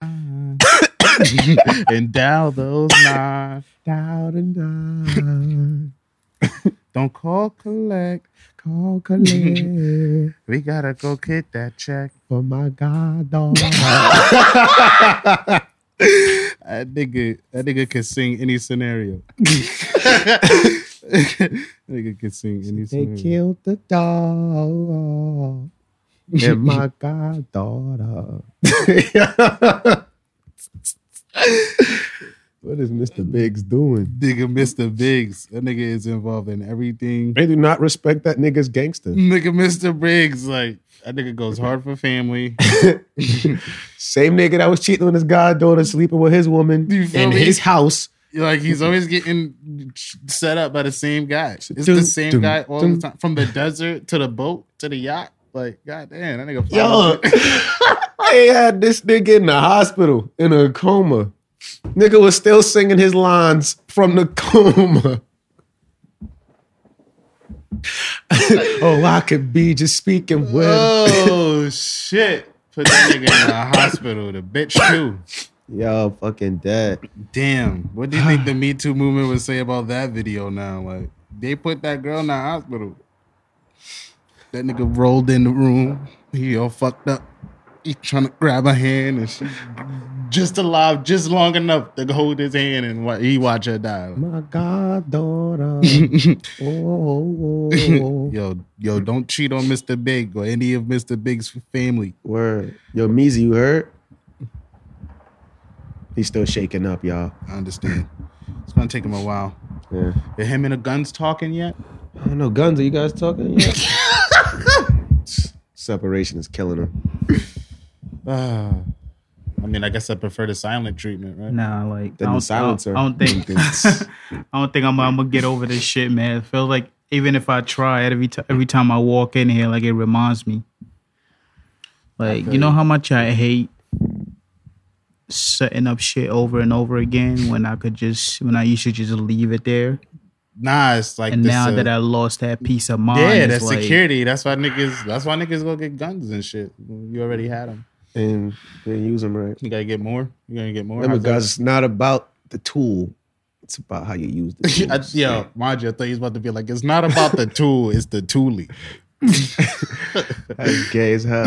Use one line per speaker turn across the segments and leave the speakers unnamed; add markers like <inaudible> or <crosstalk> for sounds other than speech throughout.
<laughs> and dial those nine. Dial and nine. <laughs> Don't call collect. Call <laughs> collect. we gotta go get that check for my goddaughter. <laughs> that nigga, that nigga can sing any <laughs> scenario. that nigga can sing any
They
scenario.
killed the dog.
<laughs> and my goddaughter.
What is Mr. Biggs doing?
Nigga, Mr. Biggs. That nigga is involved in everything.
They do not respect that nigga's gangster.
Nigga, Mr. Biggs, like that nigga goes hard for
<laughs>
family.
Same nigga that was cheating on his goddaughter, sleeping with his woman
You feel
in
me?
his house.
Like he's always getting set up by the same guy. It's the
Dun,
same
dun,
guy all
dun.
the time, from the desert to the boat to the yacht. Like, goddamn, that nigga.
Yo,
follows-
<laughs> they had this nigga in the hospital in a coma. Nigga was still singing his lines from the coma. <laughs> oh, I could be just speaking with.
Oh shit! Put that nigga in the hospital. The bitch too.
Yo, fucking dead.
Damn. What do you think the Me Too movement would say about that video now? Like, they put that girl in the hospital. That nigga rolled in the room. He all fucked up. He trying to grab her hand, and she just alive, just long enough to hold his hand and wa- he watch her die.
My
<laughs>
goddaughter. oh,
Yo, yo, don't cheat on Mr. Big or any of Mr. Big's family.
Word. Yo, Meezy, you heard? He's still shaking up, y'all.
I understand. It's gonna take him a while.
Yeah.
Are him and the guns talking yet? <sighs>
I don't know, guns, are you guys talking? <laughs> Separation is killing him.
Ah. I mean, I guess I prefer the silent treatment, right?
Nah, like
Then
I
the
don't,
silencer.
I don't, I
<laughs>
don't think <laughs> I don't think I'm, I'm gonna get over this shit, man. It feels like even if I try, every t- every time I walk in here, like it reminds me. Like you know how much I hate setting up shit over and over again when I could just when I used to just leave it there.
Nah, it's like
And
this,
now
uh,
that I lost that peace of mind,
yeah,
it's
that's
like,
security. That's why niggas. That's why niggas go get guns and shit. You already had them.
And they use them right.
You gotta get more. You gotta get more.
Remember,
How's that?
guys, it's not about the tool. It's about how you use the tool.
I, yo, mind you, I thought he was about to be like, it's not about the tool, it's the toolie.
<laughs> <laughs> That's gay as hell.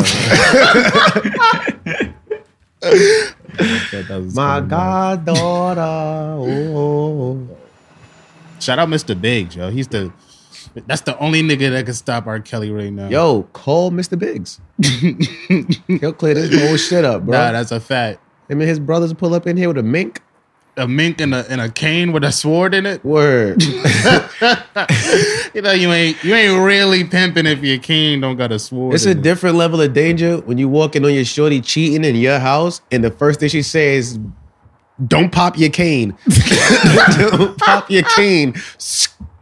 My goddaughter. Oh.
Shout out Mr. Biggs, yo. He's the. That's the only nigga that can stop R. Kelly right now.
<laughs> Yo, call Mr. <laughs> Biggs. He'll clear this whole shit up, bro.
nah, that's a fact.
I mean, his brothers pull up in here with a mink.
A mink and a and a cane with a sword in it.
Word. <laughs>
you know you ain't you ain't really pimping if your cane don't got a sword.
it's
in
a
it.
different level of danger when you walk in on your shorty cheating in your house, and the first thing she says, "Don't pop your cane. <laughs> Don't pop your cane."
<laughs>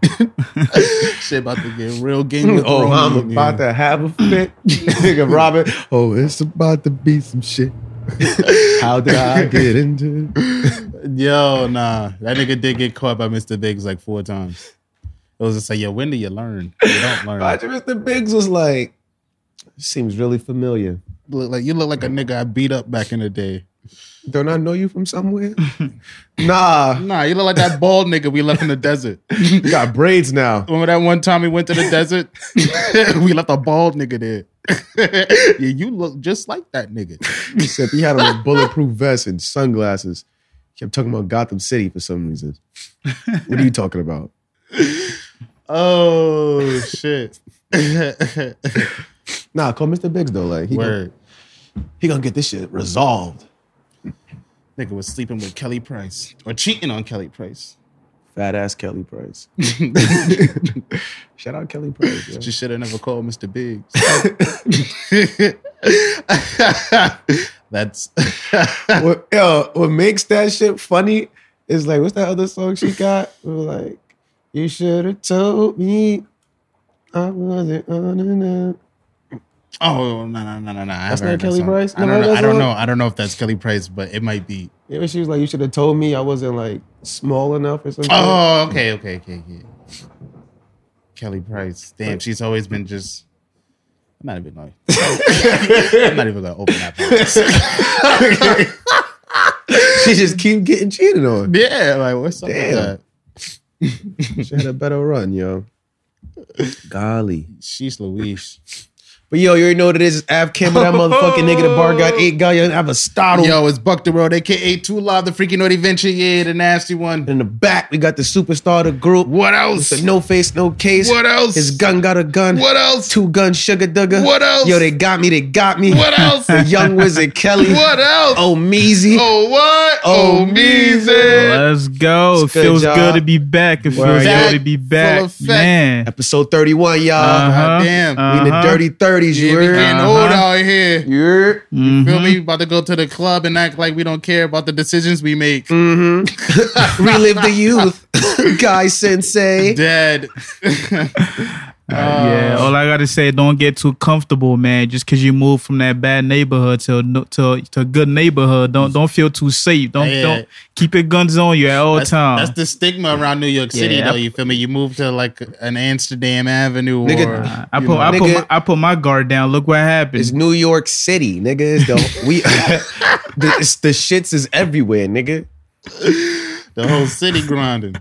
shit about to get real
<laughs>
game. of
Oh, I'm
Thrones in
about
here.
to have a <laughs> fit, nigga Robin. Oh, it's about to be some shit. <laughs> How did I get into? it?
Yo, nah, that nigga did get caught by Mr. Biggs like four times. It was just like, yo, when do you learn? You don't
<laughs>
learn.
Roger, Mr. Biggs was like, "Seems really familiar.
look like you look like a nigga I beat up back in the day.
Don't I know you from <laughs> somewhere?" nah,
Nah, you look like that bald nigga we left in the desert.
you got braids now.
Remember that one time we went to the desert? <laughs> we left a bald nigga there. <laughs> yeah, you look just like that nigga.
Except he had on a bulletproof vest and sunglasses. Kept talking about Gotham City for some reason. What are you talking about?
Oh shit.
Nah, call Mr. Biggs though. Like he gonna,
Word.
he gonna get this shit resolved.
Nigga was sleeping with Kelly Price or cheating on Kelly Price.
Fat ass Kelly Price. <laughs> Shout out Kelly Price. yo.
Just should have never called Mr.
<laughs>
Biggs. That's <laughs>
what, yo, what makes that shit funny is like, what's that other song she got? It was like, you should have told me I wasn't on enough.
oh no no no no no. I haven't heard
That's not
that
Kelly
song.
Price?
I don't,
Never
know,
heard that
I don't
song?
know. I don't know if that's Kelly Price, but it might be.
Yeah, but she was like, you should have told me I wasn't like small enough or something.
Oh, okay, okay, okay, okay. Kelly Price. Damn, she's always been just. I'm not
<laughs>
even going. I'm not even going to open that. box.
she just keep getting cheated on.
Yeah, like what's up
Damn.
with that?
She had a better run, yo. Golly.
She's Louise.
But yo, you already know what it is. It's Av Kim, that motherfucking nigga. The bar got eight guy. Yo, Avastado.
Yo, it's Buck the World, aka Two Live, the freaking Naughty Venture. Yeah, the nasty one.
In the back, we got the superstar of the group.
What
It's
else?
a no face, no case.
What else?
His gun got a gun.
What else?
Two gun sugar dugger.
What else?
Yo, they got me. They got me. <laughs>
What else?
The young wizard Kelly.
What else?
Oh, Meezy.
Oh, what?
Oh,
Oh, music.
Let's go.
It's
It
good,
feels
y'all.
good to be back. It
Word,
feels
yo.
good to be back,
effect.
man.
Episode 31, y'all.
Uh-huh.
damn.
We in the
Uh-huh.
dirty 30s.
Yeah,
You
we
heard?
getting
Uh-huh.
old out here.
You heard?
Feel me?
Mm-hmm.
About to go to the club and act like we don't care about the decisions we make.
Mm-hmm. <laughs> Relive the youth. <laughs> Guy Sensei. <laughs>
Dead.
yeah,
Uh,
all I gotta say, don't get too comfortable, man. Just cause you move from that bad neighborhood to no- to to good neighborhood, don't don't feel too safe. Don't
Yeah.
don't keep your guns on you at all
That's,
um,
times.
that's the stigma around New York City,
Yeah.
though. You feel me? You move to like an Amsterdam Avenue
Nigga,
or
I
I
you
put
know,
I put
Nigga.
my, I put my guard down. Look what
It's
happened. Uh,
New York City, nigga. It's the,
<laughs>
we, the, it's the shits is everywhere, nigga.
the whole city grinding.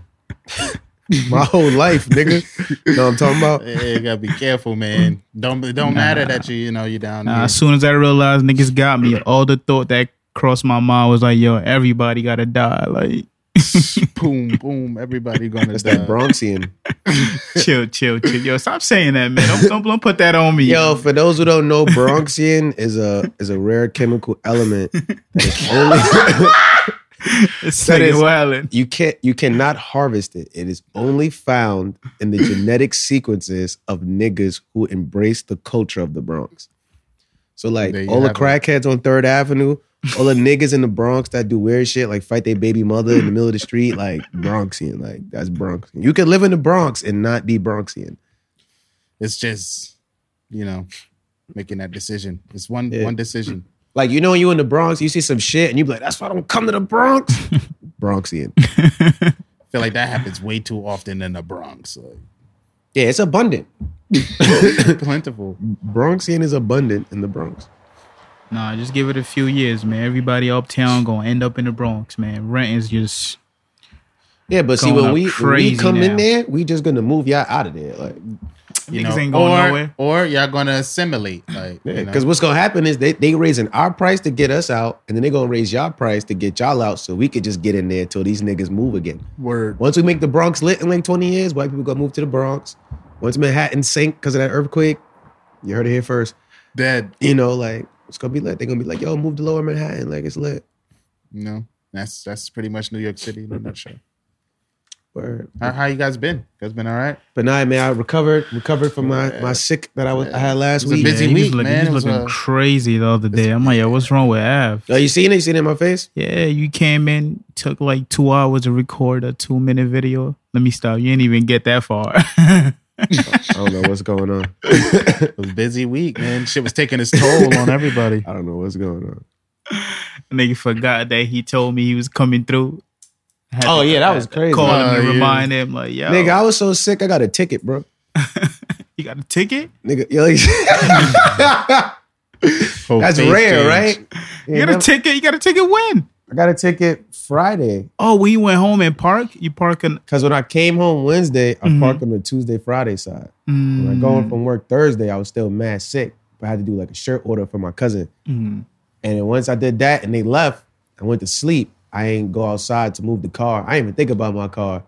My whole life, nigga. Know what I'm talking about?
Yeah, you gotta be careful, man. Don't it don't matter that you you know you're down
Nah,
here.
as soon as I realized niggas got me, all the thought that crossed my mind was like, yo, everybody gotta die.
<laughs>
Like,
<laughs>
boom, boom. Everybody gonna
That's
die.
that Bronxian.
chill, chill, chill. Yo, stop saying that, man. Don't don't, don't put that on me.
Yo, for those who don't know, Bronxian is a is a rare chemical element. that is only
<laughs> it's
that
<laughs> like
is-
wildin'.
you can't you cannot harvest it. It is only found
<clears throat>
in the genetic sequences of niggas who embrace the culture of the Bronx. So like
There you
all the
have it.
crackheads on Third Avenue, all the niggas in the Bronx that do weird shit, like fight their baby mother in the middle of the street, like Bronxian, like that's Bronxian. You can live in the Bronx and not be Bronxian.
It's just you know making that decision. It's one
Yeah.
one decision.
Like you know, when you in the Bronx, you see some shit, and you be like, "That's why I don't come to the
<laughs>
Bronx." Bronxian.
I feel like that happens way too often in the Bronx.
<laughs>
Like,
Yeah, it's abundant.
plentiful.
Bronxian is abundant in the Bronx.
Nah, just give it a few years, man. Everybody uptown gonna end up in the Bronx, man. Rent is just
Yeah, but see
Going
when
up
we when we
crazy
come in
now.
there, we just gonna move y'all out of there, like
You
Niggas
know,
ain't going
or,
nowhere.
Or y'all gonna assimilate. Like you know.
because what's gonna happen is they they raising our price to get us out, and then they gonna raise y'all price to get y'all out, so we could just get in there until these niggas move again.
word.
Once we make the Bronx lit in like twenty years, white people gonna move to the Bronx. Once Manhattan sink because of that earthquake, you heard it here first.
Dead.
You know, like it's gonna be lit. They're gonna be like, "Yo, move to Lower Manhattan, like it's lit."
You know. That's that's pretty much New York City in a nutshell.
Word.
How, how you guys been? You guys been all right?
But nah, man, I recovered, recovered from my, my sick that I was I had last
It was a
week.
busy
he was
week,
looking,
man.
he was
It was,
looking
uh,
crazy the other day. I'm like, yo, what's wrong with Av?
Oh, you seen it? You seen it in my face?
Yeah, you came in, took like two hours to record a two minute video. Let me stop. You didn't even get that far. <laughs>
I don't know what's going on. <laughs>
It was a busy week, man. Shit was taking its toll on everybody.
I don't know what's going on.
Nigga forgot that he told me he was coming through. Had
Oh,
to
yeah, that was crazy.
Call him
Oh,
and
yeah.
remind him, like, yo,
Nigga, I was so sick, I got a ticket, bro.
you got a ticket?
Nigga, yo, <laughs> like- <laughs>
<laughs>
that's
Face
rare,
change.
right?
You
Yeah,
got a
man,
ticket? You got a ticket when?
I got a ticket Friday
Oh, when you went home and park, you parking.
because when I came home Wednesday, I parked on the Tuesday, Friday side.
Mm,
When I going from work Thursday, I was still mad sick. But I had to do like a shirt order for my cousin. And then once I did that and they left, I went to sleep. I ain't go outside to move the car. I ain't even think about my car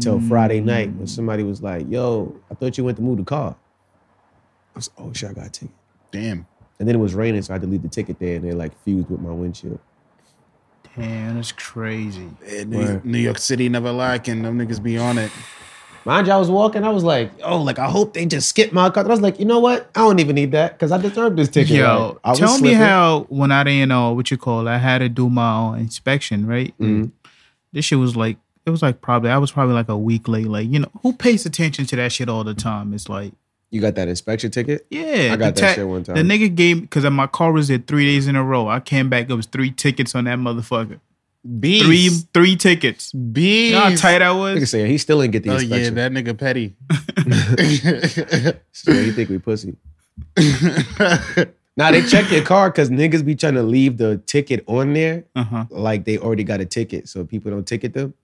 till Friday night when somebody was like, yo, I thought you went to move the car. I was oh shit, I got a ticket.
Damn.
And then it was raining, so I had to leave the ticket there and they like fused with my windshield.
Damn, that's crazy.
Yeah, New,
Word.
New York City never lacking. Them niggas be on it.
Mind you, I was walking, I was like, oh, like I hope they just skip my car. And I was like, you know what? I don't even need that because I deserve this ticket.
Yo,
Like, I was
tell me
slipping.
how when I didn't know what you call, it, I had to do my own inspection, right?
Mhm.
This shit was like it was like probably I was probably like a week late. Like you know who pays attention to that shit all the time? It's like
you got that inspection ticket?
yeah,
I got
the
that
ta-
shit one time.
The nigga gave because my car was there three days in a row. I came back, it was three tickets on that motherfucker.
Beast.
Three three tickets. You
Beast.
know how tight I
Nigga
was.
saying he still didn't get the
Oh yeah,
inspection.
that nigga petty. <laughs>
So you think we pussy? Now they check your car because niggas be trying to leave the ticket on there,
Uh huh.
like they already got a ticket, so people don't ticket them.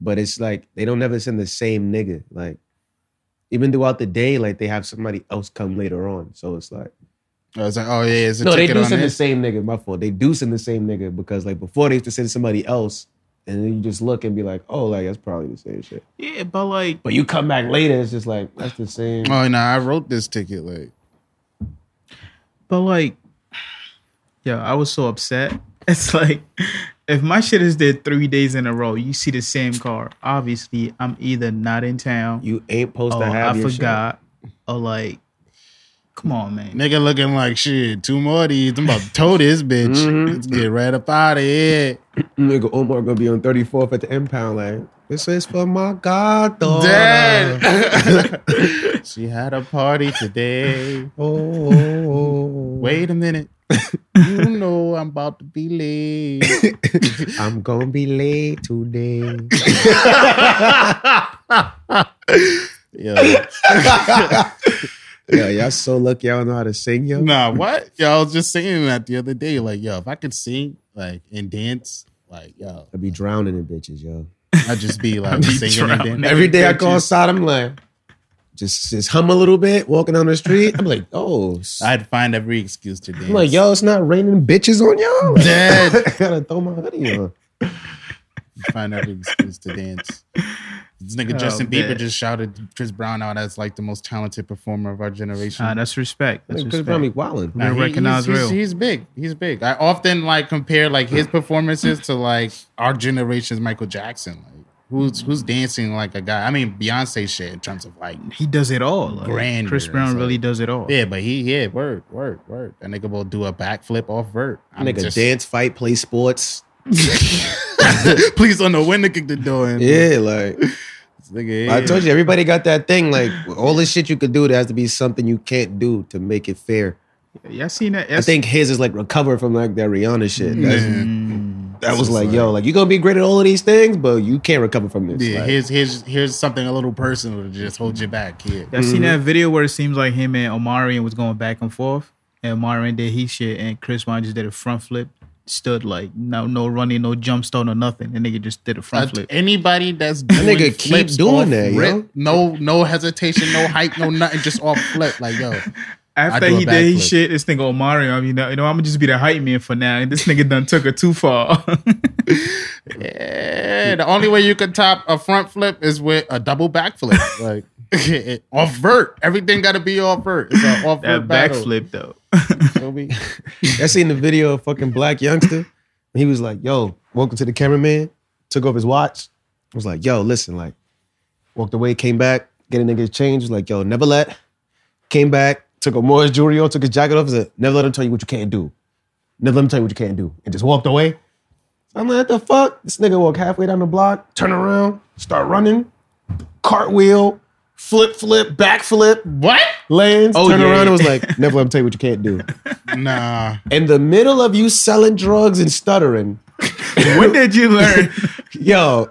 But it's like they don't never send the same nigga. Like even throughout the day, like they have somebody else come later on. So it's like
I was like, oh yeah, it's a
no, they
ticket
do
on
send the
this.
same nigga. My fault. They do send the same nigga because like before they used to send somebody else, and then you just look and be like, oh, like that's probably the same shit.
Yeah, but like,
But you come back later, it's just like that's the same.
Oh no, I wrote this ticket. Like,
but like, yeah, I was so upset. <laughs> It's like, if my shit is there three days in a row, you see the same car. Obviously, I'm either not in town.
You ain't supposed
Oh,
to have.
I
your shit.
forgot. Or like, come on, man.
nigga looking like shit. Two more of these. I'm about to tow this bitch.
Mhm.
Let's get right up out of here.
Nigga Omar gonna be on 34th at the impound. Like this is for my goddaughter. <laughs>
Dad. <laughs> she had a party today.
Oh, oh, oh.
Wait a
<laughs>
minute. you know I'm about to be
<laughs>
late.
I'm gonna be late today. <laughs>
Yeah.
yo, y'all so lucky. I don't know how to sing, yo.
Nah, what? Yo, I was just saying that the other day. Like, yo, if I could sing, like, and dance, like, yo,
I be drowning in bitches, yo.
I'd just
<laughs>
be like
be
singing and
drowning.
dancing.
Every day I go
Bitches.
outside, I'm like, just just hum a little bit, walking down the street. I'm like, oh, s-
I'd find every excuse to dance.
I'm like, yo, it's not raining bitches on y'all. Like,
Dead.
<laughs> I gotta throw my hoodie on.
find every excuse to
<laughs>
dance. This nigga
Oh,
Justin Bieber
man.
just shouted Chris Brown out as like the most talented performer of our generation.
Nah, that's respect. That's
Like, Chris
respect.
Brown be wildin'.
Nah,
we recognize
he's, he's,
real.
he's big. He's big. I often like compare like
<laughs>
his performances to like our generation's Michael Jackson. Like who's who's dancing like a guy? I mean Beyonce shit in terms of like
he does it all. Like,
Grander,
Chris Brown
so-
really does it all.
yeah, but he yeah word word word. That nigga will do a backflip off vert. I'm
Nigga
just-
dance, fight, play sports.
<laughs> Please don't know when to kick the door in.
Yeah, like
Nigga,
I told you, everybody got that thing. Like all this shit you could do, there has to be something you can't do to make it fair.
Y'all seen that?
I think his is like recover from like that Rihanna shit. That's- that was like, yo, like you gonna be great at all of these things, but you can't recover from this.
Yeah,
Like,
here's here's here's something a little personal to just hold you back here.
I seen that video where it seems like him and Omarion was going back and forth, and Omarion did his shit, and Chris Brown just did a front flip, stood like no no running, no jump stone or nothing. The nigga just did a front
Uh,
flip.
anybody that's doing
nigga keep
flips
doing
off
that, yo.
no no hesitation, no hype, no nothing, just off flip. Like yo,
After
I do a
he did his
backflip.
shit, this nigga Omarion, you know, you know, I'm gonna just be the hype man for now. And this nigga done took it too far. <laughs>
yeah. The only way you could top a front flip is with a double <laughs> backflip, like <laughs> it- off vert. Everything got to be off vert. It's an off
that
vert battle.
backflip though. <laughs>
Backflip.
I seen the video of fucking black youngster. And he was like, yo, welcome to the cameraman. Took off his watch. I was like, yo, listen, like, walked away, came back, get a nigga's change. Was like, yo, never let. Came back, took off more of his jewelry off, took his jacket off. Said, never let him tell you what you can't do. Never let him tell you what you can't do. And just walked away. I'm like, what the fuck? This nigga walked halfway down the block, turn around, start running, cartwheel, flip, flip, backflip,
what?
lands,
Oh,
turn
yeah,
around.
yeah.
It was like, never let him tell you what you can't do
Nah,
in the middle of you selling drugs and stuttering,
when did you learn?
<laughs> yo,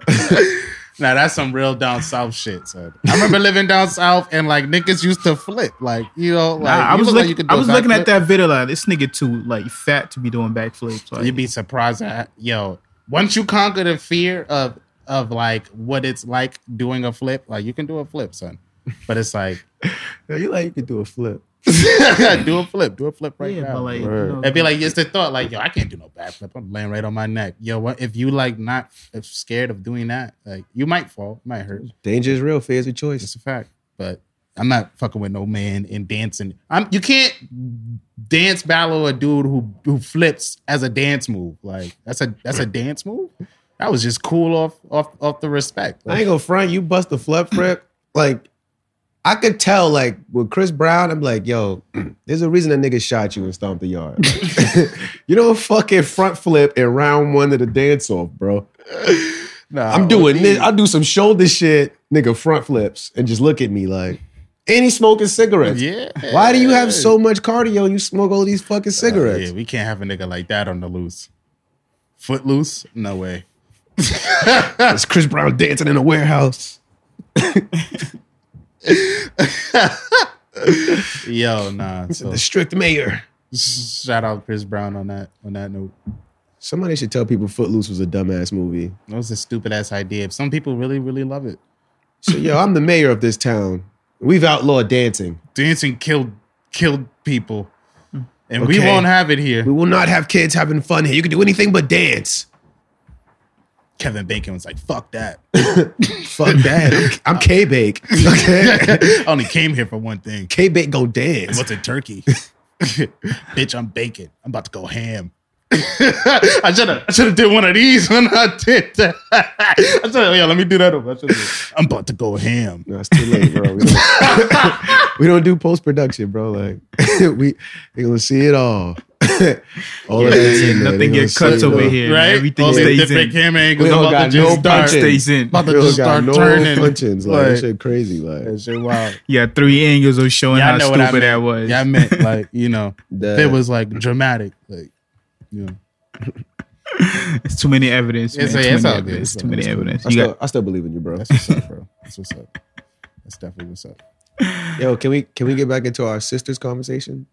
nah, that's some real down south shit. Son. I remember living down south and like niggas used to flip, like you know, like
Nah, I
you
was
look like
look-
you could do
I
a
was looking
backflip.
at that video like this nigga too like fat to be doing backflips. Like,
You'd be surprised at yo. Once you conquer the fear of of like what it's like doing a flip, like you can do a flip, son. But it's like <laughs>
you like you could do a flip.
do a flip, do a flip right
yeah,
now.
but like you
Word.
know,
It'd be like it's the thought, like yo, I can't do no backflip. I'm laying right on my neck. Yo, what if you like not if scared of doing that? Like you might fall, it might hurt.
Danger is real. Fear is a
It's
choice.
a fact. But I'm not fucking with no man and dancing. I'm you can't dance battle a dude who who flips as a dance move. Like that's a that's a dance move. That was just cool off off off the respect.
I ain't gonna front. You bust a flip flip. Like I could tell. Like with Chris Brown, I'm like, yo, <clears throat> there's a reason that nigga shot you and stomped the <laughs> yard. you don't fucking front flip in round one of the dance off, bro.
Nah,
I'm doing
OD.
this. I do some shoulder shit, nigga. Front flips and just look at me like. And he smoking cigarettes.
Yeah. Uh,
Why do you have so much cardio? You smoke all these fucking cigarettes.
Yeah, we can't have a nigga like that on the loose. Foot loose? No way.
It's Chris Brown dancing in a warehouse.
Yo, nah. So
<laughs>
Oh.
strict mayor.
Shout out Chris Brown on that on that note.
Somebody should tell people Footloose was a dumbass movie.
That was a stupid ass idea. Some people really, really love it.
So, yo, I'm the mayor of this town. We've outlawed dancing.
Dancing killed killed people. And we
Okay.
won't have it here.
We will not have kids having fun here. You can do anything but dance.
Kevin Bacon was like, fuck that. <laughs>
Fuck
<laughs>
that. I'm K Bake. Okay.
I
<laughs>
only came here for one thing.
K Bake go
And
dance.
What's a turkey? <laughs> Bitch, I'm bacon. I'm about to go ham. <laughs> I should have I should have did one of these when I did that. <laughs> I should have, yeah, let me do that over. I should've- I'm about to go ham.
No, it's too late, bro. We don't, <laughs> we don't do post production, bro. Like <laughs> we they gonna see it all. <laughs> all of
Yeah,
that's in there.
yeah,
They
nothing
gonna
get
see
cut
it,
away
bro.
here. Yeah,
right?
everything
All
stays
these different
in.
camera angles.
We don't
I'm about
got
to just
no
start,
punches.
Stays in.
About to
We don't
just
got
start
no
turning.
punchings. Like, that
Like,
shit crazy. Like
that shit wild.
Yeah, three angles of showing
Yeah, I
how
know what I
stupid
meant.
that was.
Yeah, I meant like, you
<laughs>
know,
the,
if it was like dramatic. Like, you know.
it's too many evidence.
It's-
man.
it's
too many
all good.
evidence.
It's
Too many
all good.
evidence.
I
You
still,
got
I still believe in you, bro.
That's what's up, bro. That's what's up. That's definitely what's up.
<laughs> Yo, can we can we get back into our sisters conversation?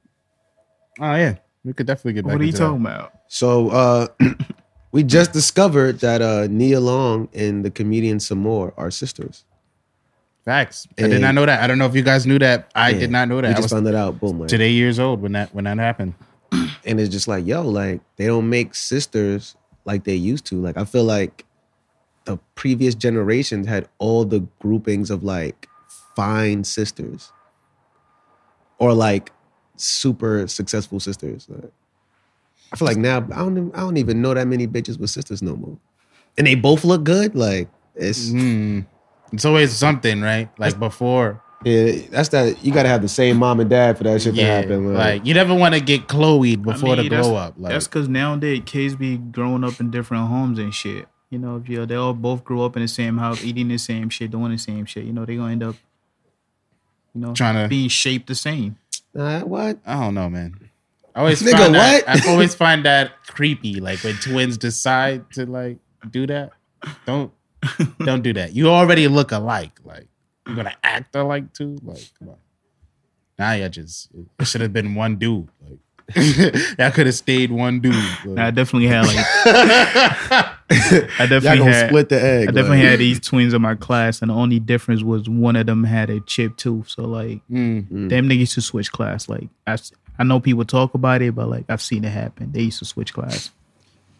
Oh yeah. We could definitely get back
what are you
into that.
talking about?
So uh <clears throat> we just discovered that uh Nia Long and the comedian Samore are sisters.
Facts. I did
And-
not know that. I don't know if you guys knew that. I
Yeah.
did not know
We
that. I
just
was
found that out. Boom. Like,
today years old when that when that happened.
and it's just like yo like they don't make sisters like they used to like i feel like the previous generations had all the groupings of like fine sisters or like super successful sisters Like, i feel like now i don't even, i don't even know that many bitches with sisters no more and they both look good like it's
Mm-hmm.
Mm. It's always something, right? Like before.
yeah, that's that you gotta have the same mom and dad for that shit
Yeah.
to happen
like you never want to get chloe'd before
mean,
the
that's-
glow up. Like
That's because nowadays kids be growing up in different homes and shit. You know, if you they all both grew up in the same house, eating the same shit, doing the same shit, you know, they gonna end up, you know,
Tryna-
being shaped the same.
nah, what
I don't know, man. I always
Nigga,
find that,
what?
I always find that creepy. Like when twins decide to like do that. Don't don't do that. You already look alike. Like you're gonna act alike too. Like come on. Now you just it should have been one dude. Like <laughs> that could have stayed one dude.
Now, I
Like,
definitely had
<laughs>
like I
y'all
definitely
gonna
had
split the egg
I definitely
like.
had these twins in my class, and the only difference was one of them had a chip tooth. So like,
mm,
them niggas used to switch class. Like I, s- I know people talk about it, but like I've seen it happen. They used to switch class,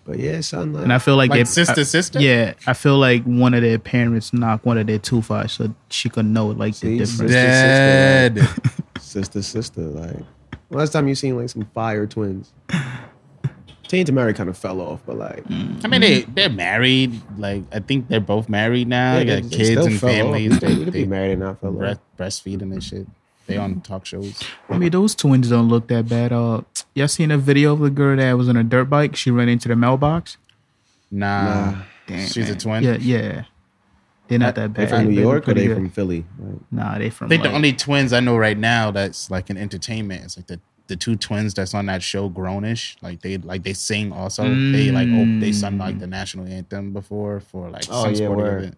but yeah son like,
and I feel like,
like
if-
sister,
I-
sister.
Yeah, I feel like one of their parents knocked one of their tooth out so she could know like
See,
the difference.
that-
Dead.
sister, sister. Like last time you seen like some fire twins. Teen to Mary kind of fell off, but like
I mean, they they're married. Like I think they're both married now. They
yeah, they-
got
they
kids
still
and
fell off.
families.
They,
They,
could be
they
married and not fell off.
breast, breastfeeding and shit. They on talk shows.
I mean, those twins don't look that bad. Uh, y'all seen a video of the girl that was on a dirt bike? She ran into the mailbox.
Nah,
Nah.
she's a twin.
Yeah, yeah. They're not that
They
bad.
from New
look
York or
pretty
they
good.
from Philly? Like,
Nah, they from.
I think
like,
the only twins I know right now that's like an entertainment. It's like the the two twins that's on that show Grownish. Like they like they sing also. They like oh they sung like the
Mm.
national anthem before for like
Oh,
some
yeah,
sporting
word.
event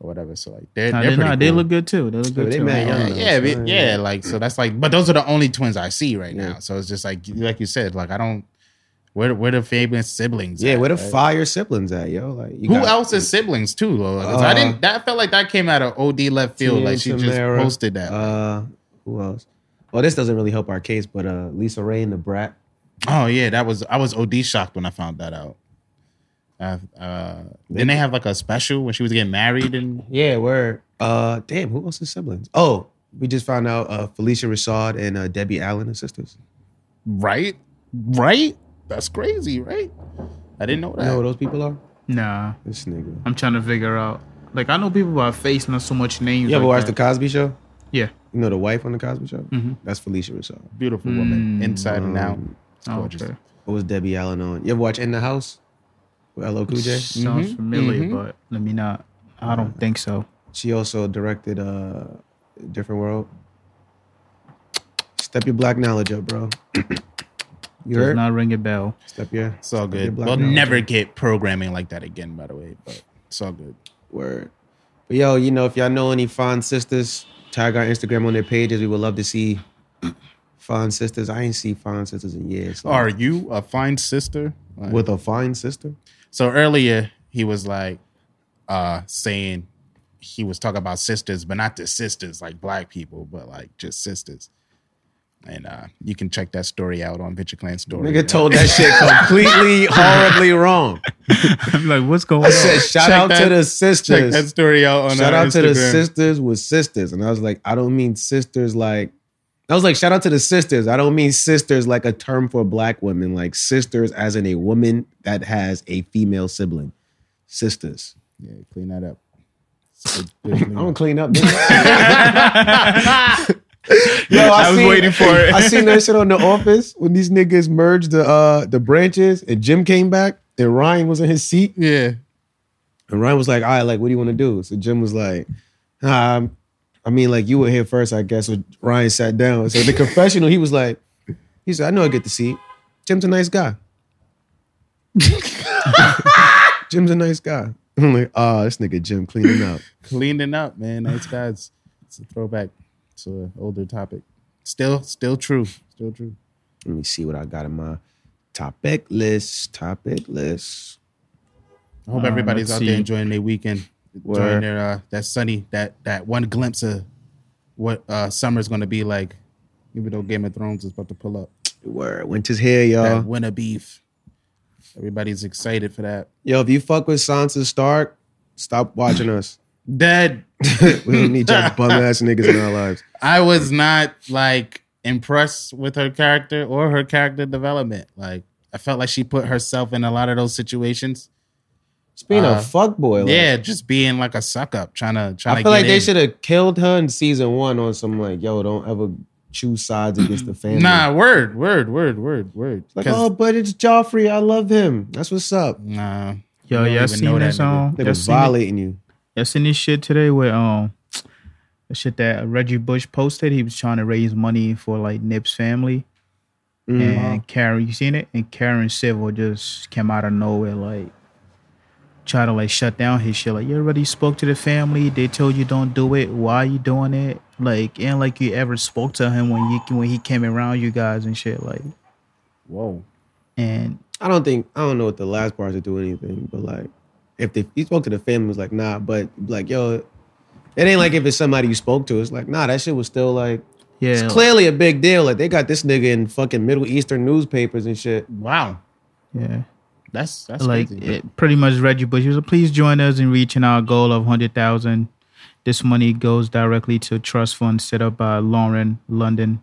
or whatever. So like they're
Nah,
they're
they,
pretty
nah, they
cool.
look good too. They look good
they
too.
mad
yeah,
young.
yeah,
though,
but-
so,
yeah, like so that's like, but those are the only twins I see right
Yeah.
now. So it's just like, like you said, like I don't, where where the Fabian siblings?
Yeah,
at,
where the
right?
fire siblings at, yo? Like you
Who
got-
else's siblings too? Though? Like, 'cause I
Uh,
didn't. That felt like that came out of OD left field.
Teen
like she just
Tamara.
posted that.
Uh, who else? Well, this doesn't really help our case, but uh, Lisa Ray and the Brat.
oh yeah, that was I was OD shocked when I found that out. Uh, uh, then they have like a special when she was getting married and
Yeah, where? Uh, damn, who else is siblings? Oh, we just found out uh, Felicia Rashad and uh, Debbie Allen are sisters.
right, right. That's crazy, right? I didn't know
You know who
that.
those people are?
Nah,
This nigga.
I'm trying to figure out. Like I know people by face, not so much names.
You ever
like
watch the
that.
Cosby Show?
Yeah.
You know the wife on the Cosby Show?
Mm-hmm.
That's Felicia Rashad.
Beautiful woman,
Mm.
inside and out.
Um,
It's
Oh,
gorgeous.
okay.
What was Debbie Allen on? You ever watch In the House with LL Cool J?
Sounds
Mhm,
familiar,
mhm.
but let me not. I don't think so.
She also directed uh, Different World. Step your black knowledge up, bro. <clears throat> You
Does
heard?
not ring a bell.
Step your
It's all
your
good.
black
We'll
knowledge
never
up.
get programming like that again, by the way. But it's all good.
word. But yo, you know, if y'all know any fond sisters, tag our Instagram on their pages. We would love to see <clears throat> Fine sisters. I ain't seen fine sisters in years. Like,
Are you a fine sister? Like-
with a fine sister?
So earlier he was like uh saying he was talking about sisters, but not the sisters like black people, but like just sisters. And uh you can check that story out on Venture Clan Story.
Nigga told that shit
<laughs>
completely horribly wrong.
<laughs> I'm like, what's going
I
<laughs>
on?
said, shout
Check
out to
that-
the
check that
sisters.
story out on
Shout
uh,
out to the
Instagram.
sisters with sisters. And I was like, I don't mean sisters like I was like, shout out to the sisters. I don't mean sisters like a term for black women, like sisters as in a woman that has a female sibling. Sisters.
Yeah, clean that up.
<laughs> I'm gonna clean
<laughs>
up. nigga. Yo, I,
was
seen-
waiting for it.
I seen that shit on The Office when these niggas merged the uh, the branches and Jim came back and Ryan was in his seat
yeah.
and Ryan was like, "All right, like, what do you want to do?" So Jim was like, um, "I mean, like, you were here first, I guess." So Ryan sat down. So the confessional, he was like, "He said, I know I get the seat. Jim's a nice guy. <laughs> Jim's a nice guy." I'm like, "Ah, this nigga Jim cleaning up."
Cleaning up, man. Nice guys. It's a throwback to an older topic. Still, still true. Still true.
Let me see what I got in my topic list. Topic list.
I hope
Uh,
everybody's
let's
out there
see.
enjoying their weekend, enjoying
Um, Word.
their uh, that sunny that that one glimpse of what uh, summer's going to be like. Even though Game of Thrones is about to pull up,
Word. Winter's here, y'all.
that winter beef. Everybody's excited for that.
Yo, if you fuck with Sansa Stark, stop watching us. <laughs>
Dead.
we don't need y'all bum ass niggas in our lives.
I was not like impressed with her character or her character development. Like I felt like she put herself in a lot of those situations.
It's being
Uh,
a fuck boy.
Yeah, just being like a suck up, trying to trying to
I feel
get
like they
in.
should have killed her in season one on some like, yo, don't ever choose sides against the family.
Nah, word, word, word, word, word.
Like,
'Cause-
oh, but it's Joffrey. I love him. That's what's up.
nah.
Yo,
You don't
y'all
even know
seen
that
this
nigga.
on?
They
Y'all
was
seen,
violating you.
y'all seen this shit today where um, the shit that Reggie Bush posted. He was trying to raise money for like Nip's family.
Mm-hmm.
And Karen, you seen it? And Karen Civil just came out of nowhere, like try to like shut down his shit. Like you already spoke to the family. They told you don't do it. Why you doing it? Like and like you ever spoke to him when you when he came around you guys and shit. Like
Whoa.
and
I don't think I don't know what the last part to do anything, but like if they, he spoke to the family, it was like nah, but like yo, it ain't like if it's somebody you spoke to, it's like nah, that shit was still like
yeah,
it's clearly a big deal. Like they got this nigga in fucking Middle Eastern newspapers and shit.
Wow.
yeah.
That's that's
like
crazy.
it pretty much Reggie Bush. He was like, please join us in reaching our goal of hundred thousand. This money goes directly to a trust fund set up by Lauren London.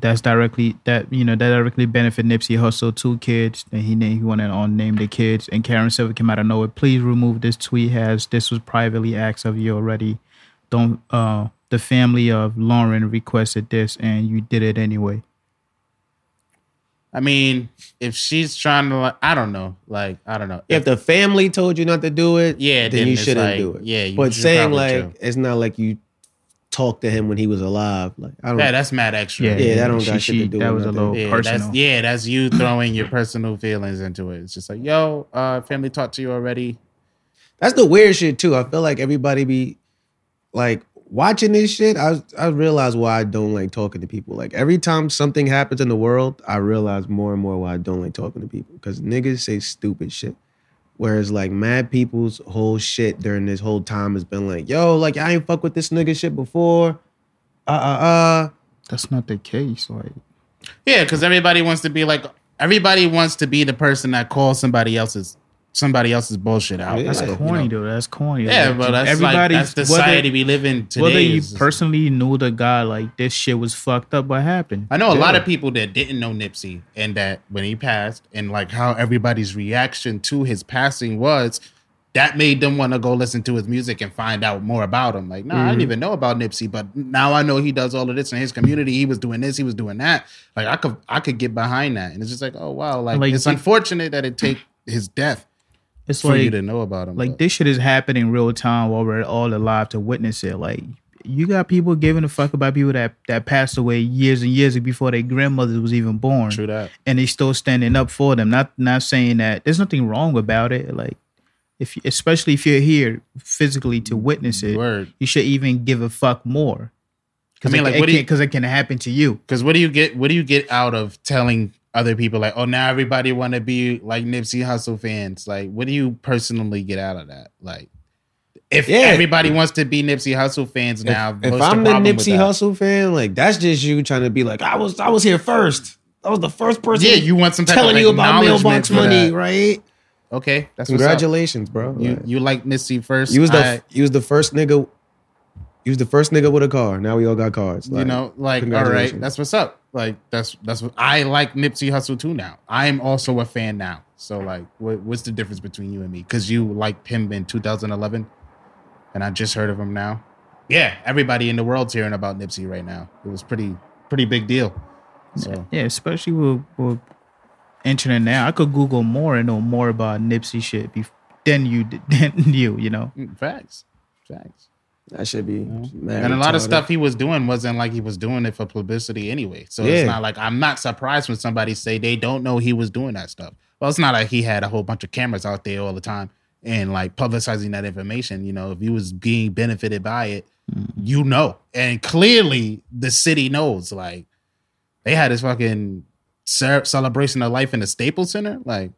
That's directly that you know that directly benefit Nipsey Hussle, two kids, and he named he wanted to name the kids. And Karen Silver came out of nowhere. Please remove this tweet as this was privately asked of you already. Don't uh the family of Lauren requested this and you did it anyway.
I mean, if she's trying to, like, I don't know. Like, I don't know.
If the family told you not to do it,
Yeah,
then
then
you
it's
shouldn't
like-
do it.
yeah, you
but
should
saying
probably
like
chill.
it's not like you talked to him when he was alive. Like I don't.
yeah, that's mad extra.
Yeah,
Yeah, that don't
she,
got shit to
she-
do
That
with
was a
nothing.
little
Yeah,
personal.
that's yeah, that's
<clears throat>
you throwing your personal feelings into it. It's just like, yo, uh, family talked to you already.
That's the weird shit too. I feel like everybody be like watching this shit. I I realize why I don't like talking to people. Like every time something happens in the world, I realize more and more why I don't like talking to people because niggas say stupid shit. Whereas like mad people's whole shit during this whole time has been like, yo, like I ain't fuck with this nigga shit before. Uh uh uh.
that's not the case. Like
Yeah, because everybody wants to be like, everybody wants to be the person that calls somebody else's somebody else's bullshit out.
Yeah.
Like,
That's
you
corny,
know.
though. That's corny.
Yeah,
Like,
but that's like
everybody's-
that's the society we live in today.
Whether, whether you
is just-
personally knew the guy, like this shit was fucked up. What happened?
I know a lot of people that didn't know Nipsey and that when he passed and like how everybody's reaction to his passing was that made them want to go listen to his music and find out more about him. Like, nah, I
Mm-hmm.
didn't even know about Nipsey, but now I know he does all of this in his community. He was doing this, he was doing that. Like I could I could get behind that. And it's just like, oh wow, like,
Like,
it's
thi-
unfortunate that it take his death
It's
for you
like
to know about him.
like
but-
this shit is happening real time while we're all alive to witness it. Like you got people giving a fuck about people that that passed away years and years before their grandmothers was even born.
True that.
and they still standing up for them. Not not saying that there's nothing wrong about it. Like if you- especially if you're here physically to witness it,
Word.
you should even give a fuck more. I
I
mean,
mean,
it,
like,
like,
what do you-
because it can happen to you.
Because what do you get? What do you get out of telling other people like, oh, now everybody want to be like Nipsey Hussle fans? Like, what do you personally get out of that? Like, if
Yeah.
everybody wants to be Nipsey Hussle fans now,
if
what's
I'm the
problem with
Nipsey
that?
Hustle fan, like that's just you trying to be like, I was I was here first. I was the first person
yeah, you want some type
telling
of
you about
acknowledgement
mailbox
for
money,
that.
right?
Okay, that's congratulations.
Congratulations, bro. Like, You,
You you like Nipsey first?
was the
I-
you was the first nigga you was the first nigga with a car. Now we all got cars.
you
Like,
know, like all right,
congratulations.
that's what's up. Like that's that's what I like Nipsey Hussle too now. I am also a fan now. So like, what, what's the difference between you and me? Because you liked him in 2011, and I just heard of him now. Yeah, everybody in the world's hearing about Nipsey right now. It was pretty pretty big deal. So
Yeah, especially with, with internet now. I could Google more and know more about Nipsey shit bef- than you did- <laughs> than you. You know,
mm, facts, facts.
that should be mad
And a lot of
retarded.
stuff he was doing wasn't like he was doing it for publicity anyway. So
Yeah.
it's not like I'm not surprised when somebody say they don't know he was doing that stuff. Well, it's not like he had a whole bunch of cameras out there all the time and like publicizing that information. You know, if he was being benefited by it,
Mm-hmm.
you know. And clearly the city knows. Like they had this fucking ce- celebration of life in the Staples Center. Like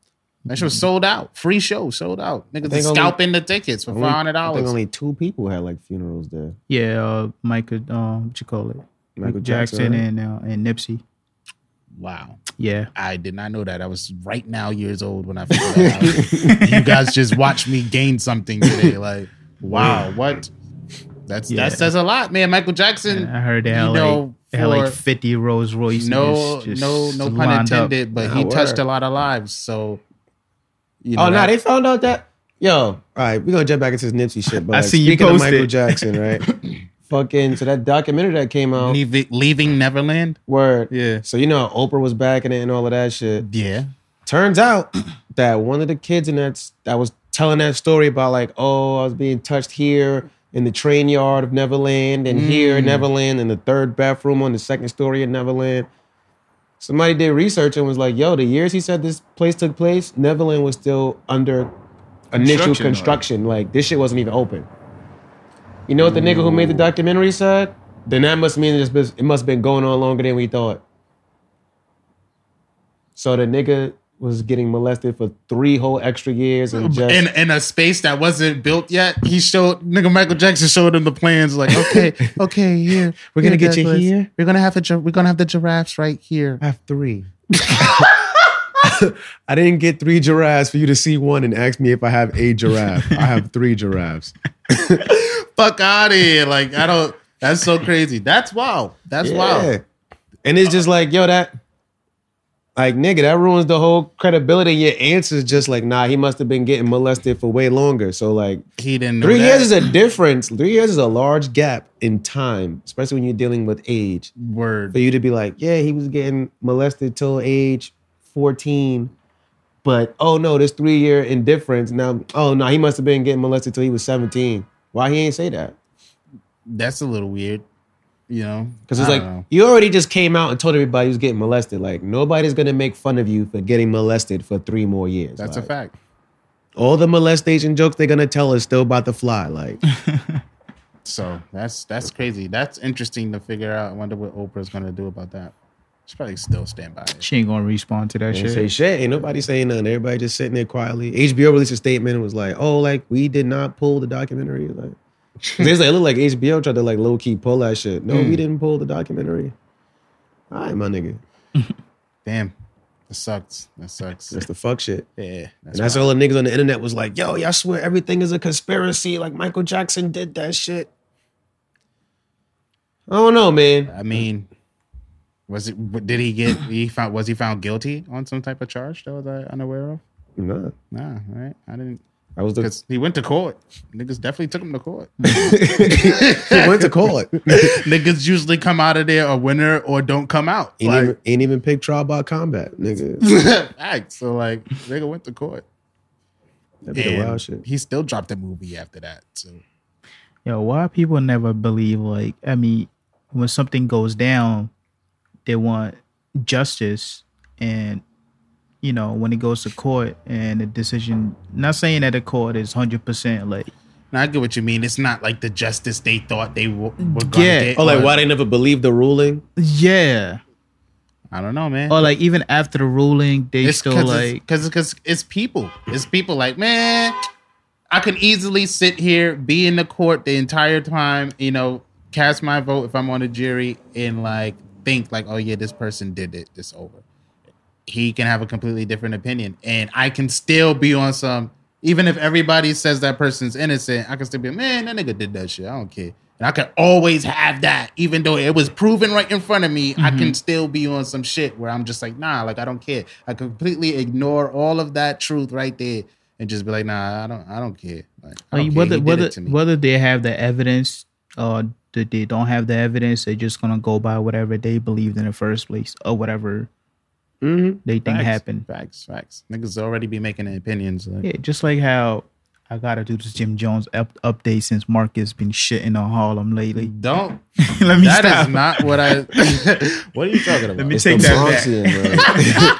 that shit was sold out. Free show sold out. Niggas
Mm-hmm. think
was
only-
scalping the tickets for
Only-
five hundred
I think
dollars.
only two people had like funerals there.
yeah, uh, Michael, um, what you call it,
Michael
Jackson,
Jackson, right?
and uh, and Nipsey.
Wow.
Yeah,
I did not know that. I was right now years old when I figured that out. you guys just watched me gain something today. Like, wow, what? That's
Yeah.
that says a lot, man. Michael Jackson,
I heard they had,
you
like,
know,
they had like
for-
fifty Rolls Royces.
no,
just
no, no pun
lined up.
intended, but
Nah,
he
word.
touched a lot of lives. So, you
oh, no,
that-
they found out that. Yo, all right, we're gonna jump back into this Nipsey
<laughs>
shit. But
I
like,
seen you
speaking of
post
Michael
it.
Jackson, right? Fucking so that documentary that came out,
leaving, leaving Neverland.
word.
Yeah,
So you know, Oprah was backing it and all of that shit.
yeah.
Turns out <clears throat> that one of the kids in that that was telling that story about like, oh, I was being touched here in the train yard of Neverland, and here in Neverland, in the third bathroom on the second story of Neverland. Somebody did research and was like, yo, the years he said this place took place, Neverland was still under initial
Construction,
construction. Like this shit wasn't even open. You know what the nigga who made the documentary said? Then that must mean it's been- it must have been going on longer than we thought. So the nigga was getting molested for three whole extra years and just
in in a space that wasn't built yet. He showed nigga Michael Jackson showed him the plans. Like, okay, okay, here
We're gonna get you
Douglas.
here.
We're gonna have a gi- we're gonna have the giraffes right here.
have three. <laughs> I didn't get three giraffes for you to see one and ask me if I have a giraffe. I have three giraffes.
Fuck out of here! Like, I don't. That's so crazy. That's wild. That's
Yeah.
wild.
And it's just like, yo, that like nigga, that ruins the whole credibility. Your answer's just like, nah, he must have been getting molested for way longer. So like
He didn't. Know
three
that.
years is a difference. Three years is a large gap in time, especially when you're dealing with age. for
word.
you to be like, yeah, he was getting molested till age 14, but oh no, this three year indifference. Now, oh no, he must have been getting molested till he was 17. Why he ain't say that?
That's a little weird. You know,
Because it's
I
like,
don't know.
you already just came out and told everybody he was getting molested. Like, nobody's gonna make fun of you for getting molested for three more years.
that's
Like,
a fact.
All the molestation jokes they're gonna tell is still about to fly.
<laughs>
Like,
So that's that's crazy. That's interesting to figure out. I wonder what Oprah's gonna do about that. She's probably still stand by it.
She ain't gonna respond to that
They
shit.
say shit. Ain't nobody saying nothing. Everybody just sitting there quietly. HBO released a statement and was like, "Oh, like we did not pull the documentary."
<laughs>
Like, 'cause it's like it looked like HBO tried to like low key pull that shit. No,
Hmm.
we didn't pull the documentary. All right, my nigga,
Damn, that sucks. That sucks.
that's the fuck shit.
Yeah,
And that's all the niggas on the internet was like, "Yo, y'all swear everything is a conspiracy. Like Michael Jackson did that shit." I don't know, man.
I mean, was it? w- Did he get? He found. Was he found guilty on some type of charge that was I unaware of?
Nah,
Nah, right? I didn't.
I was the
Because he went to court. Niggas definitely took him to court.
he <laughs> went to court.
<laughs> Niggas usually come out of there a winner or don't come out.
Ain't,
Like,
even, ain't even pick trial by combat, nigga. <coughs>
facts. So like, nigga went to court.
That'd be the
And
wild shit.
He still dropped a movie after that. So
Yo, why people never believe like I mean, when something goes down, they want justice and you know, when it goes to court and the decision not saying that the court is hundred percent like
Now, I get what you mean. It's not like the justice they thought they w- were going to
Yeah.
get.
Oh, like
but-
why they never believed the ruling?
Yeah.
I don't know, man.
Or like even after the ruling, they
it's
Oh, still
cause it's-
like
cause, cause it's people. It's people like, man, I could easily sit here, be in the court the entire time, you know, cast my vote if I'm on a jury and like think like, oh yeah, this person did it. It's over. He can have a completely different opinion. And I can still be on some even if everybody says that person's innocent, I can still be, man, that nigga did that shit. I don't care. And I could always have that, even though it was proven right in front of me. I
Mm-hmm.
can still be on some shit where I'm just like, nah, like I don't care. I completely ignore all of that truth right there and just be like, nah, I don't, I don't care. Like, I don't
like,
care.
whether
He did
whether
it to me.
whether they have the evidence or that they don't have the evidence, they're just gonna go by whatever they believed in the first place or whatever
Mm-hmm.
they think
Facts,
happened.
Facts, facts. Niggas already be making their opinions. Like,
Yeah, just like how I gotta do this Jim Jones up- update since Mark has been shitting on Harlem lately. <laughs>
Don't.
Let me
That
stop.
is not what
<laughs>
I. <laughs> what are you talking about?
Let me take that back.
bro.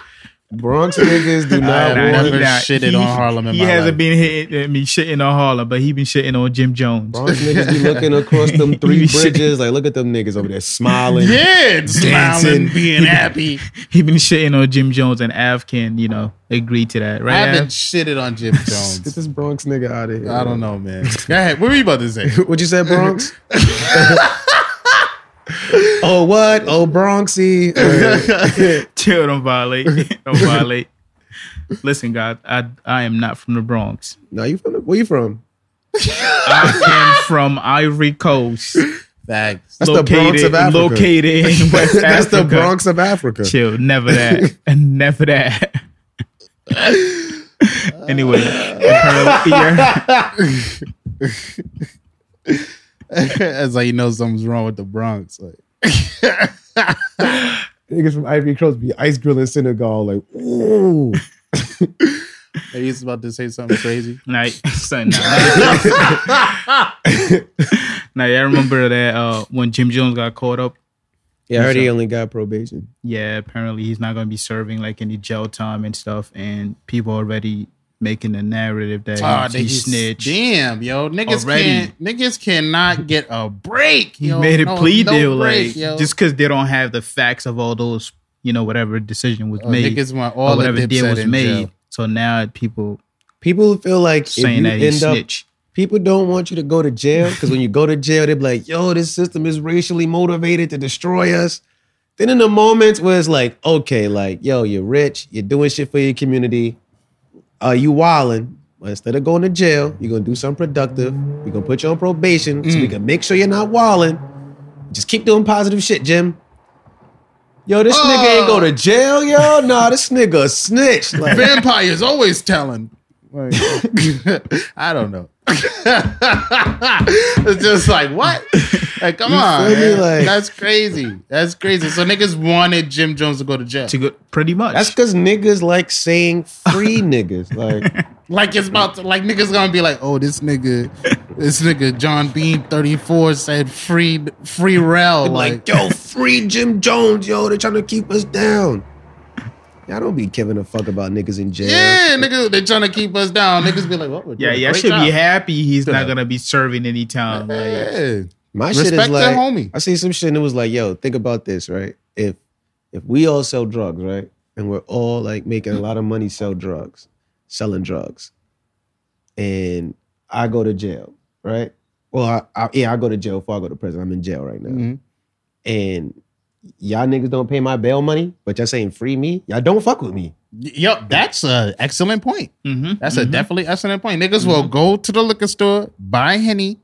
Bronx niggas do
I
not
Nah,
want
never shitted on Harlem in
he
my
hasn't
life.
been hitting. I mean, shitting on Harlem, but he been shitting on Jim Jones.
Bronx niggas be looking across them
You
three
should-
bridges. Like, look at them niggas over there smiling.
Yeah, smiling,
Dancing. <laughs>
being happy.
<laughs> He been shitting on Jim Jones, and Av can you know agree to that,
I
right?
haven't
Av?
shitted on Jim
Get
Jones.
this Bronx nigga out of here.
I don't know, man. Go ahead. What were you about to
<laughs>
say?
What you said, Bronx? oh what? Oh
<laughs>
Bronxy. Uh,
<laughs> Chill, don't violate. don't violate. Listen, God, I I am not from the Bronx.
no, you from the, where you from?
I am from Ivory Coast,
Facts. <laughs>
That's
located
the Bronx of Africa.
located in
<laughs>
West
That's the
Africa.
Bronx of Africa.
<laughs> Chill, never that, <laughs> never that. <laughs> anyway, apparently- yeah.
That's how you know something's wrong with the Bronx. Like,
Niggas from Ivory Coast be ice grilling Senegal. Like, ooh.
are you about to say something crazy?
<laughs> Nah, son, nah. <laughs> nah, yeah, I remember that uh, when Jim Jones got caught up.
Yeah, I heard he only got probation.
Yeah, apparently he's not going to be serving like any jail time and stuff, and people already making the narrative that
Ah,
he, he
niggas-
snitched.
Damn, yo, niggas
Already.
can't, niggas cannot get a break.
He
yo.
made a
No-
plea
no
deal,
break,
like
yo.
just because they don't have the facts of all those, you know, whatever decision was
Oh,
made
niggas want
or
all the
whatever deal
Dipset
was
in
made.
jail.
So now people
People feel like if you
saying that he
end up,
snitched.
people don't want you to go to jail because when you go to jail, they be like, yo, this system is racially motivated to destroy us. Then in the moments where it's like, okay, like, yo, you're rich, you're doing shit for your community, uh, you wildin'. But instead of going to jail, you're gonna do something productive. We're gonna put you on probation so we can make sure you're not wildin'. Just keep doing positive shit, Jim. Yo, this nigga ain't go to jail, yo. Nah, this nigga a snitch.
<laughs>
Like,
Vampires always telling. Like, <laughs> I don't know. <laughs> it's just like what? Like, come
You
on,
feel me?
man.
Like-
that's crazy. That's crazy. So niggas wanted Jim Jones to go to jail,
to go pretty much.
That's because niggas like saying free niggas. Like,
like it's about to, like niggas gonna be like, oh, this nigga, this nigga John Bean thirty four said free free rel.
<laughs> like,
Like,
yo, free Jim Jones, yo. They're trying to keep us down. Y'all don't be giving a fuck about niggas in jail.
yeah, nigga, they trying to keep us down. Niggas be like, what? Well,
yeah, yeah. I should be happy he's not gonna be serving any time. Like,
Yeah.
My shit is
Respect
like,
that homie.
I see some shit and it was like, yo, think about this, right? If if we all sell drugs, right, and we're all like making a lot of money sell drugs, selling drugs, and I go to jail, right? Well, I, I, yeah, I go to jail before I go to prison. I'm in jail right now.
Mhm.
and y'all niggas don't pay my bail money, but y'all saying free me, y'all don't fuck with me.
Yo, that's an excellent point.
mhm,
That's a
Mm-hmm.
mhm.
definitely excellent point. Niggas will go to the liquor store, buy henny,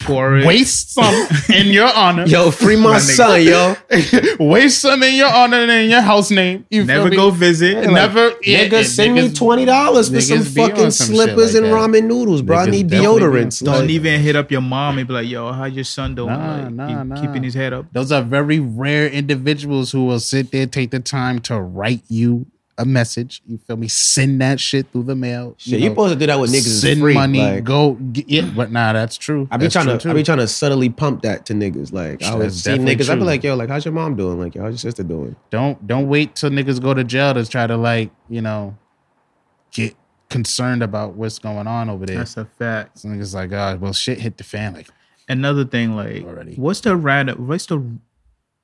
for it.
waste
<laughs>
some in your honor,
Yo, free <laughs> my son, yo.
<laughs> waste some in your honor and in your house name. You
Never
feel
go
me?
visit.
And Never yeah, and
Niggas send me
niggas-
twenty dollars for
niggas
some
be on
fucking
some shit
slippers
like
and
that.
ramen noodles, bro. I
Niggas
need
definitely do.
deodorants.
Don't
Don't
Like,
even hit up your mom and be like, "Yo, how your son doing?
Nah,
like,
nah,
he
nah.
keeping his head up."
Those are very rare individuals who will sit there, take the time to write you a message. You feel me? Send that shit through the mail.
shit, you
know,
supposed to do that with niggas.
send
is free.
money,
Like,
go get yeah, but nah, that's true.
I be
That's
trying to,
true,
I
too.
be trying to subtly pump that to niggas. Like, I would
That's
see
definitely
niggas. I be
true.
like, yo, like, how's your mom doing? Like, yo, how's your sister doing?
Don't don't wait till niggas go to jail to try to like you know get concerned about what's going on over there.
That's a fact.
So it's like, ah, well, shit hit the fan. Like,
Another thing, like,
Already.
what's the right, what's the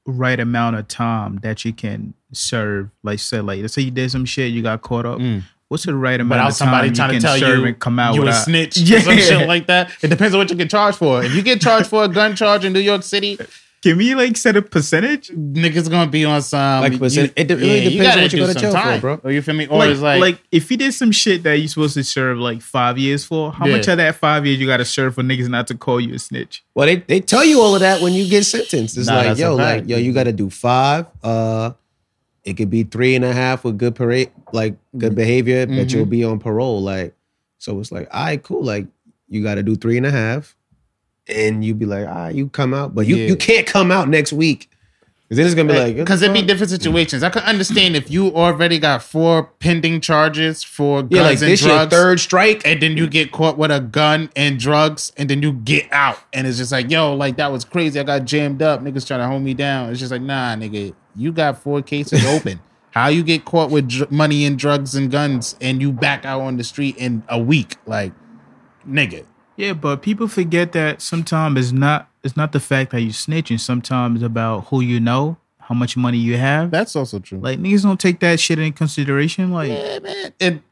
right amount of time that you can serve? Like, say, like, let's say you did some shit, you got caught up. What's the right amount
Mm. without
of time
somebody
you
trying to
can
tell
serve
you
and come out
you a
without-
<laughs>
snitch
<laughs> Yeah,
or some shit like that. It depends on what you get charged for. If you get charged for a gun charge in New York
<laughs>
City,
can we like set a percentage?
niggas gonna be on some.
Like, but it- it de- really depends on
gotta
what you
do
go to
some
jail for,
time.
bro.
Or you feel me? Or
Like,
it's like,
like, if you did some shit that you're supposed to serve like five years for, how
Yeah.
much of that five years you got to serve for niggas not to call you a snitch?
Well, they, they tell you all of that when you get sentenced. It's
Nah,
like,
that's a
yo,
fact.
like, yo, you got to do five. Uh, it could be three and a half with good parade, like good behavior,
Mm-hmm.
but you'll be on parole. Like, so it's like, all right, cool. Like, you got to do three and a half, and you be like, ah, you come out, but you
Yeah.
you can't come out next week. 'Cause Then it's gonna be like,
because it'd be different situations. I could understand if you already got four pending charges for guns
yeah, like
and
this your
drugs,
third strike.
and then you get caught with a gun and drugs, and then you get out, and it's just like, yo, like that was crazy. I got jammed up. Niggas trying to hold me down. It's just like, nah, nigga, you got four
<laughs>
cases open. How you get caught with dr- money and drugs and guns, and you back out on the street in a week, like, nigga.
Yeah, but people forget that sometimes it's not it's not the fact that you snitching. Sometimes it's about who you know, how much money you have.
That's also true.
like niggas don't take that shit in consideration. Like
yeah, man. It,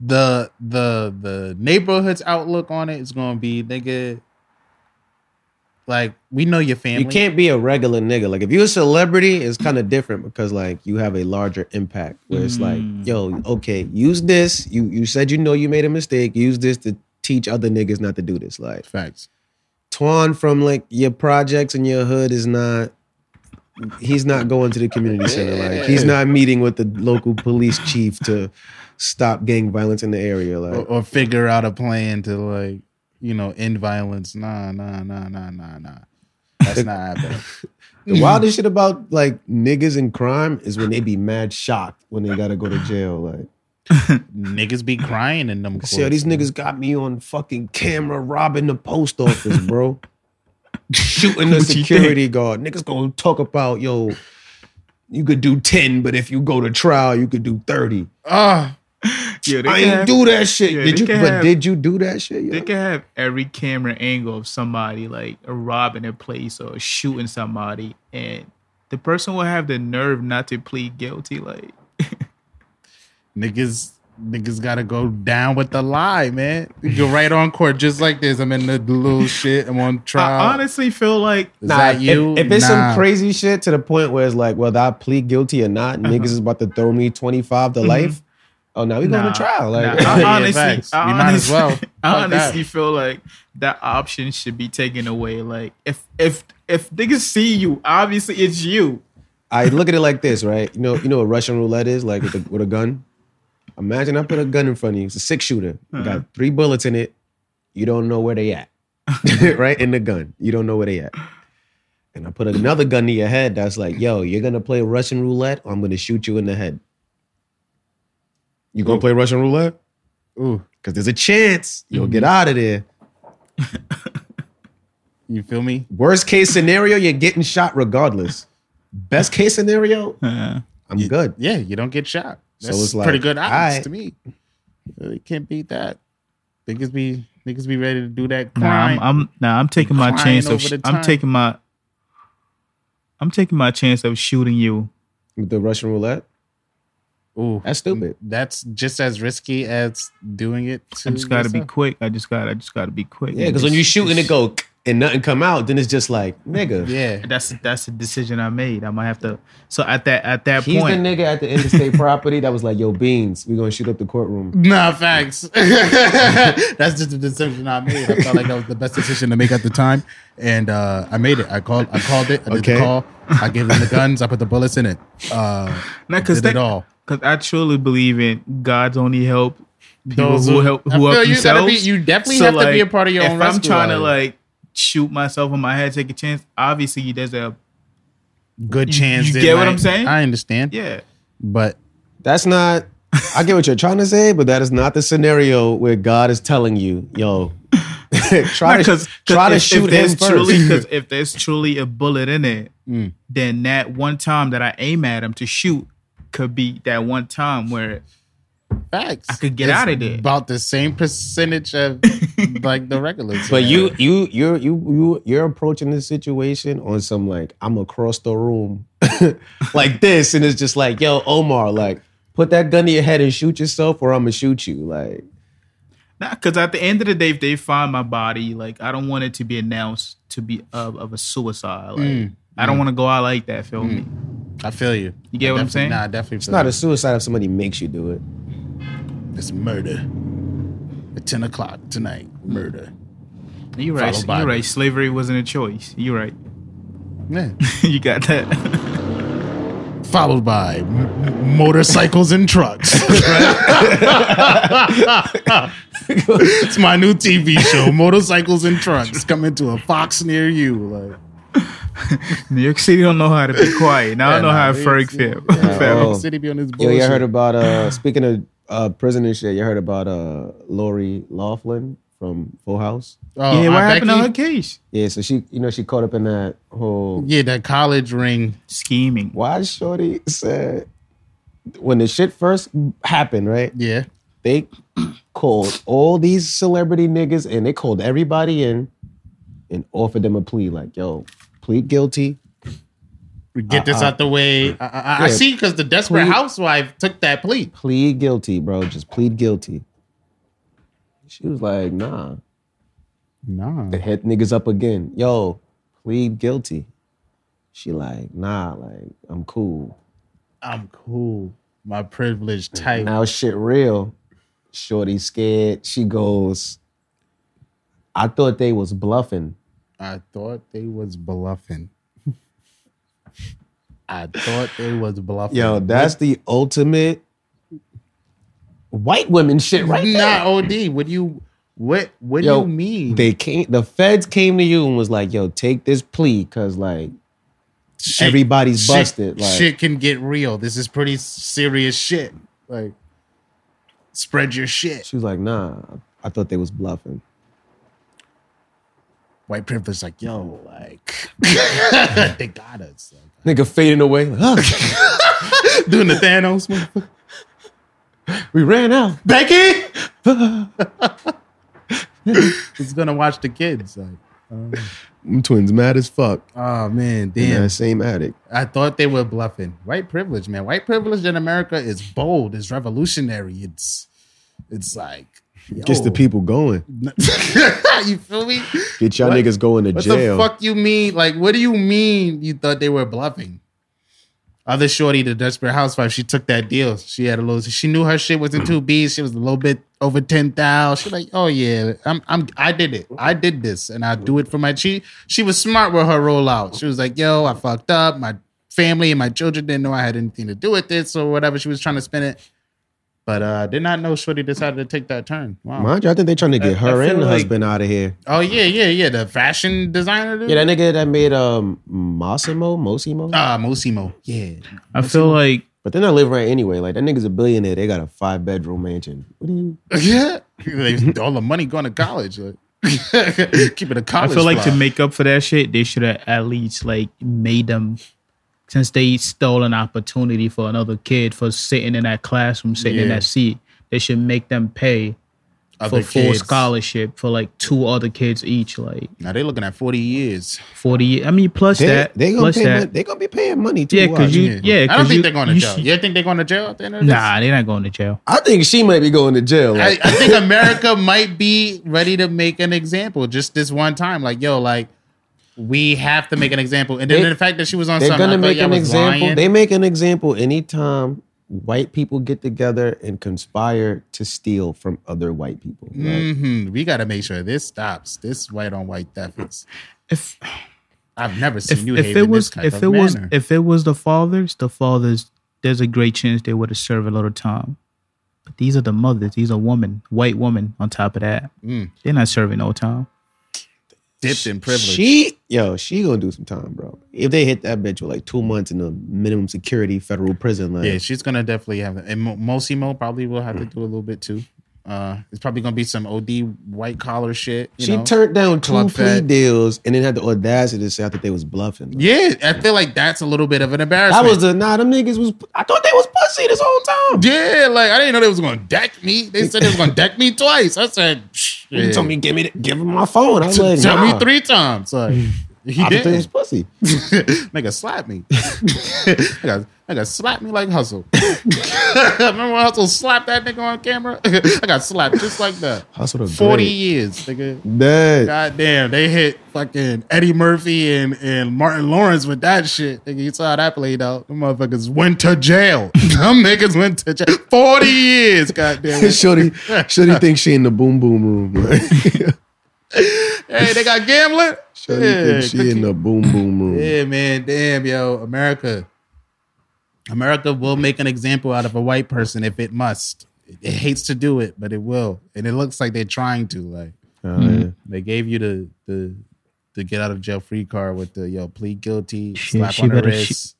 the the the neighborhood's outlook on it is gonna be nigga. Like we know your family.
You can't be a regular nigga. Like if you're a celebrity, it's kind of different because like you have a larger impact where it's like, yo, okay, use this. You you said you know you made a mistake. Use this to teach other niggas not to do this. Like
facts.
Twan from like your projects and your hood is not he's not going to the community center. Like he's not meeting with the local police chief to stop gang violence in the area.
Or,
Like
or figure out a plan to like you know end violence. Nah, nah, nah, nah, nah, nah. That's not
<laughs>
happening.
the wildest shit about like niggas in crime is when they be mad shocked when they gotta go to jail. Like
Niggas be crying in them.
See, yo,
courts,
these
man.
niggas got me on fucking camera robbing the post office,
<laughs>
bro. Shooting the
What you
security guard. Niggas gonna talk about, yo, you could do 10, but if you go to trial, you could do 30.
Ah,
yeah, they
I
can
ain't
have,
do that shit.
yeah,
did
they
you
can
but
have-
did you do that shit? yo?
they can have every camera angle of somebody like robbing a place or shooting somebody, and the person will have the nerve not to plead guilty. Like
niggas. Niggas gotta go down with the lie, man. You're right on court, just like this. I'm in the little shit. I'm on trial.
I honestly feel like
Is that
if-
you?
If, it's
Nah.
some crazy shit to the point where it's like, whether I plead guilty or not,
Uh-huh.
niggas is about to throw me 25 to life. Oh, now we
Mm-hmm. Nah,
going to trial. Like, <laughs>
<laughs> nah, I
Yeah,
honestly,
facts.
I
We might as
honestly- <laughs>
well. Fuck
I
that.
honestly feel like that option should be taken away. Like if if if niggas see you, obviously it's you.
I look at it like this, right? You know, you know what Russian roulette is like with a, with a gun. Imagine I put a gun in front of you. It's a six shooter. You Got three bullets in it. You don't know where they at, <laughs> right? In the gun, you don't know where they at. And I put another gun to your head. That's like, yo, you're gonna play Russian roulette. Or I'm gonna shoot you in the head. You gonna play Russian roulette?
Ooh.
Because there's a chance you'll get out of there.
You feel me?
Worst case scenario, you're getting shot regardless. Best case scenario,
Uh,
I'm good.
Yeah, you don't get shot.
So
That's
it's like,
pretty good odds
alright.
to me. You can't beat that. Niggas be niggas be ready to do that
nah,
crime.
I'm, I'm nah, I'm taking my
Crying
chance
over
of sh-
the time.
I'm taking my I'm taking my chance of shooting you.
With the Russian roulette,
Ooh,
that's stupid.
that's just as risky as doing it. To
I just gotta be
yourself.
quick. I just gotta I just gotta be quick.
Yeah, because when you
It's-
shoot and it
it's-
go and nothing come out, then it's just like nigga.
Yeah,
that's that's the decision I made. I might have to. So at that at that
He's
point,
the nigga at the interstate property that was like, "Yo, beans, we gonna shoot up the courtroom."
nah, facts. <laughs> that's just a decision I made. I felt like that was the best decision to make at the time, and uh, I made it. I called. I called it. I did
Okay.
the call. I gave them the guns. I put the bullets in it. Uh,
Nah,
did
they-
it all.
Because I truly believe in God's only help people
Those
who,
who-
help
I
who
feel
help
you gotta
themselves.
be- you definitely have to be a part of your
if
own
If I'm
rescue
trying to
line.
like shoot myself in my head, take a chance. Obviously, there's a
Good
You-
chance.
you
they
get what
might-
I'm saying?
I understand.
yeah.
but
That's not. I get what you're trying to say, but that is not the scenario where God is telling you, "Yo, <laughs> try to
Because
try to shoot him first. Mm.
Because if there's truly a bullet in it, then that one time that I aim at him to shoot could be that one time where
Facts.
I could get
It's
out of there.
About the same percentage
<laughs>
of like the regular.
<laughs> But you,
cigarette.
you, you're, you, you, you're approaching this situation on some like I'm across the room, <laughs> like this, and it's just like, yo, Omar, like put that gun to your head and shoot yourself, or I'm gonna shoot you. Like,
Nah, because at the end of the day, if they find my body, like I don't want it to be announced to be of, of a suicide. Like
Mm.
I don't want to go out like that. Feel me?
I feel you.
You get
I
what I'm
definitely-
saying?
Nah, I definitely.
it's not a suicide if somebody makes you do it.
It's murder. At ten o'clock tonight, murder.
You right.
Followed
You
by-
right. Slavery wasn't a choice. You right. <laughs>
Yeah.
you got that.
<laughs>
<laughs>
Followed by m- motorcycles and <laughs> trucks. it's my new TV show, motorcycles and trucks, coming to a Fox near you. Like
New York City don't know how to
<laughs>
be quiet. Now I
Yeah,
know
nah,
how
we-
Ferg
we-
feel.
yeah,
Feel me?
Oh.
City be on this
Yo,
bullshit.
you heard about uh speaking of uh prison and shit, you heard about uh Lori Laughlin from Full House?
Oh,
yeah, what
Aunt
happened to
Becky?
her case?
Yeah, so she you know she caught up in that whole
Yeah, that college ring.
Scheming.
why Shorty said when the shit first happened, right?
Yeah.
They called all these celebrity niggas and they called everybody in and offered them a plea, like, yo, plead guilty.
We get this out the way. I, I, I
Uh-uh. Yeah.
see because the desperate
Please.
housewife took that plea.
plead guilty, bro. Just plead guilty. She was like, nah.
Nah.
They hit niggas up again. Yo, plead guilty. She like, nah, like, I'm cool.
I'm cool. My privilege tight.
Now shit real. Shorty scared. She goes, I thought they was bluffing.
I thought they was
<laughs>
bluffing. I thought they was bluffing.
Yo, that's the ultimate white women shit right there.
not OD. What do you what what
Yo,
do you mean?
They came, the feds came to you and was like, yo, take this plea, cause like
Shit-
everybody's
shit-
busted, like-
shit can get real. This is pretty serious shit. Like spread your shit.
She was like, nah, I thought they was bluffing.
White privilege like, yo, like <laughs> they got us.
<laughs>
Like,
Nigga fading away. <laughs> Like, "Huh,
doing the Thanos motherfucker.
we ran out.
Becky <laughs> is gonna watch the kids. Like,
Them twins mad as fuck.
oh man,
In
damn.
that same attic.
I thought they were bluffing. White privilege, man. White privilege in America is bold. It's revolutionary. It's it's like
Gets the
yo.
people going.
<laughs> you feel me?
Get y'all
What?
niggas going to
What
jail.
the fuck you mean? Like, what do you mean? You thought they were bluffing? Other shorty, the desperate housewife, she took that deal. She had a little. She knew her shit was in two B's. She was a little bit over ten thousand. She like, oh yeah, I'm, I'm, I did it. I did this, and I'll do it for my chi. She was smart with her rollout. She was like, yo, I fucked up. My family and my children didn't know I had anything to do with this or whatever. She was trying to spin it, but uh did not know shorty decided to take that turn. Wow.
Mind you, I think they trying to get
I-
her
I
and
feel
her
like-
husband out of here.
Oh yeah, yeah, yeah. The fashion designer. dude?
Yeah, that nigga that made um Massimo, Mosimo.
Ah, Mosimo. Yeah.
I feel like
but then I live right anyway. Like that nigga's a billionaire. They got a five bedroom mansion. What do you
Yeah. They- All the money going to college. Like. <laughs> Keep it a
I
college.
feel like
fly.
to make up for that shit, they should have at least like made them since they stole an opportunity for another kid for sitting in that classroom, sitting in
Yeah.
that seat. They should make them pay
Other
for full
kids.
scholarship for like two other kids each, like
Now they looking at 40 years.
forty. I mean, plus
they,
that,
they gonna
plus
pay
that.
mon- they gonna be paying money too.
Yeah, 'cause
watch.
you- yeah,
I
'cause
don't think
you-
they're going to
you
jail.
should-
You think they're going to jail at the end of this?
nah, they're not going to jail.
I think she might be going to jail.
I,
Like,
I think America might be ready to make an example just this one time. Like, yo, like, we have to make an example. And then
They-
the fact that she was on
They're
something. oh,
gonna
I thought
make
y'all
an
was
example.
lying.
They make an example anytime white people get together and conspire to steal from other white people. right?
Mhm. We got to make sure this stops. This white on white theft. is-
If
I've never seen
if,
you
if
hate
it
in
was
this type
if
of
it was
manner.
if it was the fathers, the fathers, there's a great chance they would have served a lot of time. But these are the mothers. These are women, white women. On top of that,
Mm.
they're not serving no time.
dipped in privilege.
She yo, she gonna do some time, bro. If they hit that bitch with like two months in the minimum security federal prison, like Mm.
Yeah, she's gonna definitely have it. And Mo- Mosimo probably will have to do a little bit too. Uh, it's probably gonna be some OD white collar shit. you
She
know?
turned down two
Club
plea
Fed.
deals and then had the audacity to say I thought they was bluffing.
Yeah, I feel like that's a little bit of an
That
embarrassment.
was the nah. Them niggas was. I thought they was pussy this whole time.
yeah, like I didn't know they was gonna deck me. They said they was gonna deck me twice. I
<laughs>
said,
He
shit.
told me give me the- give him my phone. I was like,
tell
nah. Mm.
me three times. Like <laughs> he
I thought they
did. <laughs>
was pussy.
nigga slap me. <laughs> nigga, nigga slap me like Hustle. <laughs> Remember when Hustle slapped that nigga on camera? <laughs> I got slapped just like that.
Hustle the
40
great.
years, nigga.
Dead.
God damn, they hit fucking Eddie Murphy and, and Martin Lawrence with that shit. Nigga, you saw how that played out. Them motherfuckers went to jail. <laughs> Them niggas went to jail. 40 years,
<laughs>
goddamn. it.
Shorty, Shorty thinks she in the boom boom room. <laughs>
Hey, they got gambling?
Shorty thinks she in the boom boom room.
Yeah, man. Damn, yo, America. America will make an example out of a white person if it must. It hates to do it, but it will. And it looks like they're trying to. Like
Oh,
Hmm.
yeah.
they gave you the the the get out of jail free card with the yo plead guilty,
She-
slap
she
on the
better-
wrist.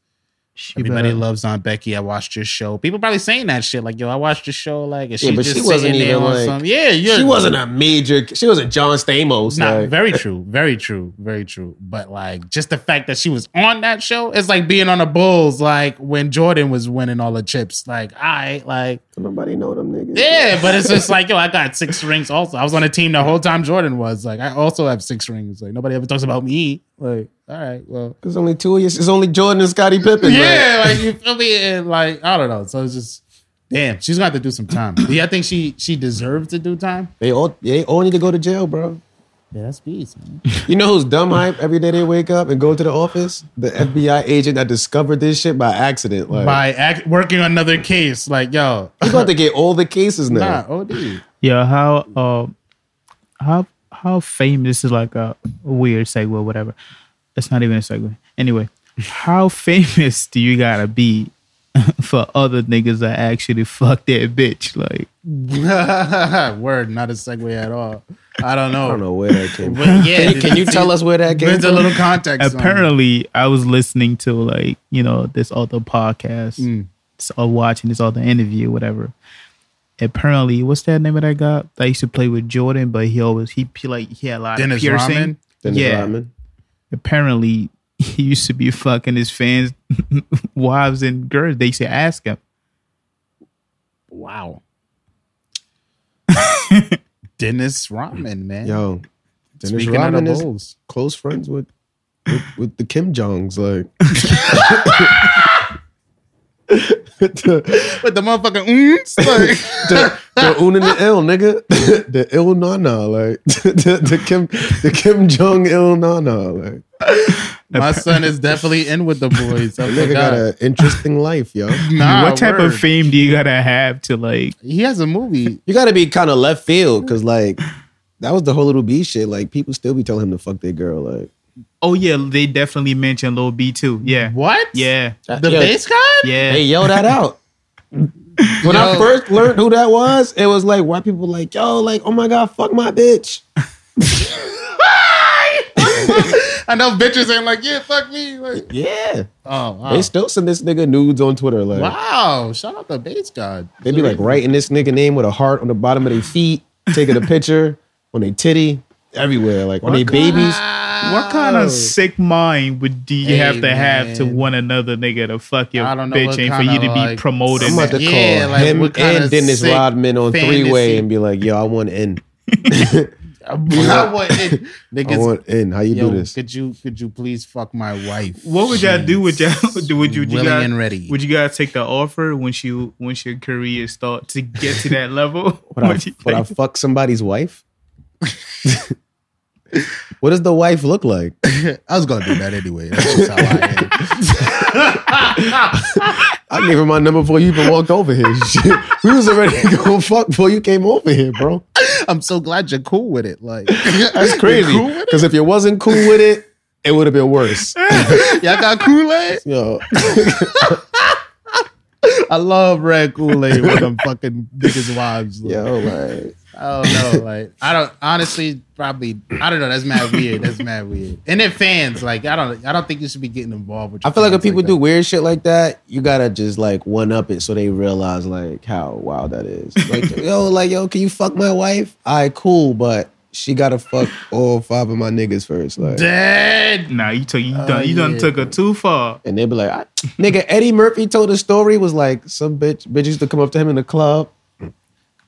She
Everybody
better-
loves Aunt Becky. I watched your show. People probably saying that shit like, "Yo, I watched your show." Like, and she
Yeah, but
just
she wasn't
sitting there
even,
on
like-
some. Yeah, yeah,
She wasn't a major. She wasn't John Stamos.
Not
like-
very true, very true, very true. But like, just the fact that she was on that show, it's like being on the Bulls, like when Jordan was winning all the chips. Like, I like,
Nobody know them niggas.
yeah, but it's just like, yo, I got six rings. Also, I was on a team the whole time Jordan was. Like, I also have six rings. Like, nobody ever talks about me. Like, all right, well,
There's only two of you. It's only Jordan and Scottie Pippen.
yeah, like you feel me? And like, I don't know. So it's just, damn, she's gonna have to do some time. Do you think she she deserves to do time?
They all they all need to go to jail, bro.
Yeah, that's beast, man.
You know who's dumb hype every day they wake up and go to the office? The FBI agent that discovered this shit by accident. Like
By act, working another case, like, yo, ah,
he's about to get all the cases now.
nah, OD.
Yeah, how uh, how how famous this is like a weird segue, or whatever. That's not even a segue. Anyway, how <laughs> famous do you gotta be <laughs> for other niggas that actually fuck that bitch? Like,
<laughs> Word, not a segue at all. I don't know.
I don't know where that came from.
But yeah,
Can you tell us where that
<laughs>
came
There's a
from?
little context. on it.
apparently, I was listening to like you know this other podcast
Mm.
s- or watching this other interview, whatever. Apparently, what's that name that I got? I used to play with Jordan, but he always he, he like he had a lot
Dennis
of piercing.
Rodman?
Dennis
yeah,
Rodman.
apparently <laughs> he used to be fucking his fans' <laughs> wives and girls. They used to ask him.
Wow. <laughs> Dennis Rodman, man.
Yo, Dennis
Speaking of
Rodman
the
is
Bulls.
close friends with with, with the Kim Jongs.
<laughs>
Like <laughs> the,
But the motherfucking
<laughs>
oons, like,
the, <laughs> the Un and the ill nigga, <laughs> the ill nana, like <laughs> the, the Kim the Kim Jong Il nana, like.
my son is definitely in with the boys. I
Nigga got
forgot.
an interesting life, yo.
Nah,
what type
Ah, word.
of fame do you gotta have to like?
He has a movie.
You gotta be kind of left field because like that was the whole little B shit. Like people still be telling him to fuck their girl. Like
Oh yeah, they definitely mentioned Lil B too. Yeah,
What?
yeah,
The
Yo,
bass guy?
yeah.
they yelled
<laughs>
that out. When I
Yo.
first learned who that was, it was like white people like yo, like oh my god, fuck my bitch.
I know bitches ain't like, yeah, fuck me. Like,
Yeah,
oh, wow.
they still send this nigga nudes on Twitter. Like
Wow. Shout out the bass god.
they be like writing this nigga name with a heart on the bottom of their feet, taking a picture <laughs> on their titty everywhere, like on their babies.
what kind of sick mind would do you
Hey,
have to have to
man.
want another nigga to fuck your
I don't know
bitch
what
and for
kinda,
you to be
like,
promoted?
I'm
somebody-
about to call
Yeah, like,
him
what kinda
and Dennis
sick
Rodman on
fantasy-
three way and be like, yo, I want in.
<laughs> I want it.
I
Niggas,
want in. How you
yo,
do this?
could you could you please fuck my wife?
What would y'all do?
<laughs>
Would y'all <laughs>
She's
do? Would you, would you
willing
guys,
and ready?
Would you guys take the offer once you once your career start to get to that level?
<laughs>
Would I,
What do you
would I
think?
fuck somebody's wife? <laughs> what does the wife look like?
I was gonna do that anyway. That's just how I am.
I gave her my number before you even walked over here. <laughs> Shit. we was already <laughs> going fuck before you came over here, bro.
<laughs> I'm so glad you're cool with it. <laughs> Like
That's crazy. Because if you wasn't cool with it, it would have
<laughs>
been worse.
y'all got Kool Aid.
Yo,
I love red Kool Aid with them fucking niggas' wives. Like,
<laughs> yo, like
I don't know. Like I don't honestly probably I don't know. That's mad weird. That's mad weird. And they're fans. Like I don't I don't think you should be getting involved with.
I
your
feel like when
fans
people do
that.
weird shit like that, you gotta just like one up it so they realize like how wild that <laughs> is. Like, yo, like, yo, can you fuck my wife? All right, cool, but she gotta fuck all five of my niggas first. Like,
<laughs> Dead.
<laughs> Nah, you took you done
Oh,
you done
yeah.
took her too far.
and they'd be like, I, nigga, Eddie Murphy told a story was like some bitch, bitch used to come up to him in the club.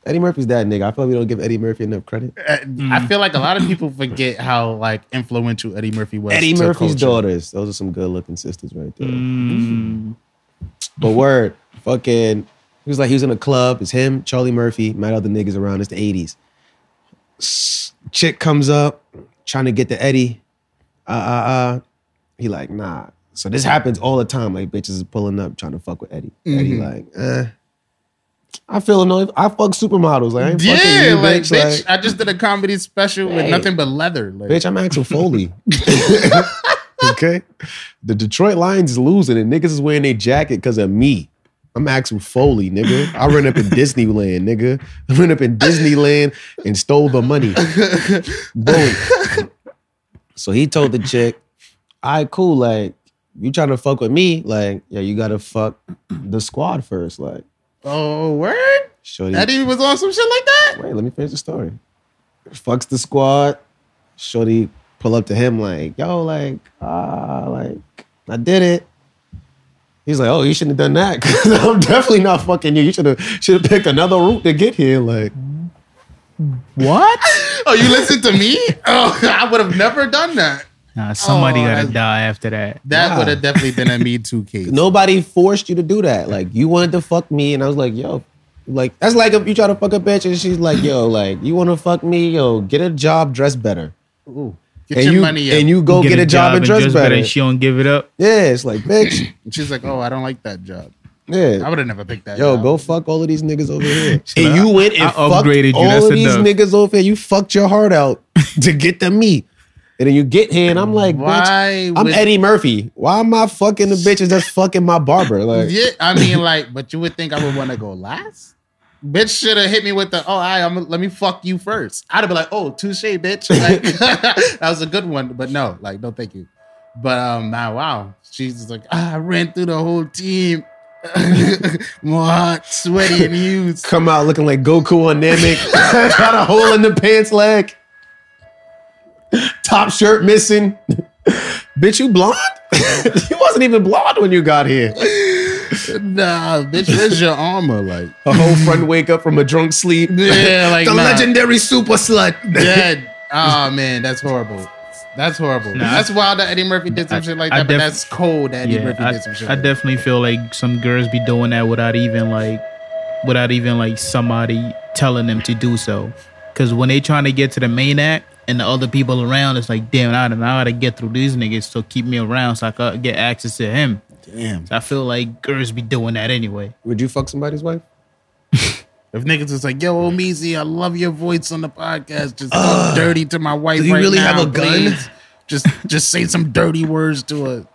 Eddie Murphy's that nigga. I feel like we don't give Eddie Murphy enough credit.
Uh, I feel like a lot of people forget how like influential Eddie Murphy was.
Eddie
to
Murphy's
culture.
daughters. Those are some good looking sisters right there.
Mm.
But word, fucking, he was like he was in a club. It's him, Charlie Murphy, mad other niggas around. It's the eighties. Chick comes up trying to get the Eddie. Uh, uh, uh. He like nah. So this happens all the time. Like bitches is pulling up trying to fuck with Eddie. Eddie
Mm-hmm.
like, eh. I feel no. I fuck supermodels. Like I ain't fucking
Yeah,
you,
like
bitch.
bitch,
Like,
I just did a comedy special with
Hey.
nothing but leather. Like,
bitch, I'm Axel Foley. <laughs> okay, the Detroit Lions is losing, and niggas is wearing their jacket because of me. I'm Axel Foley, nigga. I ran up in Disneyland, nigga. I ran up in Disneyland and stole the money. Boom. So he told the chick, "I cool, like you trying to fuck with me? Like, yeah, you gotta fuck the squad first, like."
oh word,
Shorty,
Eddie was on some shit like that.
Wait, let me finish the story. Fucks the squad. Shorty pull up to him like, yo, like, ah, like, I did it. He's like, oh, you shouldn't have done that. <laughs> Cause I'm definitely not fucking you. You should have should have picked another route to get here. Like,
What?
Oh, you listened to me? <laughs> Oh, I would have never done that.
Nah, somebody
Oh,
gotta
that's-
die after that.
That
Wow.
would have definitely been a Me Too
<laughs>
case.
nobody forced you to do that. Like, you wanted to fuck me, and I was like, yo. Like, that's like if you try to fuck a bitch and she's like, yo, like, you wanna fuck me? Yo, get a job, dress better.
Ooh. Get
And
your
you,
money up.
and you go get, a, job, and dress, better.
and She don't give it up.
yeah, it's like, bitch.
She's like, oh, I don't like that job.
Yeah.
I would have never picked that.
Yo,
job.
go fuck all of these niggas
<laughs>
over here.
Shut up.
went
I upgraded you.
all
That's
of these
enough.
niggas over here. You fucked your heart
<laughs>
out to get to me. And then you get here, and I'm like,
Why
bitch, I'm
would-
Eddie Murphy. Why am I fucking the bitches that's fucking my barber? Like,
Yeah, I mean, like, but you would think I would want to go last. Bitch should have hit me with the oh, I am let me fuck you first. I'd have been like, oh, touche, bitch. <laughs> Like, that was a good one, but no, like, no, thank you. But um, now wow, she's just like, ah, I ran through the whole team, <laughs> more hot, sweaty, and used.
come out looking like Goku
<laughs>
on Namek. Got a hole in the pants leg. Top shirt missing. <laughs> bitch, you blonde? <laughs> you wasn't even blonde when you got here.
Nah, bitch, where's your armor? Like,
A whole friend wake up from a drunk sleep. <laughs>
Yeah, like,
the
nah.
legendary super slut.
dead. Oh man, that's horrible. That's horrible.
Nah.
that's wild that Eddie Murphy did some shit like
I
that, but
def-
that's cold that Eddie
Yeah,
Murphy
I,
did some shit.
I
like that.
definitely feel like some girls be doing that without even like, without even like somebody telling them to do so. Because when they trying to get to the main act and the other people around, it's like, damn, I don't know how to get through these niggas. So keep me around so I could get access to him.
Damn.
I feel like girls be doing that anyway.
Would you fuck somebody's wife?
If niggas was like, "Yo, Omizi, I love your voice on the podcast. Just talk dirty to my wife.
do you
right
really have
now,
a gun?"
please. Just, just say some dirty words to her.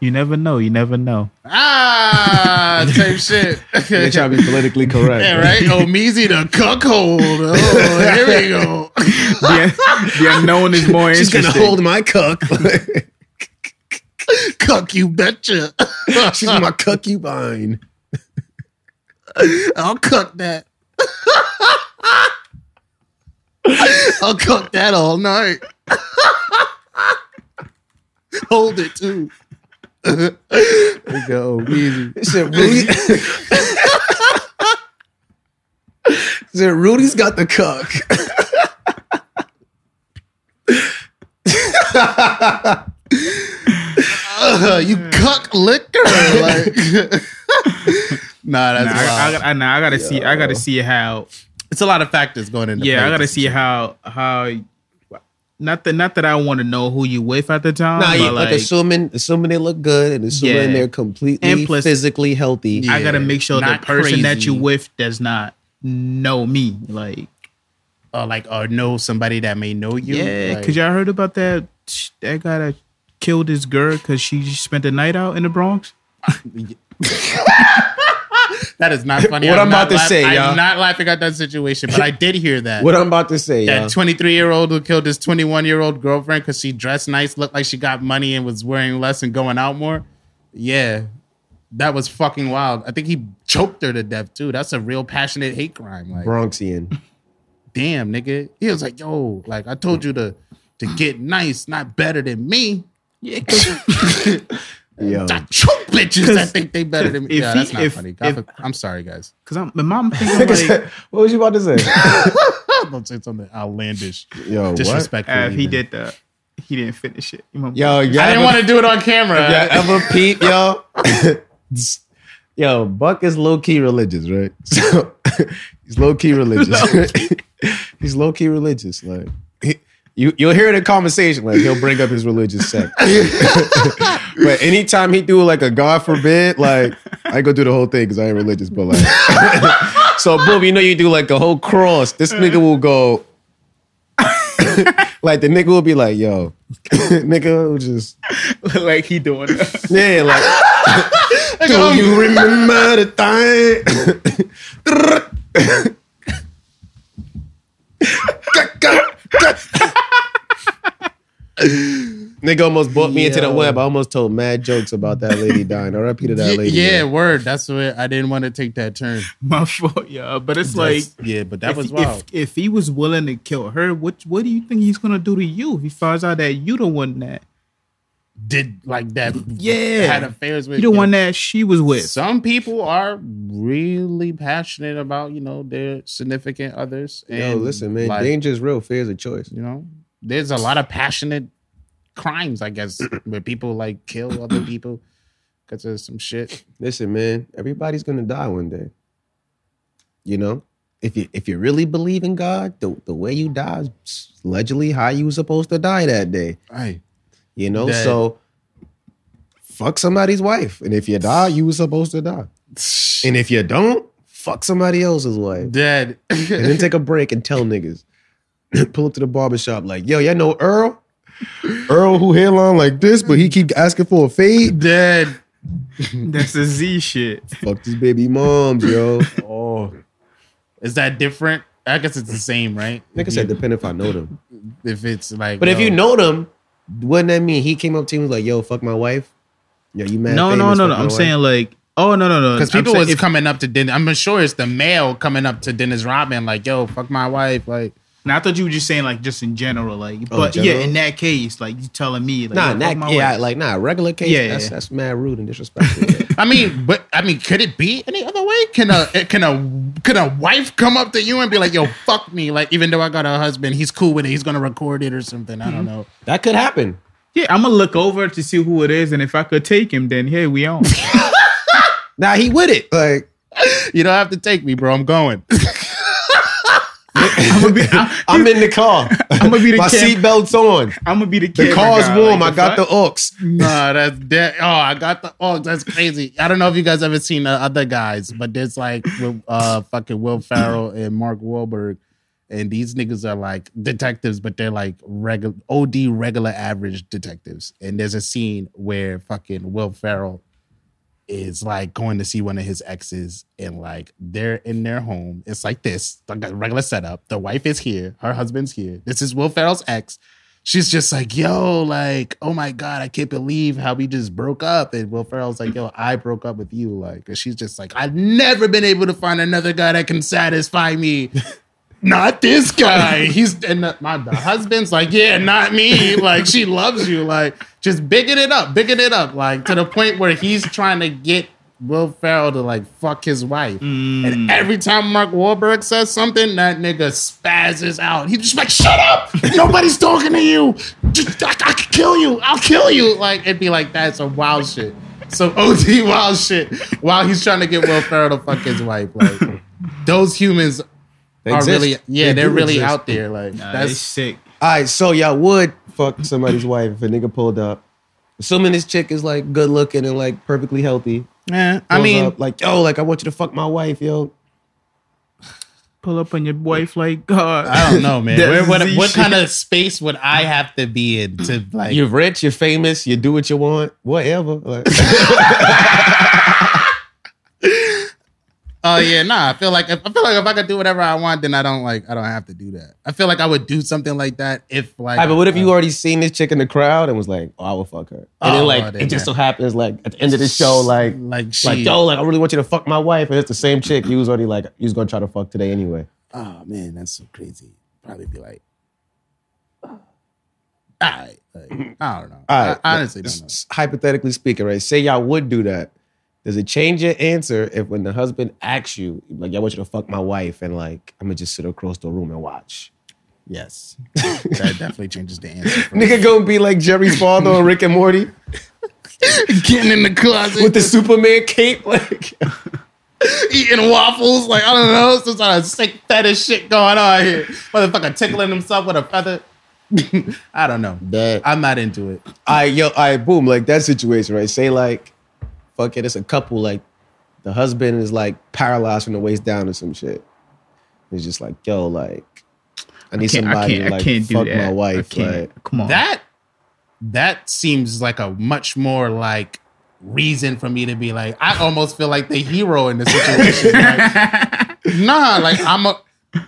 You never know. You never know.
Ah, type shit.
They try to be <laughs> politically correct.
yeah, right. Omizi the cuckold. Oh, here we go.
the, the unknown is more
She's gonna
interesting.
hold my cuck.
<laughs> Cuck, you betcha.
<laughs> She's <laughs> my cuckubine.
I'll cook that. I'll cook that all night. Hold it too.
Yo,
Easy.
this shit Rudy. <laughs> Shit, Rudy's got the <laughs> cuck.
Uh, you cuck liquor. Like, nah, that's
Nah, I, I,
wild.
got- I, nah, I gotta see. I gotta see how
it's a lot of factors going into.
yeah,
play.
I gotta see how how. Not that not that I want to know who you with at the time.
Nah,
but
yeah, like,
like,
assuming assuming they look good and assuming
Yeah.
they're completely
And plus-
physically healthy.
Yeah.
I gotta make sure the
not
person that
crazy.
you with does not know me. Like,
or Uh, like, or know somebody that may know you.
yeah,
like,
cause y'all heard about that that guy that killed his girl because she spent the night out in the Bronx.
That is not funny.
<laughs> What I'm
not
about to say, y'all.
I'm not laughing at that situation, but I did hear that.
What I'm about to say,
that
y'all.
23 year old who killed his 21 year old girlfriend because she dressed nice, looked like she got money, and was wearing less and going out more. Yeah, that was fucking wild. I think he choked her to death too. That's a real passionate hate crime. Like,
Bronxian.
damn, nigga. He was like, yo, like I told you to to get nice, not better than me.
Yeah, <laughs>
Yo.
I choke bitches that
Cause-
think they better than me.
if
Yeah,
he-
that's not
if-
funny. God,
if-
for- I'm sorry, guys.
because I'm. But mom thinking
<laughs>
like,
<laughs> what was you about to say?
Don't say something outlandish,
Yo, what?
disrespectful.
ah, if he
even.
did that, he didn't finish it. You know,
<laughs>
Yo, you
I didn't want to do it on camera.
Y'all ever peep, yo? yo, Buck is low key religious, right? <laughs> So he's low key religious. <laughs> he's low key religious. Like he- you, you'll hear it in conversation. Like he'll bring up his religious sect. but anytime he do like a God forbid, like I go do the whole thing because I ain't religious. But like, <laughs> so boom, you know you do like a whole cross. This nigga will go. <laughs> like the nigga will be like, yo, <laughs> nigga will just
like he doing it.
yeah, like do you remember the time? Nigga almost bought me into the
Yo.
web. I almost told mad jokes about that lady dying. R.I.P. to that
yeah,
lady.
yeah,
yo.
word. That's what I didn't want to take that turn.
<laughs> My fault, yeah. But it's like.
That's- yeah, but that
if,
was wild.
If, if he was willing to kill her, what what do you think he's gonna do to you? If he finds out that you the one that
Did like that?
Yeah.
had affairs with
you the one that she
<laughs>
was with.
Some people are really passionate about you know their significant others. And
Yo, listen, man.
like,
danger is real. Fear is a choice.
you know, there's a lot of passionate crimes, I <clears throat> guess, where people like kill other people because of some shit.
Listen, man. Everybody's gonna die one day. You know, if you if you really believe in God, the the way you die is allegedly how you were supposed to die that day.
Right.
You know,
That-
so fuck somebody's wife, and if you die, you were supposed to die, and if you don't, fuck somebody else's wife,
Dead. <laughs>
and then take a break and tell niggas. <clears throat> Pull up to the barbershop like, yo, y'all know Earl? Earl who hairline like this, but he keep asking for a fade.
Dead.
That's the Z shit.
Fuck this baby moms, yo.
<laughs> Oh, is that different? I guess it's the same, right?
Nigga said depend if I know them.
If it's like,
But if
yo,
you know them, wouldn't that mean he came up to you and was like, yo, fuck my wife? Yo, you mad?
No,
famous,
no, no,
fuck
no.
my
I'm
wife?
saying like, oh no, no, no.
Because
I'm
people
saying
was
if-
coming up to Dennis. I'm sure it's the male coming up to Dennis Rodman, like, yo, fuck my wife. Like,
and I thought you were just saying like just in general, like,
Oh,
but
general?
yeah, in that case, like you telling me, like,
Nah,
yo, fuck
that,
my
yeah,
wife.
like nah, regular case,
Yeah,
that's
yeah.
that's mad rude and
<laughs>
disrespectful.
I mean, <laughs> but I mean, could it be any other way? Can a it- can a can a wife come up to you and be like, yo, fuck me? Like, even though I got a husband, he's cool with it. He's gonna record it or something. I
Mm-hmm.
don't know.
That could happen.
yeah. I'm gonna look over to see who it is, and if I could take him, then hey, we
<laughs>
on.
Now he with it. Like
You don't have to take me, bro. I'm going. <laughs>
I'm gonna be, I'm,
I'm <laughs> in the car.
I'm gonna be the
My
cam-
seatbelt's on.
I'm gonna be the
The
camera
car's
guy,
warm.
like,
I got
fuck?
the aux.
nah, that's dead. Oh, I got the. Oh, that's crazy. I don't know if you guys ever seen the other guys, but there's like with, uh fucking Will Farrell and Mark Wahlberg, and these niggas are like detectives, but they're like regular OD regular average detectives. And there's a scene where fucking Will Farrell is like going to see one of his exes and like they're in their home. It's like this, like a regular setup. The wife is here, her husband's here. This is Will Ferrell's ex. She's just like, yo, like, oh my God, I can't believe how we just broke up. And Will Ferrell's like, yo, I broke up with you. Like, and she's just like, I've never been able to find another guy that can satisfy me. Not this guy. He's and the, my the husband's like, yeah, not me. Like she loves you. Like just bigging it up, bigging it up. Like to the point where he's trying to get Will Ferrell to like fuck his wife. And every time Mark Wahlberg says something, that nigga spazzes out. He's just like, shut up! Nobody's talking to you. Just, I, I could kill you. I'll kill you. Like it'd be like that's some wild shit. <laughs> Some OD wild shit. While he's trying to get Will Ferrell to fuck his wife. Like those humans
They
are
exist.
really yeah,
They
they are
do
really
exist.
out there. Like
Nah, that's
that's
sick.
All right, so y'all would fuck somebody's wife if a nigga pulled up. Assuming this chick is like good looking and like perfectly healthy.
man. I
Pulls
mean,
up, like yo, like I want you to fuck my wife, yo.
Pull up on your wife like God.
I don't know,
<laughs>
<laughs>
man.
That's
Where, what
Z
what
shit.
kind of space would I have to be in to like?
You're rich, you're famous, you do what you <laughs> want, whatever. Like,
Oh yeah, nah. I feel like I feel like if I could do whatever I want, then I don't like I don't have to do that. I feel like I would do something like that if like. uh,
Alright, but what if you already seen this chick in the crowd and was like, "Oh, I will fuck her," and then
Oh,
like
then
it just
that-
so happens like at the end of the show, like
like she,
like yo, like I really want you to fuck my wife, and it's the same chick you was already like you was gonna try to fuck today anyway.
oh man, that's so crazy. Probably be like, all right, like, I don't know.
All right,
I honestly
s-
don't know.
s- hypothetically speaking, right? Say y'all would do that. Does it change your answer if when the husband asks you, like, "I want you to fuck my wife," and like, I'm gonna just sit across the room and watch?
Yes, that definitely changes the answer.
<laughs>
for me.
Nigga gonna be like Jerry Faldo or Rick and Morty
Getting in the closet
with the Superman cape, like.
eating waffles. Like, I don't know, some sort of sick fetish shit going on here. Motherfucker tickling himself with a feather. <laughs> I don't know.
That-
I'm not into it.
I yo, I boom, like that situation, right? Say like, fuck it, it's a couple, like the husband is like paralyzed from the waist down or some shit. It's just like, yo, like I need
Can't- I
somebody
can't.
to
I
like
can't do
fuck
that.
my
I
wife.
can't.
Like,
Come on.
That that seems like a much more like reason for me to be like. I almost feel like the hero in the situation. like, nah, like I'm a.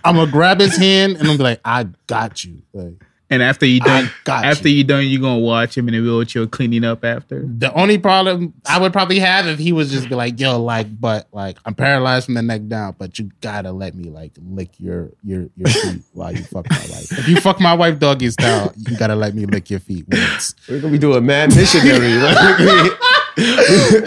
I'm gonna grab his hand and I'm be like, "I got you." Like,
and after you done,
got
after you. done, you gonna watch him in a wheelchair cleaning up after.
the only problem I would probably have if he was just be like, yo, like, but like I'm paralyzed from the neck down, but you gotta let me like lick your your your feet while you fuck my wife. If you fuck my wife doggy style, you gotta let me lick your feet once.
we're gonna be doing mad missionary. <laughs> like, <coughs>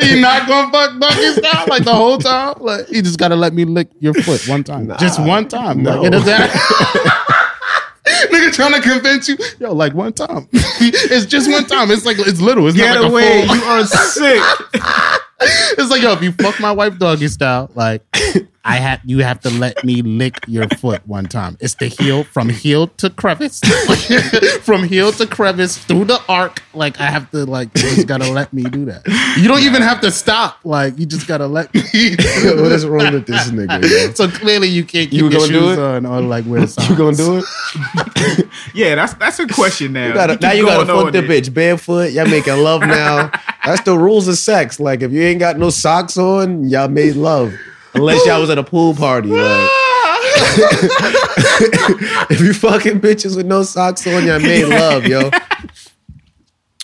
he not gonna fuck doggy style like the whole time. Like he just gotta let me lick your foot one time. just one time.
no.
Like, it doesn't <laughs> Nigga trying to convince you, yo, like one time. <laughs> it's just one time. It's like it's little. It's not like a full.
are sick.
It's like, yo, if you fuck my wife doggy style,
<laughs>
like I have you have to let me lick your foot one time. It's the heel from heel to crevice. <laughs> from heel to crevice through the arc. Like I have to like you just gotta let me do that. You don't even have to stop. Like you just gotta let me <laughs>
Yo, what is wrong with this nigga? Yo?
So clearly you can't keep
You
your
gonna do
shoes
it?
on or like wear socks.
<laughs> You gonna do it?
<laughs> Yeah, that's that's a question now.
You
<laughs>
gotta, now you gotta fuck the bitch barefoot. Y'all making love now. That's the rules of sex. Like if you ain't got no socks on, y'all made love. Unless y'all was at a pool party. Like. <laughs> if you fucking bitches with no socks on, y'all made love, yo.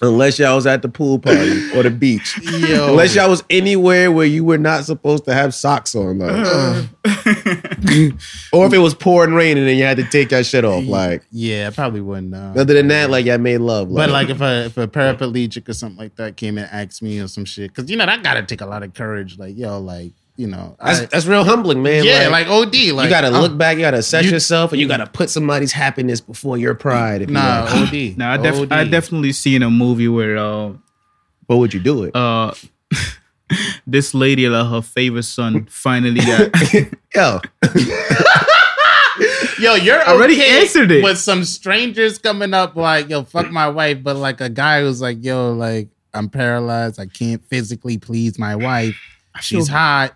Unless y'all was at the pool party or the beach.
Yo.
Unless y'all was anywhere where you were not supposed to have socks on, like. or if it was pouring rain and then you had to take that shit off, like.
Yeah, I probably wouldn't uh,
Other than that, like y'all made love,
But like if a if a paraplegic or something like that came and asked me or some shit, because you know that gotta take a lot of courage. Like yo, like you know, I-
that's, that's real humbling, man.
yeah, like, OD, like uh,
you gotta
I'm-
look back, you gotta assess
you-
yourself, and you gotta put somebody's happiness before your pride. If you
Nah,
want.
<laughs>
OD.
Now I, def-
OD.
I definitely seen a movie where uh,
but would you do it?
uh <laughs> this lady like her favorite son finally got <laughs>
Yo,
yo, you're
already
okay
answered it.
with some strangers coming up like yo, fuck my wife, but like a guy who's like yo, like I'm paralyzed, I can't physically please my wife. She's hot.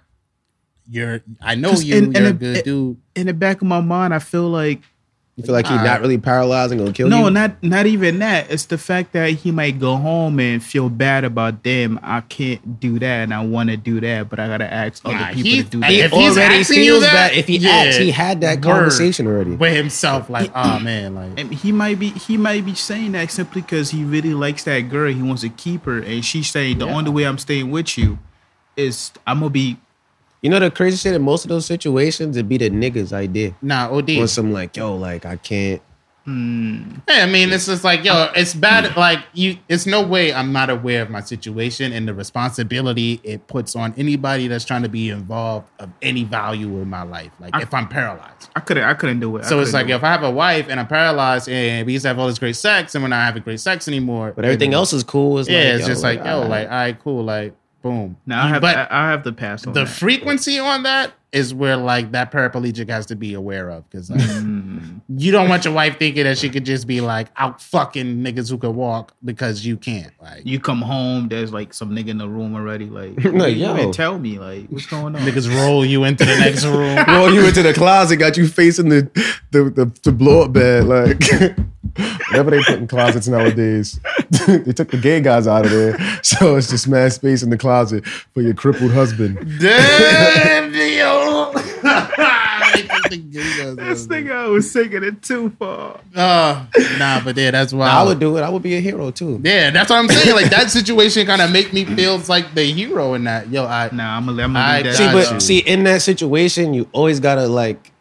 You're, I know
'Cause
you.
in- in
you're
a-
a good
it-
dude.
in the back of my mind I feel like
you feel like you're
Alright.
not really paralyzed and gonna kill you?
no not not even that it's the fact that he might go home and feel bad about them I can't do that and I want to do that but I gotta ask other
Nah,
people
he-
to do
I-
that
if he's asking you that,
If he
yeah,
acts, he had that
word.
conversation already.
with himself, like oh man, like
and he might be he might be saying that simply because he really likes that girl he wants to keep her and she's saying the only way I'm staying with you is I'm gonna be
You know the crazy shit in most of those situations, it'd be the nigga's idea.
Nah, OD.
Or some like, yo, like I can't.
Yeah, I mean, it's just like, yo, it's bad. Like, you, it's no way I'm not aware of my situation and the responsibility it puts on anybody that's trying to be involved of any value in my life. Like, if I'm paralyzed.
I couldn't I couldn't do it I
So it's
couldn't
like,
do it.
if I have a wife and I'm paralyzed and we used to have all this great sex, and we're not having great sex anymore.
But everything
then-
else is cool. It's
Yeah,
like, ah.
it's
yo,
just like, yo,
alright. <laughs>
like, all right, cool. Like, boom.
now I have
But
I, I have to pass on
the
that.
frequency on that is where, like, that paraplegic has to be aware of because, like, you don't want your wife thinking that she could just be like out fucking niggas who can walk because you can't. Like
you come home, there's like some nigga in the room already.
<laughs>
Like,
Like,
you
yo.
didn't tell me, like, what's going on?
niggas roll you into the next room.
Roll you into the closet, got you facing the the, the, the blow up bed, like <laughs> whatever they put in closets nowadays. <laughs> they took the gay guys out of there, so it's just mad space in the closet for your crippled husband.
<laughs> Damn, yo,
<laughs>
<laughs>
This nigga was taking it too far.
Uh, nah, but yeah, that's why
I would do it. I would be a hero too.
Yeah, that's what I'm saying. Like that situation kind of make me feel like the hero in that. Yo, I
Nah, I'm gonna, I'm
I
gonna leave that.
See,
got
but
you.
see, in that situation, you always gotta like,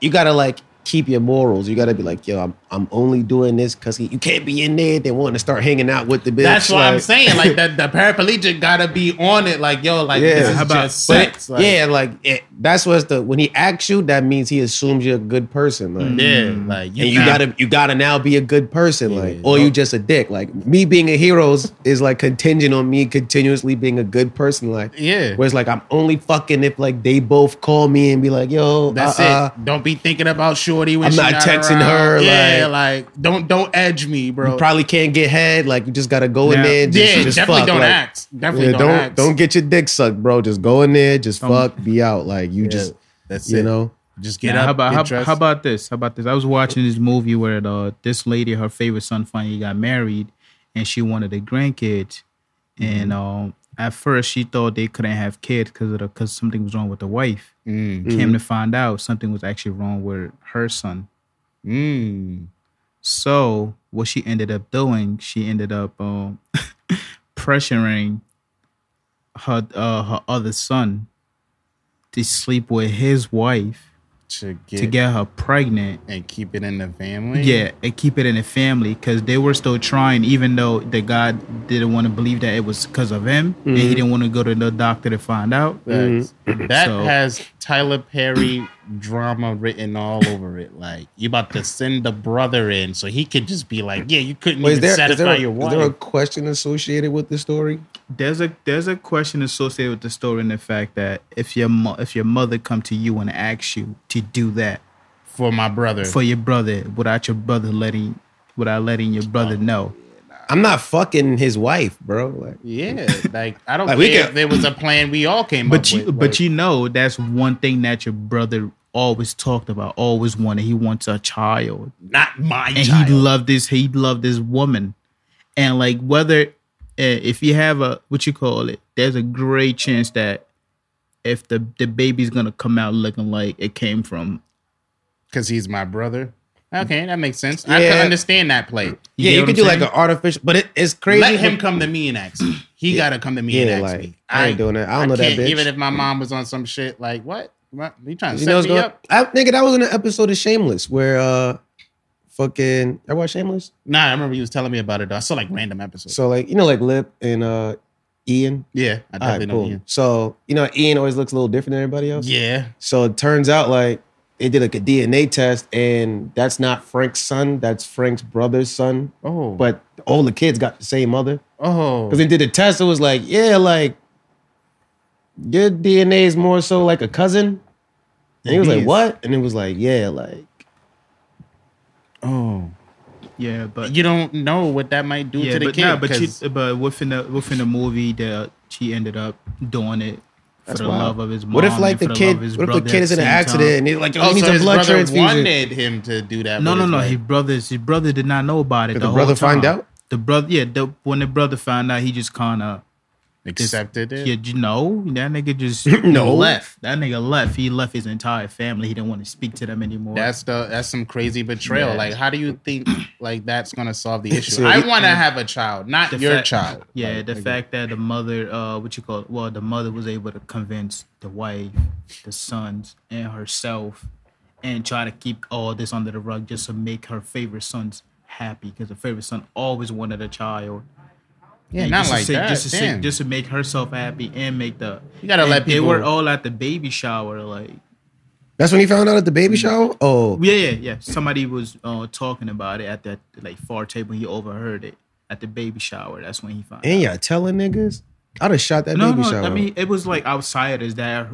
you gotta like keep your morals. You gotta be like, yo, I'm I'm only doing this because you can't be in there. They want to start hanging out with the bitch.
That's what I'm
like-
saying. Like that, the paraplegic gotta be on it. Like yo, like
Yeah.
this is
How
about-
just
But
sex.
it-
like,
yeah, like it, that's what's the when he acts you, that means he assumes you're a good person. Like,
Mm-hmm. yeah, like
Mm. and you
not-
gotta you gotta now be a good person, like,
Yeah.
or you just a dick. Like me being a hero is, is like contingent on me continuously being a good person. Like,
Yeah.
whereas like I'm only fucking if like they both call me and be like, yo,
<laughs> That's
uh-uh.
it. Don't be thinking about shorty when
I'm
she
not texting
around.
her,
Yeah, like, don't don't edge me, bro.
You probably can't get head. Like you just gotta go in
Yeah.
there. and Just,
yeah,
just
definitely
fuck,
don't
like,
act. Definitely
yeah,
don't,
don't
act.
don't get your dick sucked, bro. Just go in there. Just
Um,
fuck. Be out. Like you
Yeah,
just
that's
you
it.
know.
just
Nah,
get up.
how about
get
how,
dressed.
how about this? How about this? I was watching this movie where the, this lady, her favorite son, finally got married, and she wanted a grandkid,
Mm-hmm.
and um, at first she thought they couldn't have kids because because something was wrong with the wife.
Mm,
Came to find out something was actually wrong with her son.
mm.
So what she ended up doing, she ended up um, <laughs> pressuring her uh, her other son to sleep with his wife
To get,
to get her pregnant.
and keep it in the family.
Yeah, and keep it in the family because they were still trying, even though the guy didn't want to believe that it was because of him, and he didn't want to go to the doctor to find out.
Facts.
Mm-hmm.
That
So-
has Tyler Perry drama written all over it. Like you about to send the brother in, so he could just be like, "Yeah, you couldn't
Wait, is
even
there, is,
satisfy
there a,
your
is there a
wife."
question associated with the story?
There's a there's a question associated with the story and the fact that if your mo- if your mother come to you and asks you to do that
for my brother.
for your brother without your brother letting without letting your brother know,
I'm not fucking his wife, bro. Like, <laughs>
yeah, like I don't
Like, we
care
could-
if there was a plan we all came up
but you
with.
but you know that's one thing that your brother always talked about, always wanted. He wants a child.
not my
and
child.
he loved this he loved this woman and like whether uh, if you have a what you call it there's a great chance that if the the baby's gonna come out looking like it came from
because he's my brother. Okay, that makes sense. I
Yeah.
can understand that play.
yeah,
get
you
what
could
I'm
do
saying?
like an artificial, but it, it's crazy.
Let him
when-
come to me and ask me. He gotta come to me
Yeah,
and ask
like,
me.
I ain't doing that. I don't know that
can't,
bitch.
Even if my mom was on some shit, like what? What? You trying to
You
set
know what's
me
going?
up?
I, nigga, that was in an episode of Shameless where, uh, fucking, I watched Shameless.
Nah, I remember you was telling me about it. Though. I saw like random episodes.
So like, you know, like Lip and uh, Ian.
yeah, I
All right,
definitely know
boom.
you.
So you know, Ian always looks a little different than everybody else.
Yeah,
So it turns out like they did like a DNA test, and that's not Frank's son. That's Frank's brother's son.
Oh.
but all the kids got the same mother.
oh,
Because they did the test, it was like, yeah, like your DNA is more so like a cousin. And he was like,
Yes.
what? And it was like, yeah, like
oh,
yeah but
you don't know what that might do
yeah
to the
but
kid.
nah, but
'cause-
she, but within the within the movie that she ended up doing it for
that's
the
wild.
love of his mom
What if like
and for
the
love
kid?
of his
What if the
brother
kid
at
is in
the
an
same
accident
time?
and he's like, yo,
oh,
he needs
so
a
his
blood
brother
transfusion?
wanted him to do that.
No,
with
no,
his
no.
wife.
His brothers, his brother did not know about it.
Did the
The, whole
brother find
time.
out?
The brother, yeah. The, when the brother found out, he just kind of
accepted it.
Yeah, you know that nigga
<laughs>
just
No.
left. That nigga left. He left his entire family. He didn't want to speak to them anymore.
That's the that's some crazy betrayal.
Yeah.
Like, how do you think like that's gonna solve
<laughs>
the issue?
See,
I
it-
want to have a child, not
The
your
fact-
child.
Yeah,
Like,
the fact that the mother, uh, what you call it? Well, the mother was able to convince the wife, the sons, and herself, and try to keep all this under the rug just to make her favorite sons happy because the favorite son always wanted a child.
yeah,
And
not
just
like
to say,
that.
Just to, say,
damn.
just to make herself happy and make the.
You gotta
and
let
They
people-
were all at the baby shower. Like,
That's when he found out at the
Mm.
baby shower. Oh,
yeah, yeah, yeah. Somebody was uh, talking about it at that like far table. He overheard it at the baby shower. That's when he found.
and
out.
y'all telling niggas? I'd have shot that
No,
baby
no.
shower.
I mean, it was like outsiders that.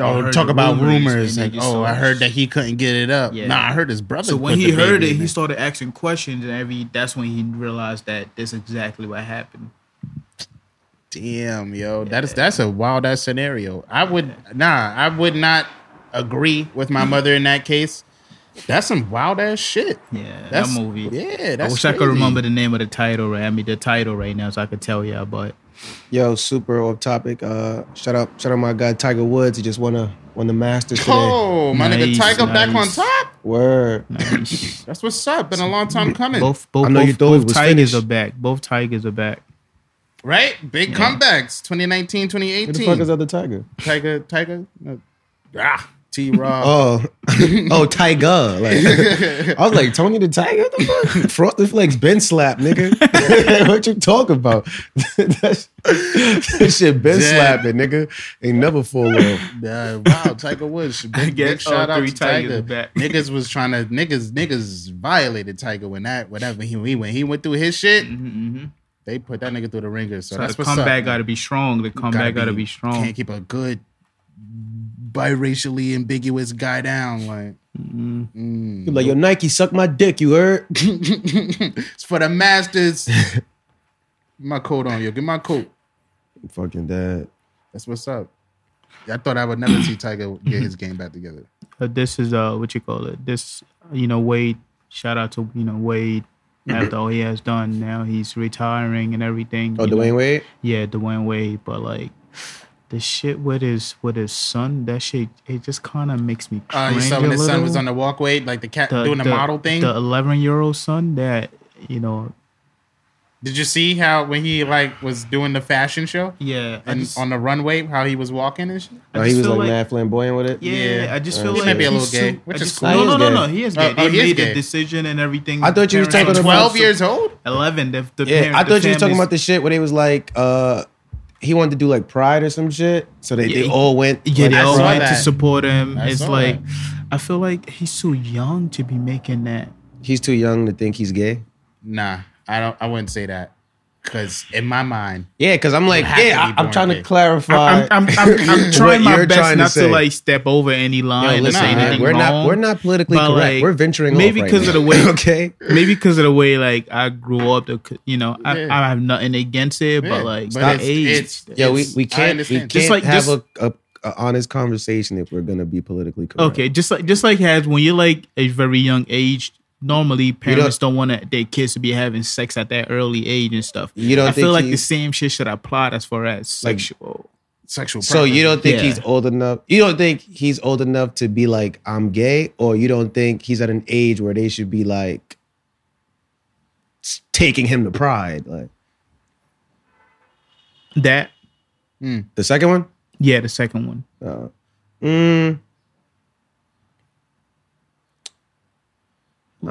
Oh,
oh, talk about rumors.
and
Like,
they just
oh,
saw
I
this.
heard that he couldn't get it up.
Yeah.
Nah, I heard his brother.
So when
put
he
the
heard
baby
it,
in
he started asking questions, and every that's when he realized that this is exactly what happened.
Damn, yo, that is that's a wild ass scenario. I would nah, I would not agree with my mother in that case. That's some wild ass shit.
Yeah,
That's-
that movie.
Yeah, that's
I wish I could
crazy.
remember the name of the title. Right, I mean the title right now, so I could tell y'all. But
Yo, super off topic. Uh, shut up, shut up, my guy Tiger Woods. He just won a won the Masters today.
Oh, my nigga,
Nice,
Tiger back on
nice.
top.
Word.
Nice.
That's what's up. Been a long time coming,
both both
I know you
both,
thought it
both
was
tigers
finished.
are back. Both tigers are back.
right? Big comebacks, 2019,
Who the fuck
2018.
is other Tiger?
Tiger, Tiger, no. Uh, ah, T. Rob.
Oh, <laughs> oh, Tiger. Like, I was like Tony the Tiger. What the fuck? Frosted Flakes been slapped, nigga. <laughs> what you talking about? That's- that shit been
Damn.
slapping, nigga. Ain't never full well.
Uh, wow, Tiger
<laughs>
Woods. Big,
guess
big shout
all
out
three
to
Tigers
Tiger.
are back.
Niggas was trying to niggas niggas violated Tiger when that whatever he he when he went through his shit. They put that nigga through the ringer. So,
Mm-hmm, So
that's
the
what's up.
comeback got to be strong. The comeback got to be, strong.
Can't keep a good biracially ambiguous guy down. Like
You like, yo, Nike, suck my dick, you heard?
<laughs> it's for the masters. my coat on, yo. Get my coat.
Fucking dad.
That's what's up. I thought I would
<clears throat>
never see Tiger get his game back together.
Uh, this is uh what you call it. This you know Wade. Shout out to you know Wade.
Mm-hmm.
After all he has done, now he's retiring and everything.
Oh,
you know.
Dwayne Wade?
Yeah, Dwayne Wade. But like the shit with his with his son, that shit it just kind of makes me
Uh,
cringe
you saw
a
when his
little.
son was on the walkway, like the cat doing the, model thing.
The eleven year old son that you know.
Did you see how when he like was doing the fashion show
Yeah, I
and
just,
on the runway, how he was walking and shit?
No,
I just
he was
feel
like,
like-
mad flamboyant with it.
Yeah,
Yeah.
I just
Oh,
feel
shit.
like
Uh, He may be a
he's
little gay,
too-
which
I
is
just-
cool.
He
No, no,
is
no,
gay.
no. He is
Oh,
gay.
oh,
they
he is
made
gay.
the decision and everything.
I thought you was
Parents-
talking about-
Twelve years old.
eleven. The, the
Yeah,
parent-
I
the
thought you was talking
families-
about the shit where they was like, uh, he wanted to do like Pride or some shit. So they,
Yeah,
they
he-
all went.
Yeah,
like,
they
I
all
saw
went to
that.
support him.
I
it's
saw
like I feel like he's too young to be making that.
He's too young to think he's gay.
Nah, I don't. I wouldn't say that because in my mind,
Yeah, because I'm like,
have to
yeah,
be
I, am
born
trying
gay.
to clarify.
I'm, I'm, I'm, I'm
<laughs> what
trying my
you're
best
trying to
not to,
say.
like step over any
Yo,
line or
listen,
say
man,
anything
we're
wrong.
not we're not politically
but,
correct.
like,
we're venturing
maybe
off right
'cause of
now.
the
<laughs>
way-
okay,
Maybe because of the way like I grew up, the you know I,
Yeah.
I have nothing against it,
Yeah,
but like
but
stop
it's-
age.
it's-
yeah, we,
It's-
we
I
can't we
understand.
can't
Just
like-
have
just-
a, a, a honest conversation if we're gonna be politically correct.
Okay, just like just like has when you're like a very young age, normally parents don't, want to, their kids to be having sex at that early age and stuff.
You don't
I feel
think
like
he-
the same shit should apply as far as
Like-
sexual.
sexual.
So you don't think
Yeah.
he's old enough? You don't think he's old enough to be like I'm gay, or you don't think he's at an age where they should be like s- taking him to pride? Like
That
the second one?
yeah, the second one.
Uh, mm. I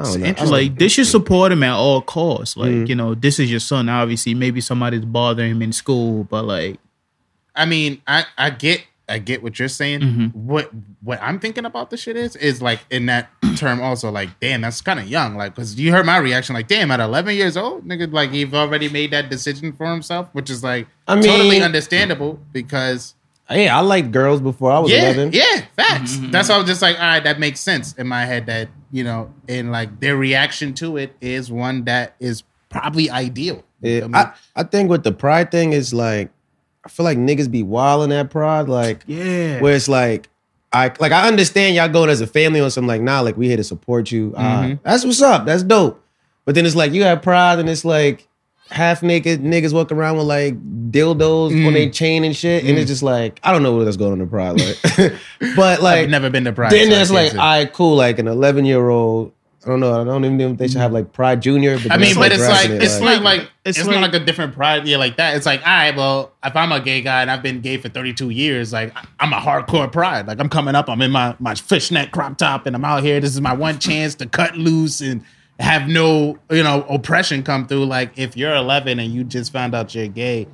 It's
don't know. I Mm-hmm.
interesting.
don't-
Like they should support him at all costs. Like you know, this is your son. Obviously, maybe somebody's bothering him in school, but like
I mean, I I get I get what you're saying. What what I'm thinking about this shit is is like in that <clears throat> term also like damn that's kind of young like because you heard my reaction like damn at 11 years old nigga like he've already made that decision for himself which is like
I
totally
mean-
understandable because
Hey, I liked girls before I was
yeah
11.
yeah facts that's why I was just like all right that makes sense in my head that you know and like their reaction to it is one that is probably ideal. I
Yeah,
mean,
I, I think with the pride thing is like, I feel like niggas be wilding at pride, like
yeah,
where it's like, I like I understand y'all going as a family on something like nah, like we here to support you. Ah,
Mm-hmm.
that's what's up. That's dope. But then it's like you have pride, and it's like half naked niggas walking around with like dildos on
Mm.
their chain and shit, and it's just like I don't know what that's going on in pride, like. <laughs> but like
I've never been to pride.
then
so I
there's
can't
like,
say.
all right, cool, like an 11 year old. I don't know. I don't even know if they should have like Pride Junior.
I mean,
that's,
but it's like
grasping it,
it's not like it's,
it's
not
like-
like a different pride, yeah, like that. It's like, all right, well, if I'm a gay guy and I've been gay for 32 years, like I- I'm a hardcore pride. Like I'm coming up, I'm in my my fishnet crop top, and I'm out here. This is my one chance to cut loose and have no you know oppression come through. Like if you're 11 and you just found out you're gay,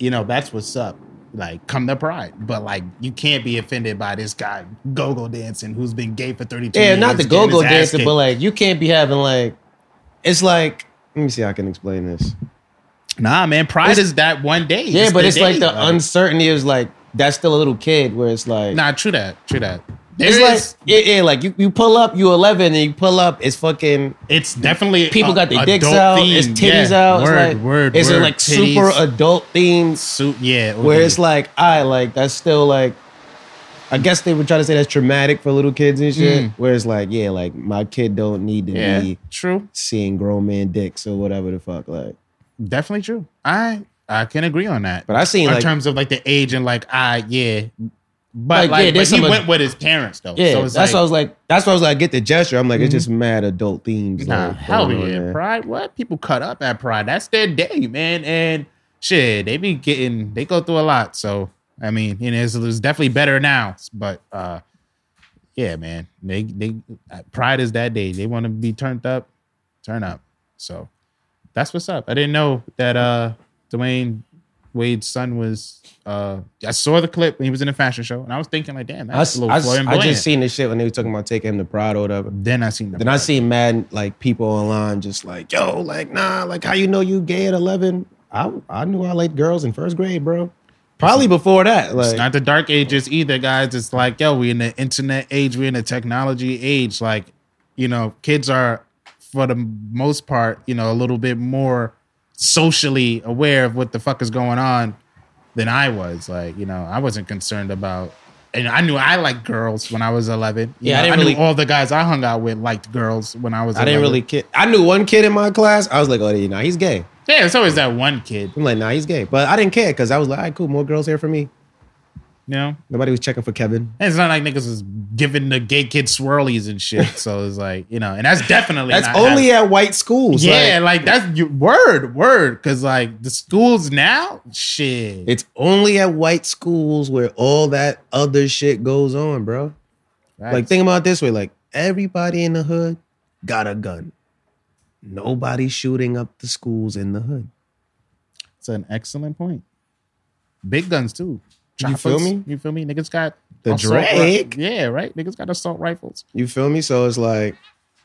you know that's what's up. Like come to pride, but like you can't be offended by this guy go-go dancing who's been gay for 32
yeah,
years.
not the go
getting
go
his ass
dancing,
kicked.
but like you can't be having like, it's like. Let me see how I can explain this.
Nah, man, pride
It's-
is that one day.
Yeah, but it's like
day,
the uncertainty is like that's still a little kid where it's like
nah, true that, true that. There's
it's
it's
like yeah, yeah, like you, you pull up, you eleven, and you pull up, it's fucking
it's definitely
people
a-
got their dicks
Uh, adult
out,
theme.
it's titties
yeah.
out,
Word,
it's like
word,
it's
word.
like
Titties,
super adult themes.
suit. Yeah,
where it's like I like that's still like I guess they were trying to say that's traumatic for little kids and shit. Where it's like, yeah, like my kid don't need to
Mm. yeah,
be
true,
seeing grown man dicks or whatever the fuck. Like
definitely true. I I can agree on that.
But I seen
in
like
terms of like the age and like ah yeah, but
Like,
like,
yeah,
but
there's
he
some-
went with his parents though.
yeah,
so it's
that's what
like, Mm-hmm.
I was like. That's why I was like, I get the gesture. I'm like, it's just mad adult themes.
nah,
like,
hell
going on
yeah,
there.
Pride. What people cut up at Pride? That's their day, man. And shit, they be getting they go through a lot. So I mean, you know, it's, it's definitely better now. But uh yeah, man, they they uh, Pride is that day. They want to be turned up, turn up. So that's what's up. I didn't know that uh Dwayne Wade's son was uh I saw the clip when he was in a fashion show and I was thinking like damn
I,
that's
s-
a little
I s- I
flamboyant.
just seen this shit when they were talking about taking him to Pride or whatever.
then I seen the
Then I seen mad like people online just like, yo, like nah, like how you know you gay at eleven? I I knew I liked girls in first grade, bro. Probably before that.
It's
Like
not the dark ages either, guys. It's like, yo, we in the internet age, we in the technology age. Like, you know, kids are for the most part, you know, a little bit more socially aware of what the fuck is going on than I was. Like, you know, I wasn't concerned about and I knew I liked girls when I was eleven. You
Yeah, I
know,
didn't
knew
really-
all the guys I hung out with liked girls when I was.
I didn't
11.
really kid. I knew one kid in my class. I was like, oh, nah, he's gay.
Yeah, it's always that one kid. You
I'm like, nah, he's gay. But I didn't care because I was like, all right, cool, more girls here for me.
know,
Nobody was checking for Kevin.
and it's not like niggas was giving the gay kid swirlies and shit.
<laughs>
so it's like you know, and that's definitely
That's
not happening.
only at white schools.
Yeah,
like,
like, that's your word, word. Because like the schools now, shit.
it's only at white schools where all that other shit goes on, bro. Like, think about it this way: like everybody in the hood got a gun. Nobody shooting up the schools in the hood.
that's an excellent point. Big guns too.
You feel
Choppers,
me?
You feel me? Niggas got
The
assault ri-
Drake.
Yeah, right. Niggas got assault rifles.
You feel me? So it's like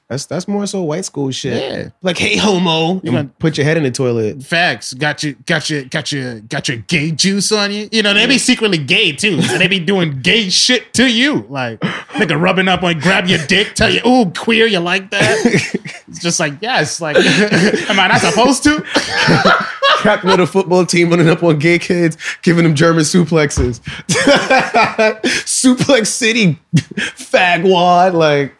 that's that's more so white school shit.
Yeah.
Like, hey, homo, you
gonna-
put your head in the toilet. <laughs>
Facts. Got you. Got you. Got you. Got your gay juice on you. You know they be secretly gay too. So they be doing gay shit to you. Like nigga rubbing up on grab your dick. Tell you, ooh, queer. You like
<laughs>
that? it's just like yes. Like <laughs> am I not supposed to?
Crap little football team running up on gay kids, giving them German suplexes. <laughs> Suplex City, <laughs> fagwad. Like,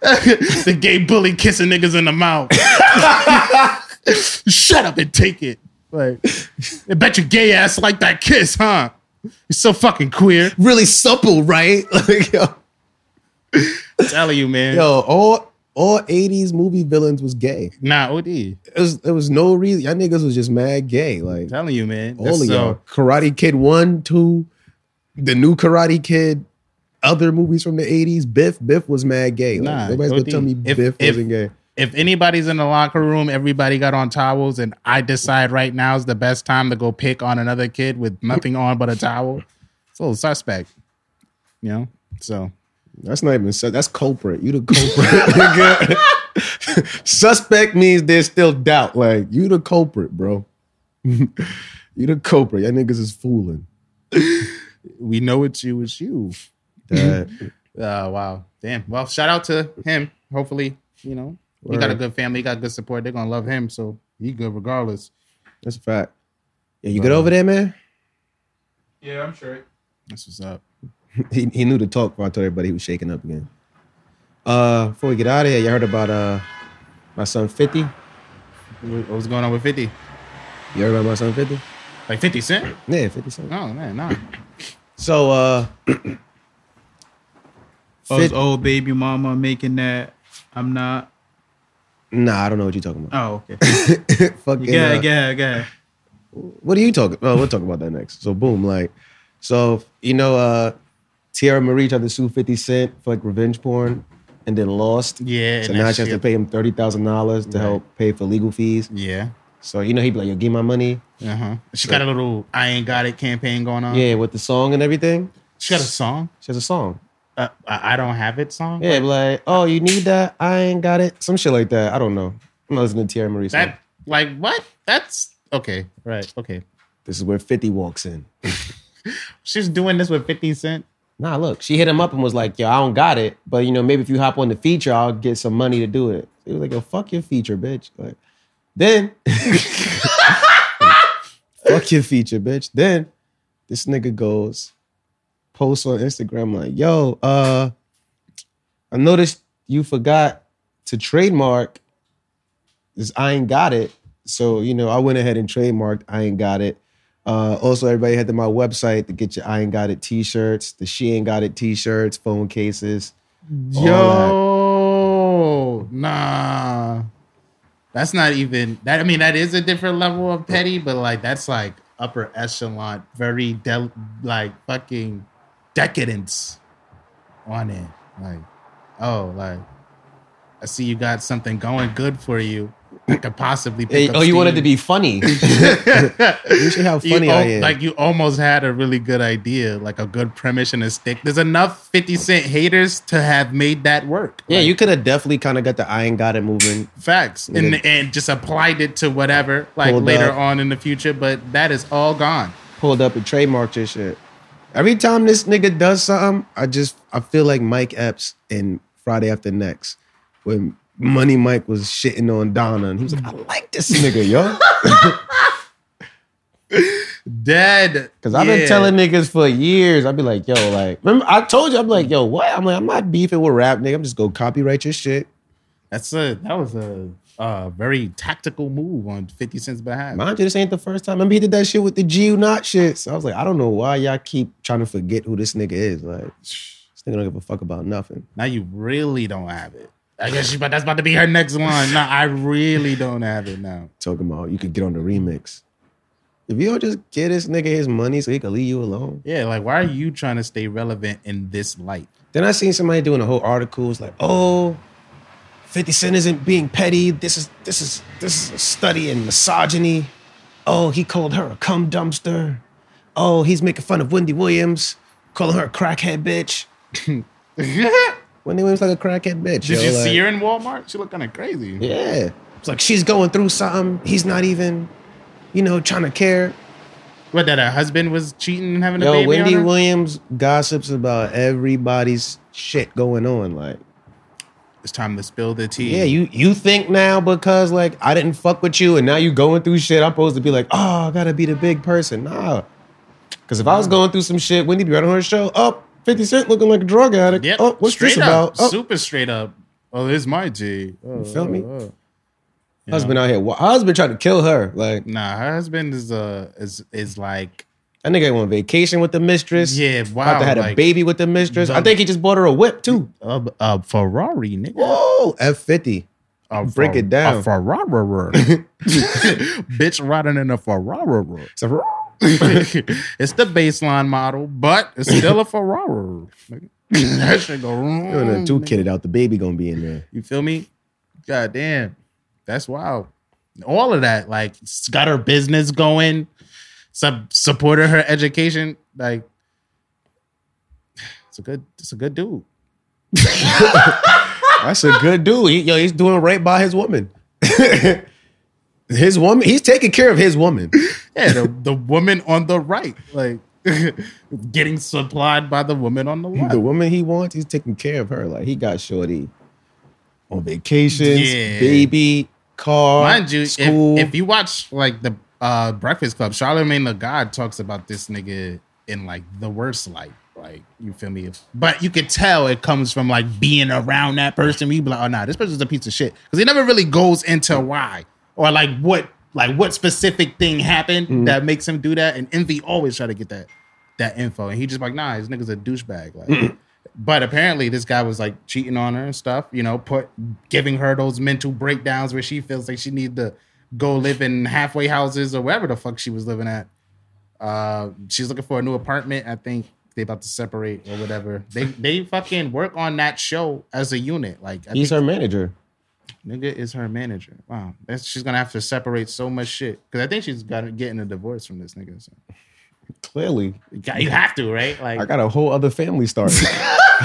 the gay bully kissing niggas in the mouth. <laughs> Shut up and take it. Like, I bet your gay ass like that kiss, huh? You're so fucking queer.
really supple, right? <laughs> Like, yo,
I'm telling you, man.
yo, all all 80s movie villains was gay.
Nah, OD. I'm
It was it was no reason. Y'all niggas was just mad gay. Like
telling you, man. uh,
all
That's
of
so-
y'all. Karate Kid One, Two, the new Karate Kid, other movies from the 80s. Biff, Biff was mad gay. Like,
Nah,
nobody's gonna
OD.
tell me
If-
Biff
if-
wasn't gay.
If anybody's in the locker room, everybody got on towels, and I decide right now is the best time to go pick on another kid with nothing on but a towel, it's a little suspect. You know? So
That's not even sus- that's culprit. You the
<laughs>
culprit. nigga. <laughs> Suspect means there's still doubt. Like you the culprit, bro. <laughs> you the culprit. Y'all niggas
<laughs>
is fooling.
we know it's you, it's you.
That-
Uh, wow. Damn. Well, shout out to him. Hopefully, you know, he got a
Word.
good family, he got good support. They're gonna love him, so he good regardless.
that's a fact. Yeah, you good over there, man?
Yeah, I'm sure.
That's what's up.
he, he knew the talk before I told everybody he was shaking up again. Uh, before we get out of here, y'all heard about uh my son Fifty. You
What was going on with 50?
heard about my son Fifty?
Like 50 Cent?
Yeah, Fifty Cent.
Oh man, nah.
So uh,
Oh, it's
Fit-
old baby mama making that. I'm not.
nah, I don't know what you're
<laughs>
talking about. <laughs>
Oh, okay.
Fucking,
Yeah,
uh,
yeah, yeah.
what are you talking? Oh, we'll talk about that next. So boom, like, so you know, uh, Tiara Marie tried to sue Fifty Cent for like revenge porn, and then lost.
Yeah,
So
and
now
that
she has to
shit-
pay him thirty thousand dollars to
Right.
help pay for legal fees.
Yeah.
So you know he'd be like, "Yo, give my money."
Uh-huh. She got a little I ain't got it campaign going on.
Yeah, with the song and everything.
She got a song.
She has a song.
Uh, I I don't have it song.
Yeah, be like, oh, you need that? I ain't got it. Some shit like that. I don't know. I'm not listening to Tierra Marie. song.
That like what? That's okay. Right. Okay.
This is where 50 walks in.
She's doing this with 50 Cent.
Nah, look, she hit him up and was like, yo, I don't got it, but you know, maybe if you hop on the feature, I'll get some money to do it. He was like, yo, fuck your feature, bitch. Like, then, fuck your feature, bitch. Then this nigga goes, posts on Instagram like, yo, uh, I noticed you forgot to trademark this I ain't got it. So, you know, I went ahead and trademarked I Ain't Got It. Uh, also, everybody head to my website to get your I Ain't Got It t shirts, the She Ain't Got It t shirts, phone cases. all that.
Yo, nah. That's not even that. I mean, that is a different level of petty, but like that's like upper echelon, very del- like fucking decadence on it. Like, oh, like I see you got something going good for you. I could possibly. Pick up
oh, you wanted
steam.
to be funny.
<laughs> You
<laughs>
see how
<laughs> You
funny I
al-
am.
Like you almost had a really good idea, like a good premise and a stick. There's enough 50 Cent haters to have made that work.
yeah, you could have definitely kind of got the I Ain't Got It moving.
Facts. And and just applied it to whatever, like
Pulled
later
up.
on in the future, but that is all gone.
pulled up and trademarked your shit. Every time this nigga does something, I just I feel like Mike Epps in Friday After Next when Money Mike was shitting on Donna and he was like, I like this nigga, yo.
Dead.
Cause I've been
Yeah.
telling niggas for years, I'd be like, yo, like, remember I told you, I'm like, yo, what? I'm like, I'm not beefing with rap, nigga. I'm just gonna copyright your shit.
that's a that was a uh, very tactical move on 50 Cent's behalf.
Mind you, this ain't the first time. Remember he did that shit with the G not shit. So I was like, I don't know why y'all keep trying to forget who this nigga is. Like, this nigga don't give a fuck about nothing.
now you really don't have it. I guess she, but that's about to be her next one. No, I really don't have it now.
talking about you could get on the remix. If you don't just give this nigga his money so he can leave you alone.
Yeah, like why are you trying to stay relevant in this light? <laughs>
Then I seen somebody doing a whole article. It's like, oh, 50 Cent isn't being petty. This is this is this is a study in misogyny. Oh, he called her a cum dumpster. Oh, he's making fun of Wendy Williams, calling her a crackhead bitch. Wendy Williams like a crackhead bitch.
Did
yo,
you
like-
see her in Walmart? She looked kind of crazy.
Yeah. It's like she's going through something. He's not even, you know, trying to care.
What that her husband was cheating and having a
Yo,
baby
Wendy
on her?
Williams gossips about everybody's shit going on. Like,
it's time to spill the tea.
yeah, you you think now because like I didn't fuck with you and now you going through shit, I'm supposed to be like, oh, I gotta be the big person. Nah. Cause if I was going through some shit, Wendy be right on her show. Oh, 50 Cent looking like a drug addict.
Yep.
Oh, what's
straight
this
up,
about? Oh,
Super straight up. Oh, there's my tea. Oh,
feel me?
oh, oh.
husband out here. Wha- Husband tried to kill her. Like,
Nah, her husband is uh is is like
that nigga went on vacation with the mistress.
yeah.
About
Wow,
to had
like,
a baby with the mistress. I
the-
think he just bought her a whip too.
A, a Ferrari, nigga.
Whoa, F50.
A
break it down.
A Ferrari.
<laughs>
<laughs> Bitch riding in a Ferrari.
It's a
<laughs> it's the baseline model, but it's still a Ferrari.
<laughs>
nigga. that shit go.
You're gonna
wrong,
two
nigga.
kidded out. The baby gonna be in there.
You feel me? God damn. That's wild. All of that, like, s- got her business going, sub- supported her education. Like, it's a good, it's a good dude.
That's a good dude. He- yo, he's doing right by his woman. <laughs> his woman. He's taking care of his woman.
Yeah, the, the woman on the right, like, <laughs> getting supplied by the woman on the left.
<laughs> The woman he wants, he's taking care of her. Like he got shorty on vacations,
Yeah.
baby, car,
Mind you, if,
school.
if you watch like the uh, Breakfast Club, Charlemagne the God talks about this nigga in like the worst light. Like, you feel me? If- But you could tell it comes from like being around that person. You be like, oh nah, this person's a piece of shit. Because he never really goes into why or like what like what specific thing happened that makes him do that. And Envy always try to get that that info. And he just like, nah, this nigga's a douchebag. Like but apparently this guy was like cheating on her and stuff, you know, put giving her those mental breakdowns where she feels like she need to go live in halfway houses or wherever the fuck she was living at. Uh she's looking for a new apartment. I think they about to separate or whatever. They they fucking work on that show as a unit. Like I
he's
think
her manager.
nigga is her manager. Wow. That's she's gonna have to separate so much shit. Cause I think she's got getting a divorce from this nigga. So.
Clearly,
You got- you have to, right? Like
I got a whole other family started. <laughs>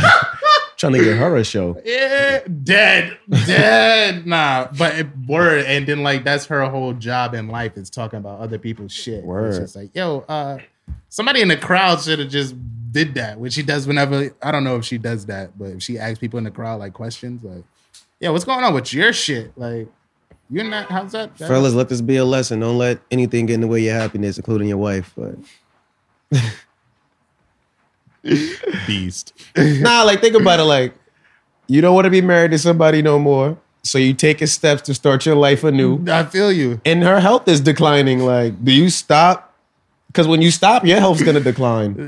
Trying to get her a show.
Yeah, <laughs> dead, dead. nah, but it, word, and then like that's her whole job in life is talking about other people's shit.
Word.
It's just like, yo, uh, somebody in the crowd should have just did that, which she does whenever. I don't know if she does that, but if she asks people in the crowd like questions, like, yeah, what's going on with your shit? Like, you're not. How's that? that-
Fellas, let this be a lesson. Don't let anything get in the way of your happiness, including your wife. <laughs> But
beast.
nah, like think about it. Like you don't want to be married to somebody no more. So you taking steps to start your life anew,
<laughs> I feel you.
and her health is declining. Like, do you stop? Because when you stop, your health's gonna decline.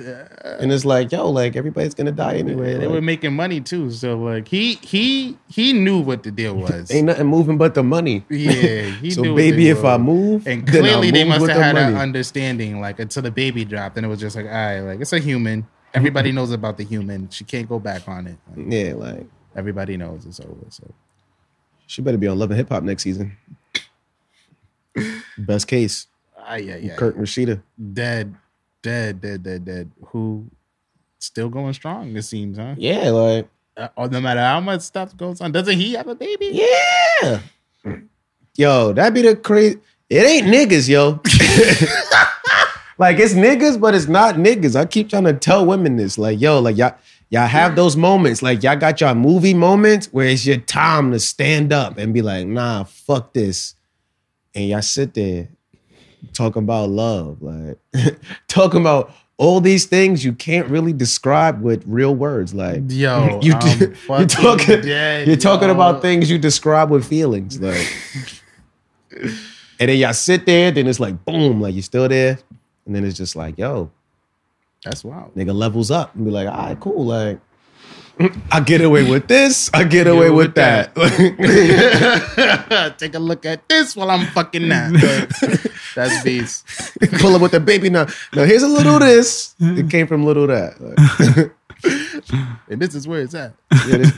And it's like, yo, like everybody's gonna die anyway.
They
like,
were making money too, so like he he he knew what the <laughs> deal was.
ain't nothing moving but the money.
Yeah, he
So
knew what
baby,
the
if
deal
I
was.
move,
And
then I
clearly, they must
move with
have
the
had an
money.
understanding, like until the baby dropped, and it was just like, all right, like it's a human. Everybody
Mm-hmm.
knows about the human. She can't go back on it. Like,
<laughs> yeah, like
everybody knows it's over. So
she better be on Love and Hip Hop next season. Best case,
ah, yeah, yeah,
Kurt and Rashida.
dead, dead, dead, dead, dead. Who still going strong? It seems, huh?
Yeah, like
Uh, oh, no matter how much stuff goes on, doesn't he have a baby?
yeah. Yo, that be the crazy. It ain't
<laughs>
niggas, yo. like it's niggas, but it's not niggas. I keep trying to tell women this, like yo, like y'all, y'all have those moments, like y'all got y'all movie moments where it's your time to stand up and be like, nah, fuck this, and y'all sit there talking about love, like <laughs> talking about all these things you can't really describe with real words, like
Yo,
<laughs> You-
I'm
you're
fucking
talking-
dead,
you're talking
yo.
about things you describe with feelings, like. and then y'all sit there, then it's like boom, like you still there, and then it's just like, yo,
That's wild. <laughs>
nigga levels up and be like, all right, cool, like. I get away with this. I get away
away
with,
with
that. <laughs>
Take a look at this while I'm fucking now. That's beast.
Pull up with the baby now. Now here's a little this. It came from little that. Like, <laughs>
And this is where it's at.
yeah, this,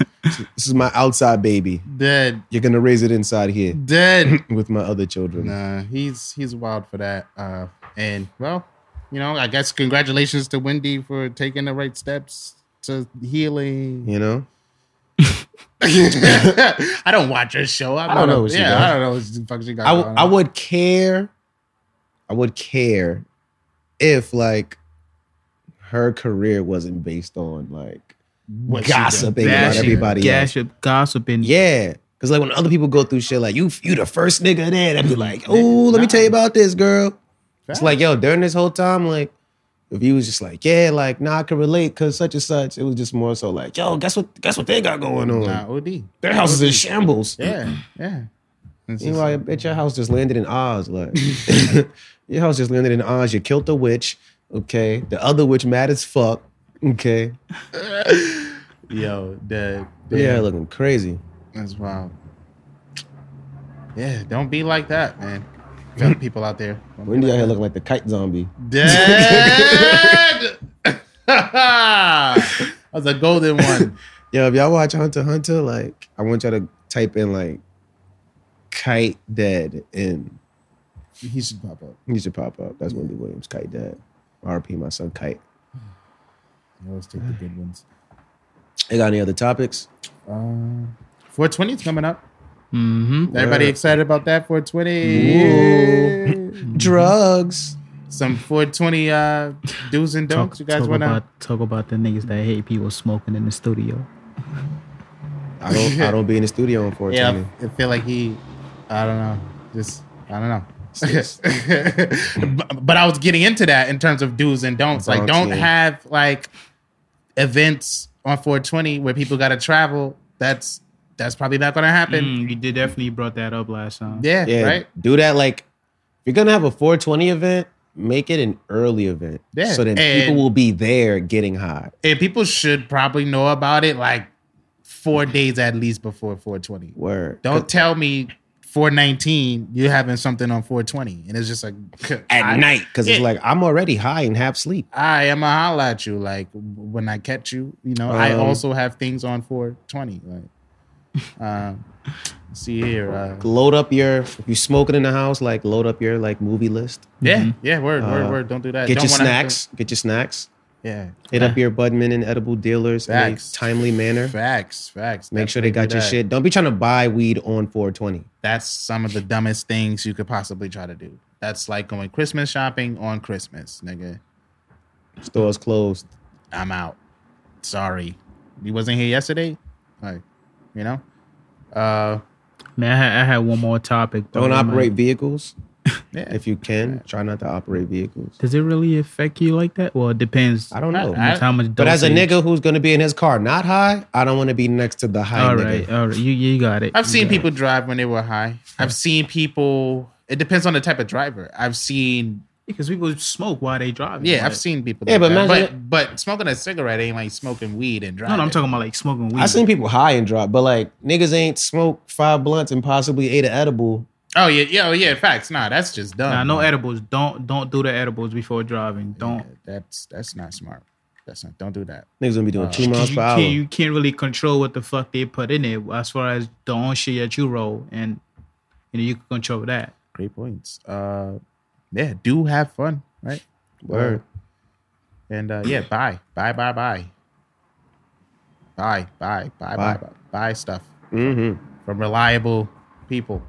this is my outside baby.
Dead.
You're gonna raise it inside here
Dead.
with my other children.
Nah, he's he's wild for that. Uh and well, you know, I guess congratulations to Wendy for taking the right steps to healing. <laughs>
You know.
I don't watch her show. I'm
I don't
not a-
know what she
yeah,
does.
I don't know what the fuck she got.
I,
going
w- I
on.
would care. I would care if like her career wasn't based on like
What she
gossiping
does.
about
Bashing.
everybody else.
Gossip, gossiping.
Yeah. Cause like when other people go through shit like you you the first nigga there that be like, oh, let me tell you about this girl. It's like, yo, during this whole time, like, if you was just like, yeah, like, nah, I can relate cause such and such, it was just more so like, yo, guess what guess what they got going on?
Nah, OD.
Their house is in shambles.
Yeah, yeah. It's just-
Meanwhile, I bet your house just landed in Oz. Like <laughs> your house just landed in Oz. You killed the witch. Okay. The other witch mad as fuck. Okay.
Yo, the
Yeah, looking crazy.
That's wild. Yeah, don't be like that, man.
<laughs>
Young people out there.
Wendy out here looking like the kite zombie.
<laughs>
Dead. <laughs> that was a golden one. <laughs>
Yo, if y'all watch Hunter x Hunter, like I want y'all to type in like kite dead and
He should pop up.
he should pop up. That's Wendy Williams, kite dead. RP my son kite.
I always take the good ones.
They got any other topics?
Uh, 420 is coming up.
Mm-hmm.
Everybody
Yeah.
excited about that 420?
Ooh. Drugs.
Some 420 uh, do's and don'ts. You guys
talk
want to?
about talk about the niggas that hate people smoking in the studio.
I don't I don't be in the studio unfortunately.
Yeah, I feel like he. I don't know. Just I don't know. <laughs>
It's-
but, but I was getting into that in terms of do's and don'ts. Like,
Don'ts,
don't
yeah.
have like events on 420 where people got to travel. That's that's probably not going to happen.
Mm, you did definitely brought that up last time.
Yeah,
Mm. Yeah,
right.
do that. Like, if you're gonna have a 420 event, make it an early event.
Yeah,
So then
and-
people will be there getting high.
And people should probably know about it like four
Mm-hmm.
days at least before 420.
Word.
Don't tell me 419 you're having something on 420 and it's just like
at
I-
night because it's
Yeah.
like I'm already high and half sleep.
I am a holla at you. Like when I catch you, you know, I
Um,
also have things on 420. Like,
<laughs>
um, let's see here. Uh,
Load up your if you smoking in the house, like load up your like movie list.
yeah, yeah. Word,
Uh,
word, word. Don't do that.
Get
Don't
your
wanna-
snacks. Get your snacks.
Yeah.
Hit up your Budman and edible dealers in a
Facts.
timely manner.
Facts, facts.
Make sure they
Definitely
got
do
your
that.
shit. Don't be trying to buy weed on 420.
That's some of the dumbest things you could possibly try to do. That's like going Christmas shopping on Christmas, nigga.
Stores closed.
I'm out. Sorry. You wasn't here yesterday? Like, you know? Uh,
Man, I had, I had one more topic. but
Don't
I might-
operate vehicles.
Yeah.
If you can, try not to operate vehicles.
Does it really affect you like that? Well, it depends.
I don't know.
on how much
but as a
dosage.
nigga who's gonna be in his car not high, I don't want to be next to the high
all
nigga.
right, all right, you you got it.
I've
You
seen
got it.
people drive when they were high. I've seen people. It depends on the type of driver. I've seen.
because people smoke while they drive.
Yeah, I've seen people.
Yeah, but
that.
imagine-
but but smoking a cigarette ain't like smoking weed and
No,
driving.
no, I'm talking about like smoking weed.
I seen people high and drop, but like niggas ain't smoked five blunts and possibly ate an edible.
Oh yeah, yeah, oh, yeah. Facts. Nah, that's just dumb.
Nah, no
man.
edibles. Don't don't do the edibles before driving. Don't.
Yeah, that's that's not smart. That's not. Don't do that.
Niggas gonna be doing
Uh,
two miles
you,
per hour.
can't, you can't really control what the fuck they put in it as far as the own shit that you roll, and you know you can control that.
Great points. Uh, yeah. Do have fun, right?
Word.
And uh, yeah, buy, buy, buy, buy, buy, buy, buy, buy,
Buy.
buy, buy stuff
Mm-hmm.
from reliable people,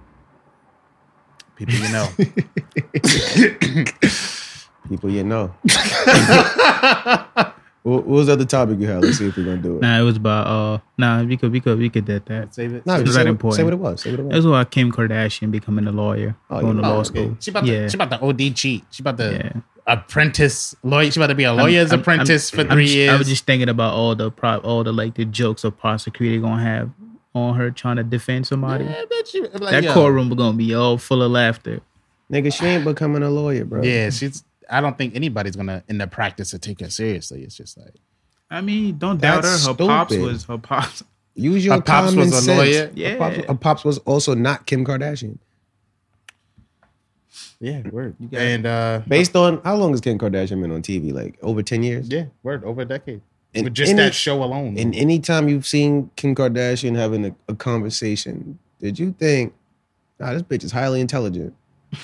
people you
<laughs>
know.
People you know. what what was the other topic you had? Let's see if we're gonna do it.
Nah, it was about uh, nah, we could we could we could that that.
Save it.
No,
It's
just say,
not
what,
important.
say what it was. Say what it was.
That's why Kim Kardashian becoming a lawyer,
Oh,
going
yeah.
to law
Oh,
school.
Okay. She about
yeah.
to she about to OD cheat. She about to
Yeah.
apprentice lawyer. She about to be a
Oh,
lawyer's
I'm- I'm-
apprentice for
I'm
3
just-
years.
I was just thinking about all the pro, all the like the jokes a prosecutor gonna have on her trying to defend somebody.
yeah, bitch, she, like,
that
yo.
courtroom gonna be all full of laughter.
Nigga, she ain't becoming a lawyer, bro.
Yeah, she's. I don't think anybody's gonna in the practice to take her seriously. It's just like
I mean, don't doubt her. Her
That's
pops
stupid.
was her pops.
Use your
Her pops
common
was a
sense.
lawyer.
Her, pops,
Yeah.
her pops was also not Kim Kardashian.
yeah, word.
got
And uh,
Based on how long has Kim Kardashian been on TV? Like over ten years.
yeah, word over a decade.
And
With just
any-
that show alone,
And anytime you've seen Kim Kardashian having a, a conversation, did you think, nah, this bitch is highly intelligent?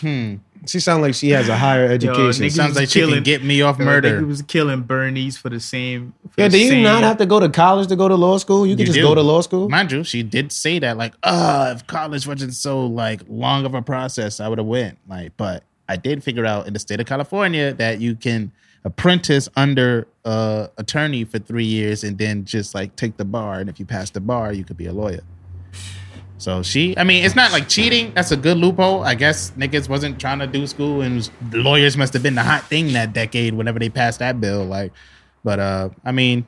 hmm.
She sounds like she has a
<laughs>
higher education.
nigga-
sounds like she
killing-
can get me off
Like he
murder.
was killing Bernice for the same. For
yeah,
the
do you
same-
not have to go to college to go to law school? You can
You
just
do.
go to law school.
Mind you, she did say that like, uh, if college wasn't so like long of a process, I would have went. Like, but I did figure out in the state of California that you can apprentice under uh attorney for three years and then just like take the bar. And if you pass the bar, you could be a lawyer. So she, I mean, it's not like cheating. That's a good loophole. I guess niggas wasn't trying to do school, and was- lawyers must have been the hot thing that decade whenever they passed that bill. Like, but uh, I mean,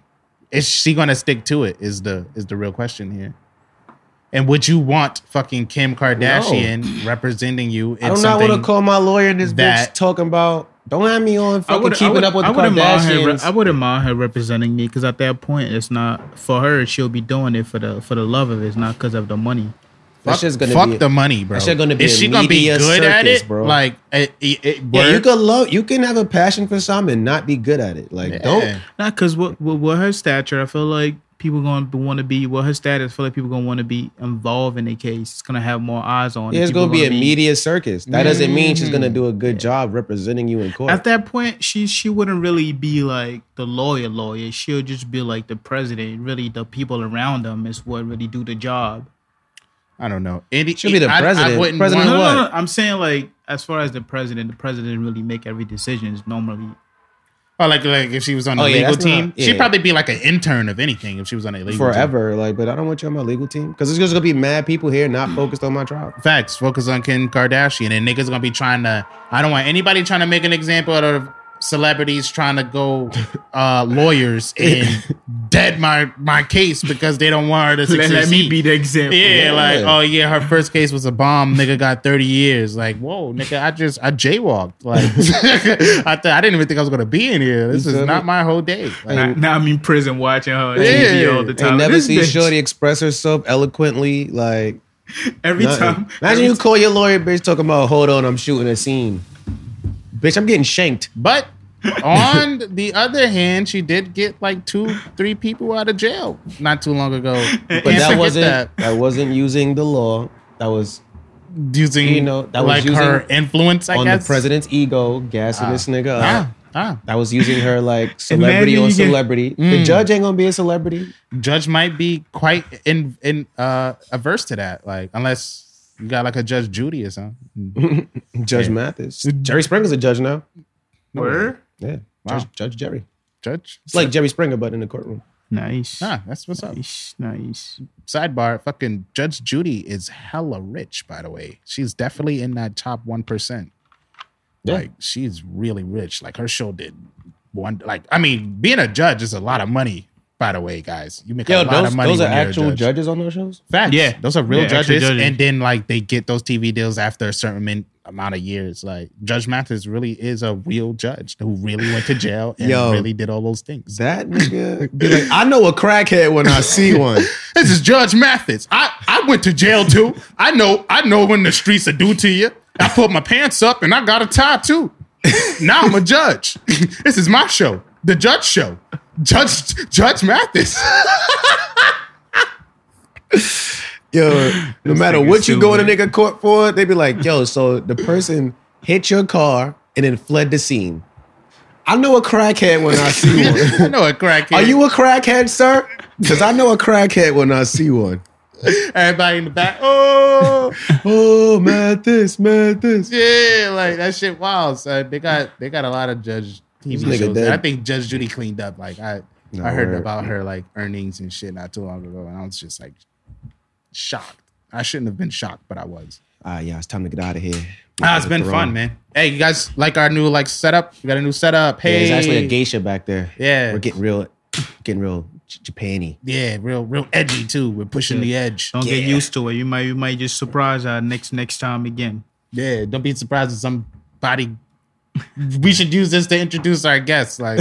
is she gonna stick to it? Is the is the real question here? And would you want fucking Kim Kardashian representing you
I
in
do not
something?
want to call my lawyer and this bitch
that-
talking about. Don't have me on
I
fucking
would
keeping up with
I
the
wouldn't Mind
Kardashians.
her, I wouldn't mind her representing me because at that point, it's not for her. She'll be doing it for the for the love of it, it's not because of the money.
That
fuck,
shit's gonna
fuck
be-
the money, bro.
that shit gonna be a
is she gonna be
media
good at
circus,
it,
bro.
Like, eh, it, it, it,
yeah, you
work?
can love. You can have a passion for something and not be good at it. Like,
Yeah.
don't.
Not because what with, with her stature, I feel like people gonna want to be. Well, her status, I feel like people gonna want to be involved in the case. It's gonna have more eyes on. it.
Yeah, it's
People
gonna be a
gonna
media circus. That doesn't mean she's gonna do a good job representing you in court.
At that point, she she wouldn't really be like the lawyer lawyer. She'll just be like the president. Really, the people around them is what really do the job.
I don't know. It,
She'll be the
I- I
president.
wouldn't
President
want-
No,
what?
no, no. I'm saying like as far as the president, the president really make every decisions normally.
Oh, like like if she was on the
Oh, yeah,
legal
that's not-
team,
yeah.
she'd probably be like an intern of anything if she was on a legal team.
forever. Like, but I don't want you on my legal team because there's just gonna be mad people here not focused on my trial.
Facts. Focus on Kim Kardashian and niggas gonna be trying to. I don't want anybody trying to make an example out of celebrities trying to
<laughs>
go uh lawyers and dead my my case because they don't want her to
<laughs> Let,
succeed.
let me be the example.
yeah,
Yeah.
like oh yeah, her first case was a bomb. Nigga got thirty years. Like whoa, nigga, I just I jaywalked.
<laughs>
Like I thought I didn't even think I was gonna be in here. This
You feel
is not
me?
my whole day. Like,
Now, now I'm in prison watching her on
Yeah.
TV all the
They
time.
never
This
see
bitch,
Shorty express herself eloquently. Like,
every
nothing.
time.
imagine
every
you
time-
call your lawyer, bitch, talking about hold on, I'm shooting a scene. Bitch, I'm getting shanked. <laughs>
But on the other hand, she did get like two, three people out of jail not too long ago.
But
But
Can't
that
forget
wasn't that. wasn't using the law. That was
using
you know, that was
like her
using
influence. I
on
guess
the uh, president's ego, gassing this nigga up.
Ah, ah.
That was using her like celebrity
Imagine
on
you get-
celebrity. The
Mm.
judge ain't gonna be a celebrity.
Judge might be quite in in uh averse to that. Like unless you got like a Judge Judy or something.
Judge Mathis. Jerry Springer's a judge now.
Word?
Yeah.
Wow.
Judge, judge Jerry.
Judge.
It's like Jerry Springer, but in the courtroom.
Nice.
Ah, that's what's up.
Nice, nice.
Sidebar: Fucking Judge Judy is hella rich, by the way. She's definitely in that top one percent.
Yeah.
Like she's really rich. Like her show did one. Like I mean, being a judge is a lot of money. By the way, guys, you make a
Yo,
lot
those,
of money.
those are
when you're a
actual
judge.
judges on those shows?
Facts.
Yeah.
those are real
Yeah, actual
judges,
judges.
and then like they get those TV deals after a certain min- amount of years. Like Judge Mathis really is a real judge who really went to jail and
Yo.
really did all those things.
That <laughs> nigga. Be like, I know a crackhead when I see <laughs> one.
This is Judge Mathis. I, I went to jail too. I know I know when the streets are due to you. I put my pants up and I got a tie too. Now I'm a judge. <laughs> This is my show, the Judge Show. Judge Judge Mathis.
Yo, no matter
nigga's
what you
too
go in a nigga court for, they be like, yo, so the person hit your car and then fled the scene. I know a crackhead when I see
<laughs>
one.
I know a crackhead.
Are you a crackhead, sir? Because I know a crackhead when I see one.
everybody in the back? Oh.
Oh, mad this, mad this.
Yeah, like that shit. Wow, son. They got they got a lot of Judge TV
nigga
shows.
dead.
I think Judge Judy cleaned up. Like I, I heard
word.
about her like earnings and shit not too long ago, and I was just like shocked. I shouldn't have been shocked, but I was.
Ah, yeah, it's time to get out of here.
Ah, it's been fun, man. Hey, you guys like our new like setup? We got a new setup.
Yeah,
Hey,
there's actually a geisha back there.
Yeah.
We're getting real, getting real J- Japany.
yeah, real real edgy too. We're pushing the edge.
Don't get
Yeah.
used to it. You might you might just surprise our next next time again.
Yeah, don't be surprised if somebody. we should use this to introduce our guests.
<laughs>
Like,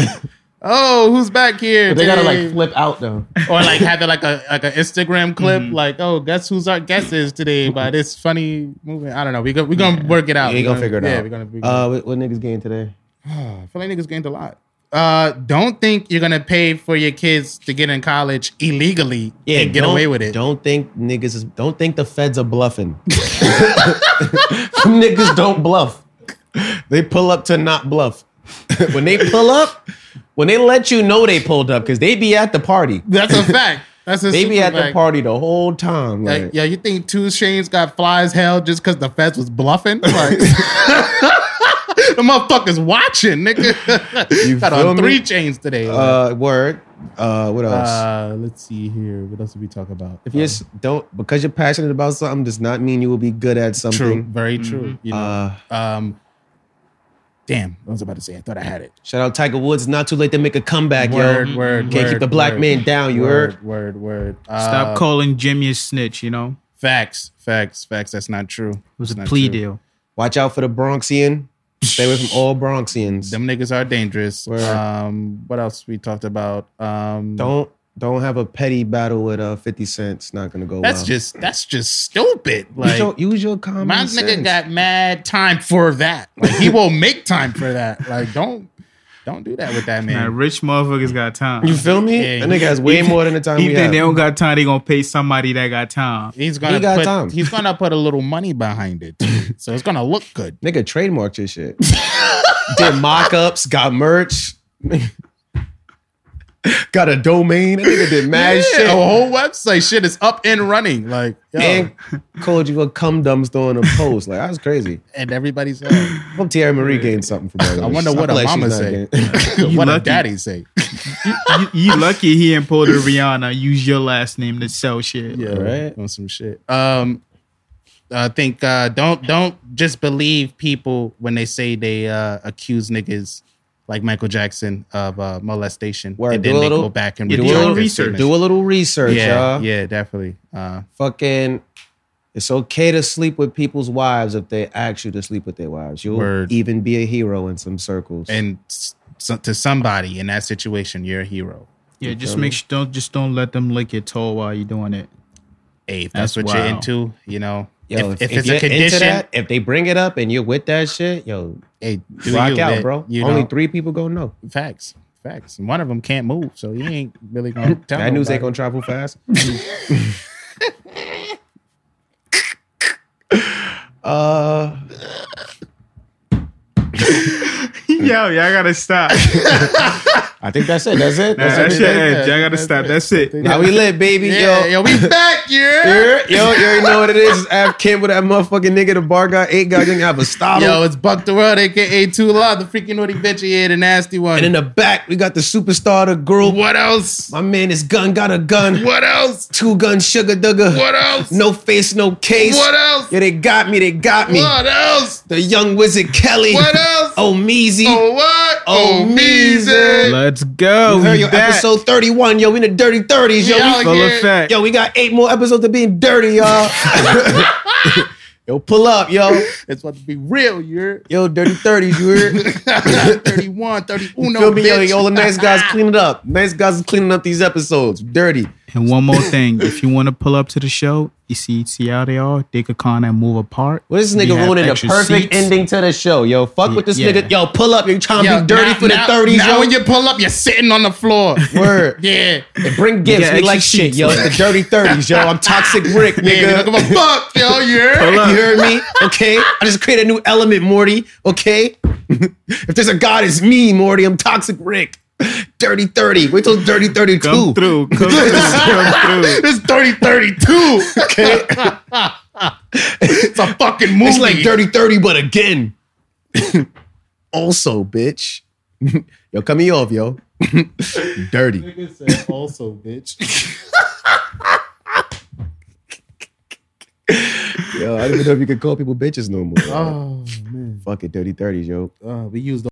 oh, who's back here?
They gotta
today?
like flip out though.
or like have it like a like an Instagram clip,
Mm-hmm.
like oh, guess who's our guest is today by this funny movie. I don't know. We go, we gonna work it out.
We
We
gonna figure it
yeah,
out.
we gonna figure
Uh, what, what niggas getting today?
it out. I feel like niggas gained a lot. Uh, don't think you're gonna pay for your kids to get in college illegally and get
don't-
away with it.
Don't think niggas is, don't think the feds are bluffing. <laughs> Some niggas don't bluff. They pull up to not bluff. <laughs> when they pull up, when they let you know they pulled up, because they be at the party.
That's a fact. That's a
<laughs> They be
super
at the
fact.
party the whole time.
Like,
like-
yeah, you think two Shane's got flies hell just because the feds was
<laughs>
bluffing? Like, <laughs> the motherfuckers watching, nigga. <laughs>
You
got
feel
on
me?
three chains today. like.
Uh, word. Uh, what else?
Uh, let's see here. What else did we talk about?
if you just don't, because you're passionate about something, does not mean you will be good at something.
true, very
Mm-hmm.
true. You know,
Uh,
um, damn, I was about to say. I thought I had it.
shout out Tiger Woods. It's Not too late to make a comeback,
Word,
yo.
word,
Can't
word,
keep the black
word,
man down. You heard?
Word, word, word.
Stop
Uh,
calling Jimmy a snitch. You know
facts, facts, facts. That's not true. It
it was a plea deal.
Watch out for the Bronxian. Stay away from
<sighs>
all Bronxians.
Them niggas are dangerous.
Word.
Um, what else we talked about? Um,
Don't don't have a petty battle with uh Fifty Cent. It's not gonna go.
That's
well.
just that's just stupid.
use
Like.
your, use your common
my
sense.
nigga got mad time for that. Like
<laughs>
he will make time for that. Like don't don't do that with that man.
Now, rich motherfuckers got time.
You feel me?
Yeah,
that nigga has way more than the time
You
we
think
have.
they don't got time? They gonna pay somebody that got time.
He's gonna
He got
put,
time.
he's gonna put a little money behind it, too.
<laughs>
so it's gonna look good.
Nigga trademarked your shit. <laughs> Did mock-ups, got merch, <laughs> got a domain. That nigga did mad
a
shit.
whole website shit is up and running. Like, yo.
And
and,
called you a cum dumpster in a post. Like, that was crazy.
everybody's like,
Hope Tierra Marie gained something from that.
I wonder what a
feel like she's
mama
not <laughs>
say, <laughs>
getting-
what a
lucky.
daddy say.
you,
<laughs>
you lucky he ain't pulled a Rihanna. Use your last name to sell shit.
Yeah,
Right.
on some shit. Um, I think uh, don't don't just believe people when they say they uh, accuse niggas like Michael Jackson of uh, molestation,
Word,
and
do
then
a
they
little-
go back and
Yeah, do
Do a
retract
little
their
research.
statements.
Do a little research,
Yeah,
y'all.
yeah, definitely. Uh,
Fucking, it's okay to sleep with people's wives if they ask you to sleep with their wives. You'll
Word.
even be a hero in some circles.
and s- so, to somebody in that situation, you're a hero.
Yeah, just make sure don't just don't let them lick your toe while you're
<laughs>
doing it.
Hey, if that's,
That's
what you're
wild.
into, you know,
Yo,
if, if, it's a
you're into
condition,
that, if they bring it up and you're with that shit, yo,
hey, do
rock
you,
out,
that-
bro.
You
Only
know,
three people gonna know.
facts, facts. And one of them can't move, so he ain't really
<laughs>
gonna tell.
That news ain't
nobody. <laughs>
gonna travel fast. uh, <laughs>
Yo, y'all gotta stop.
I I think that's it. That's it. <laughs>
Nah,
That's
that
it.
shit ends. Y'all gotta stop. That's it.
Now we lit, baby.
Yeah,
yo,
yo,
<laughs>
we back, yeah.
Yo, yo, you already know what it is. It's Av Campbell, that motherfucking nigga, the bar guy, eight guy, young Avastado.
Yo, it's Buck the World, aka Two Love, the freaking naughty bitch here, the nasty one.
And in the back, we got the superstar of the group.
what else?
My man, his gun got a gun.
What else?
Two gun sugar dugger.
What else?
No face, no case.
What else?
Yeah, they got me. They got me.
What else?
The young wizard Kelly.
What else?
Oh, Meezy.
Oh what?
Oh,
Oh music.
Let's go.
you heard
We
your
back.
episode 31. Yo, we in the dirty 30s. Yo,
Yeah.
we,
Full
Yeah.
effect.
yo, we got eight more episodes of being dirty, y'all. yo, pull up, yo.
It's about to be real, you're
<coughs> Yo, dirty 30s, you
<laughs>
heard?
31, 31,
Feel me, yo,
bitch.
yo, all the
<laughs>
nice guys clean it up. Nice guys is cleaning up these episodes. Dirty.
And one more thing, if you want to pull up to the show, you see, see how they are. They could kind of move apart.
Well, this
We
nigga
have
ruining the
extra
perfect
seats.
ending to the show, yo. Fuck with this
Yeah.
nigga. Yo, pull up. You trying to
Yo,
be dirty
now-
for the
now-
30s,
Now
yo.
when you pull up, you're sitting on the
<laughs>
floor.
Word.
yeah.
And Bring gifts.
got
We
extra
like shit,
seats,
yo. It's the dirty 30s, yo. I'm toxic Rick,
Yeah,
nigga.
look at my fuck, yo,
Pull
you're.
up.
You heard me? Okay. I just create a new element, Morty. Okay. <laughs> if there's a god, it's me, Morty. I'm toxic Rick. Dirty 30. Wait till dirty 32.
Come through. Come through. Come through.
This 30 32.
Okay.
<laughs> It's a fucking movie.
It's like Dirty 30, but again. <laughs> also, bitch. <laughs> yo, cut me off, yo. <laughs> dirty.
also,
<laughs>
bitch.
Yo, I don't even know if you could call people bitches no more. yo.
Oh, man.
Fuck it, Dirty 30s, yo.
Uh, we used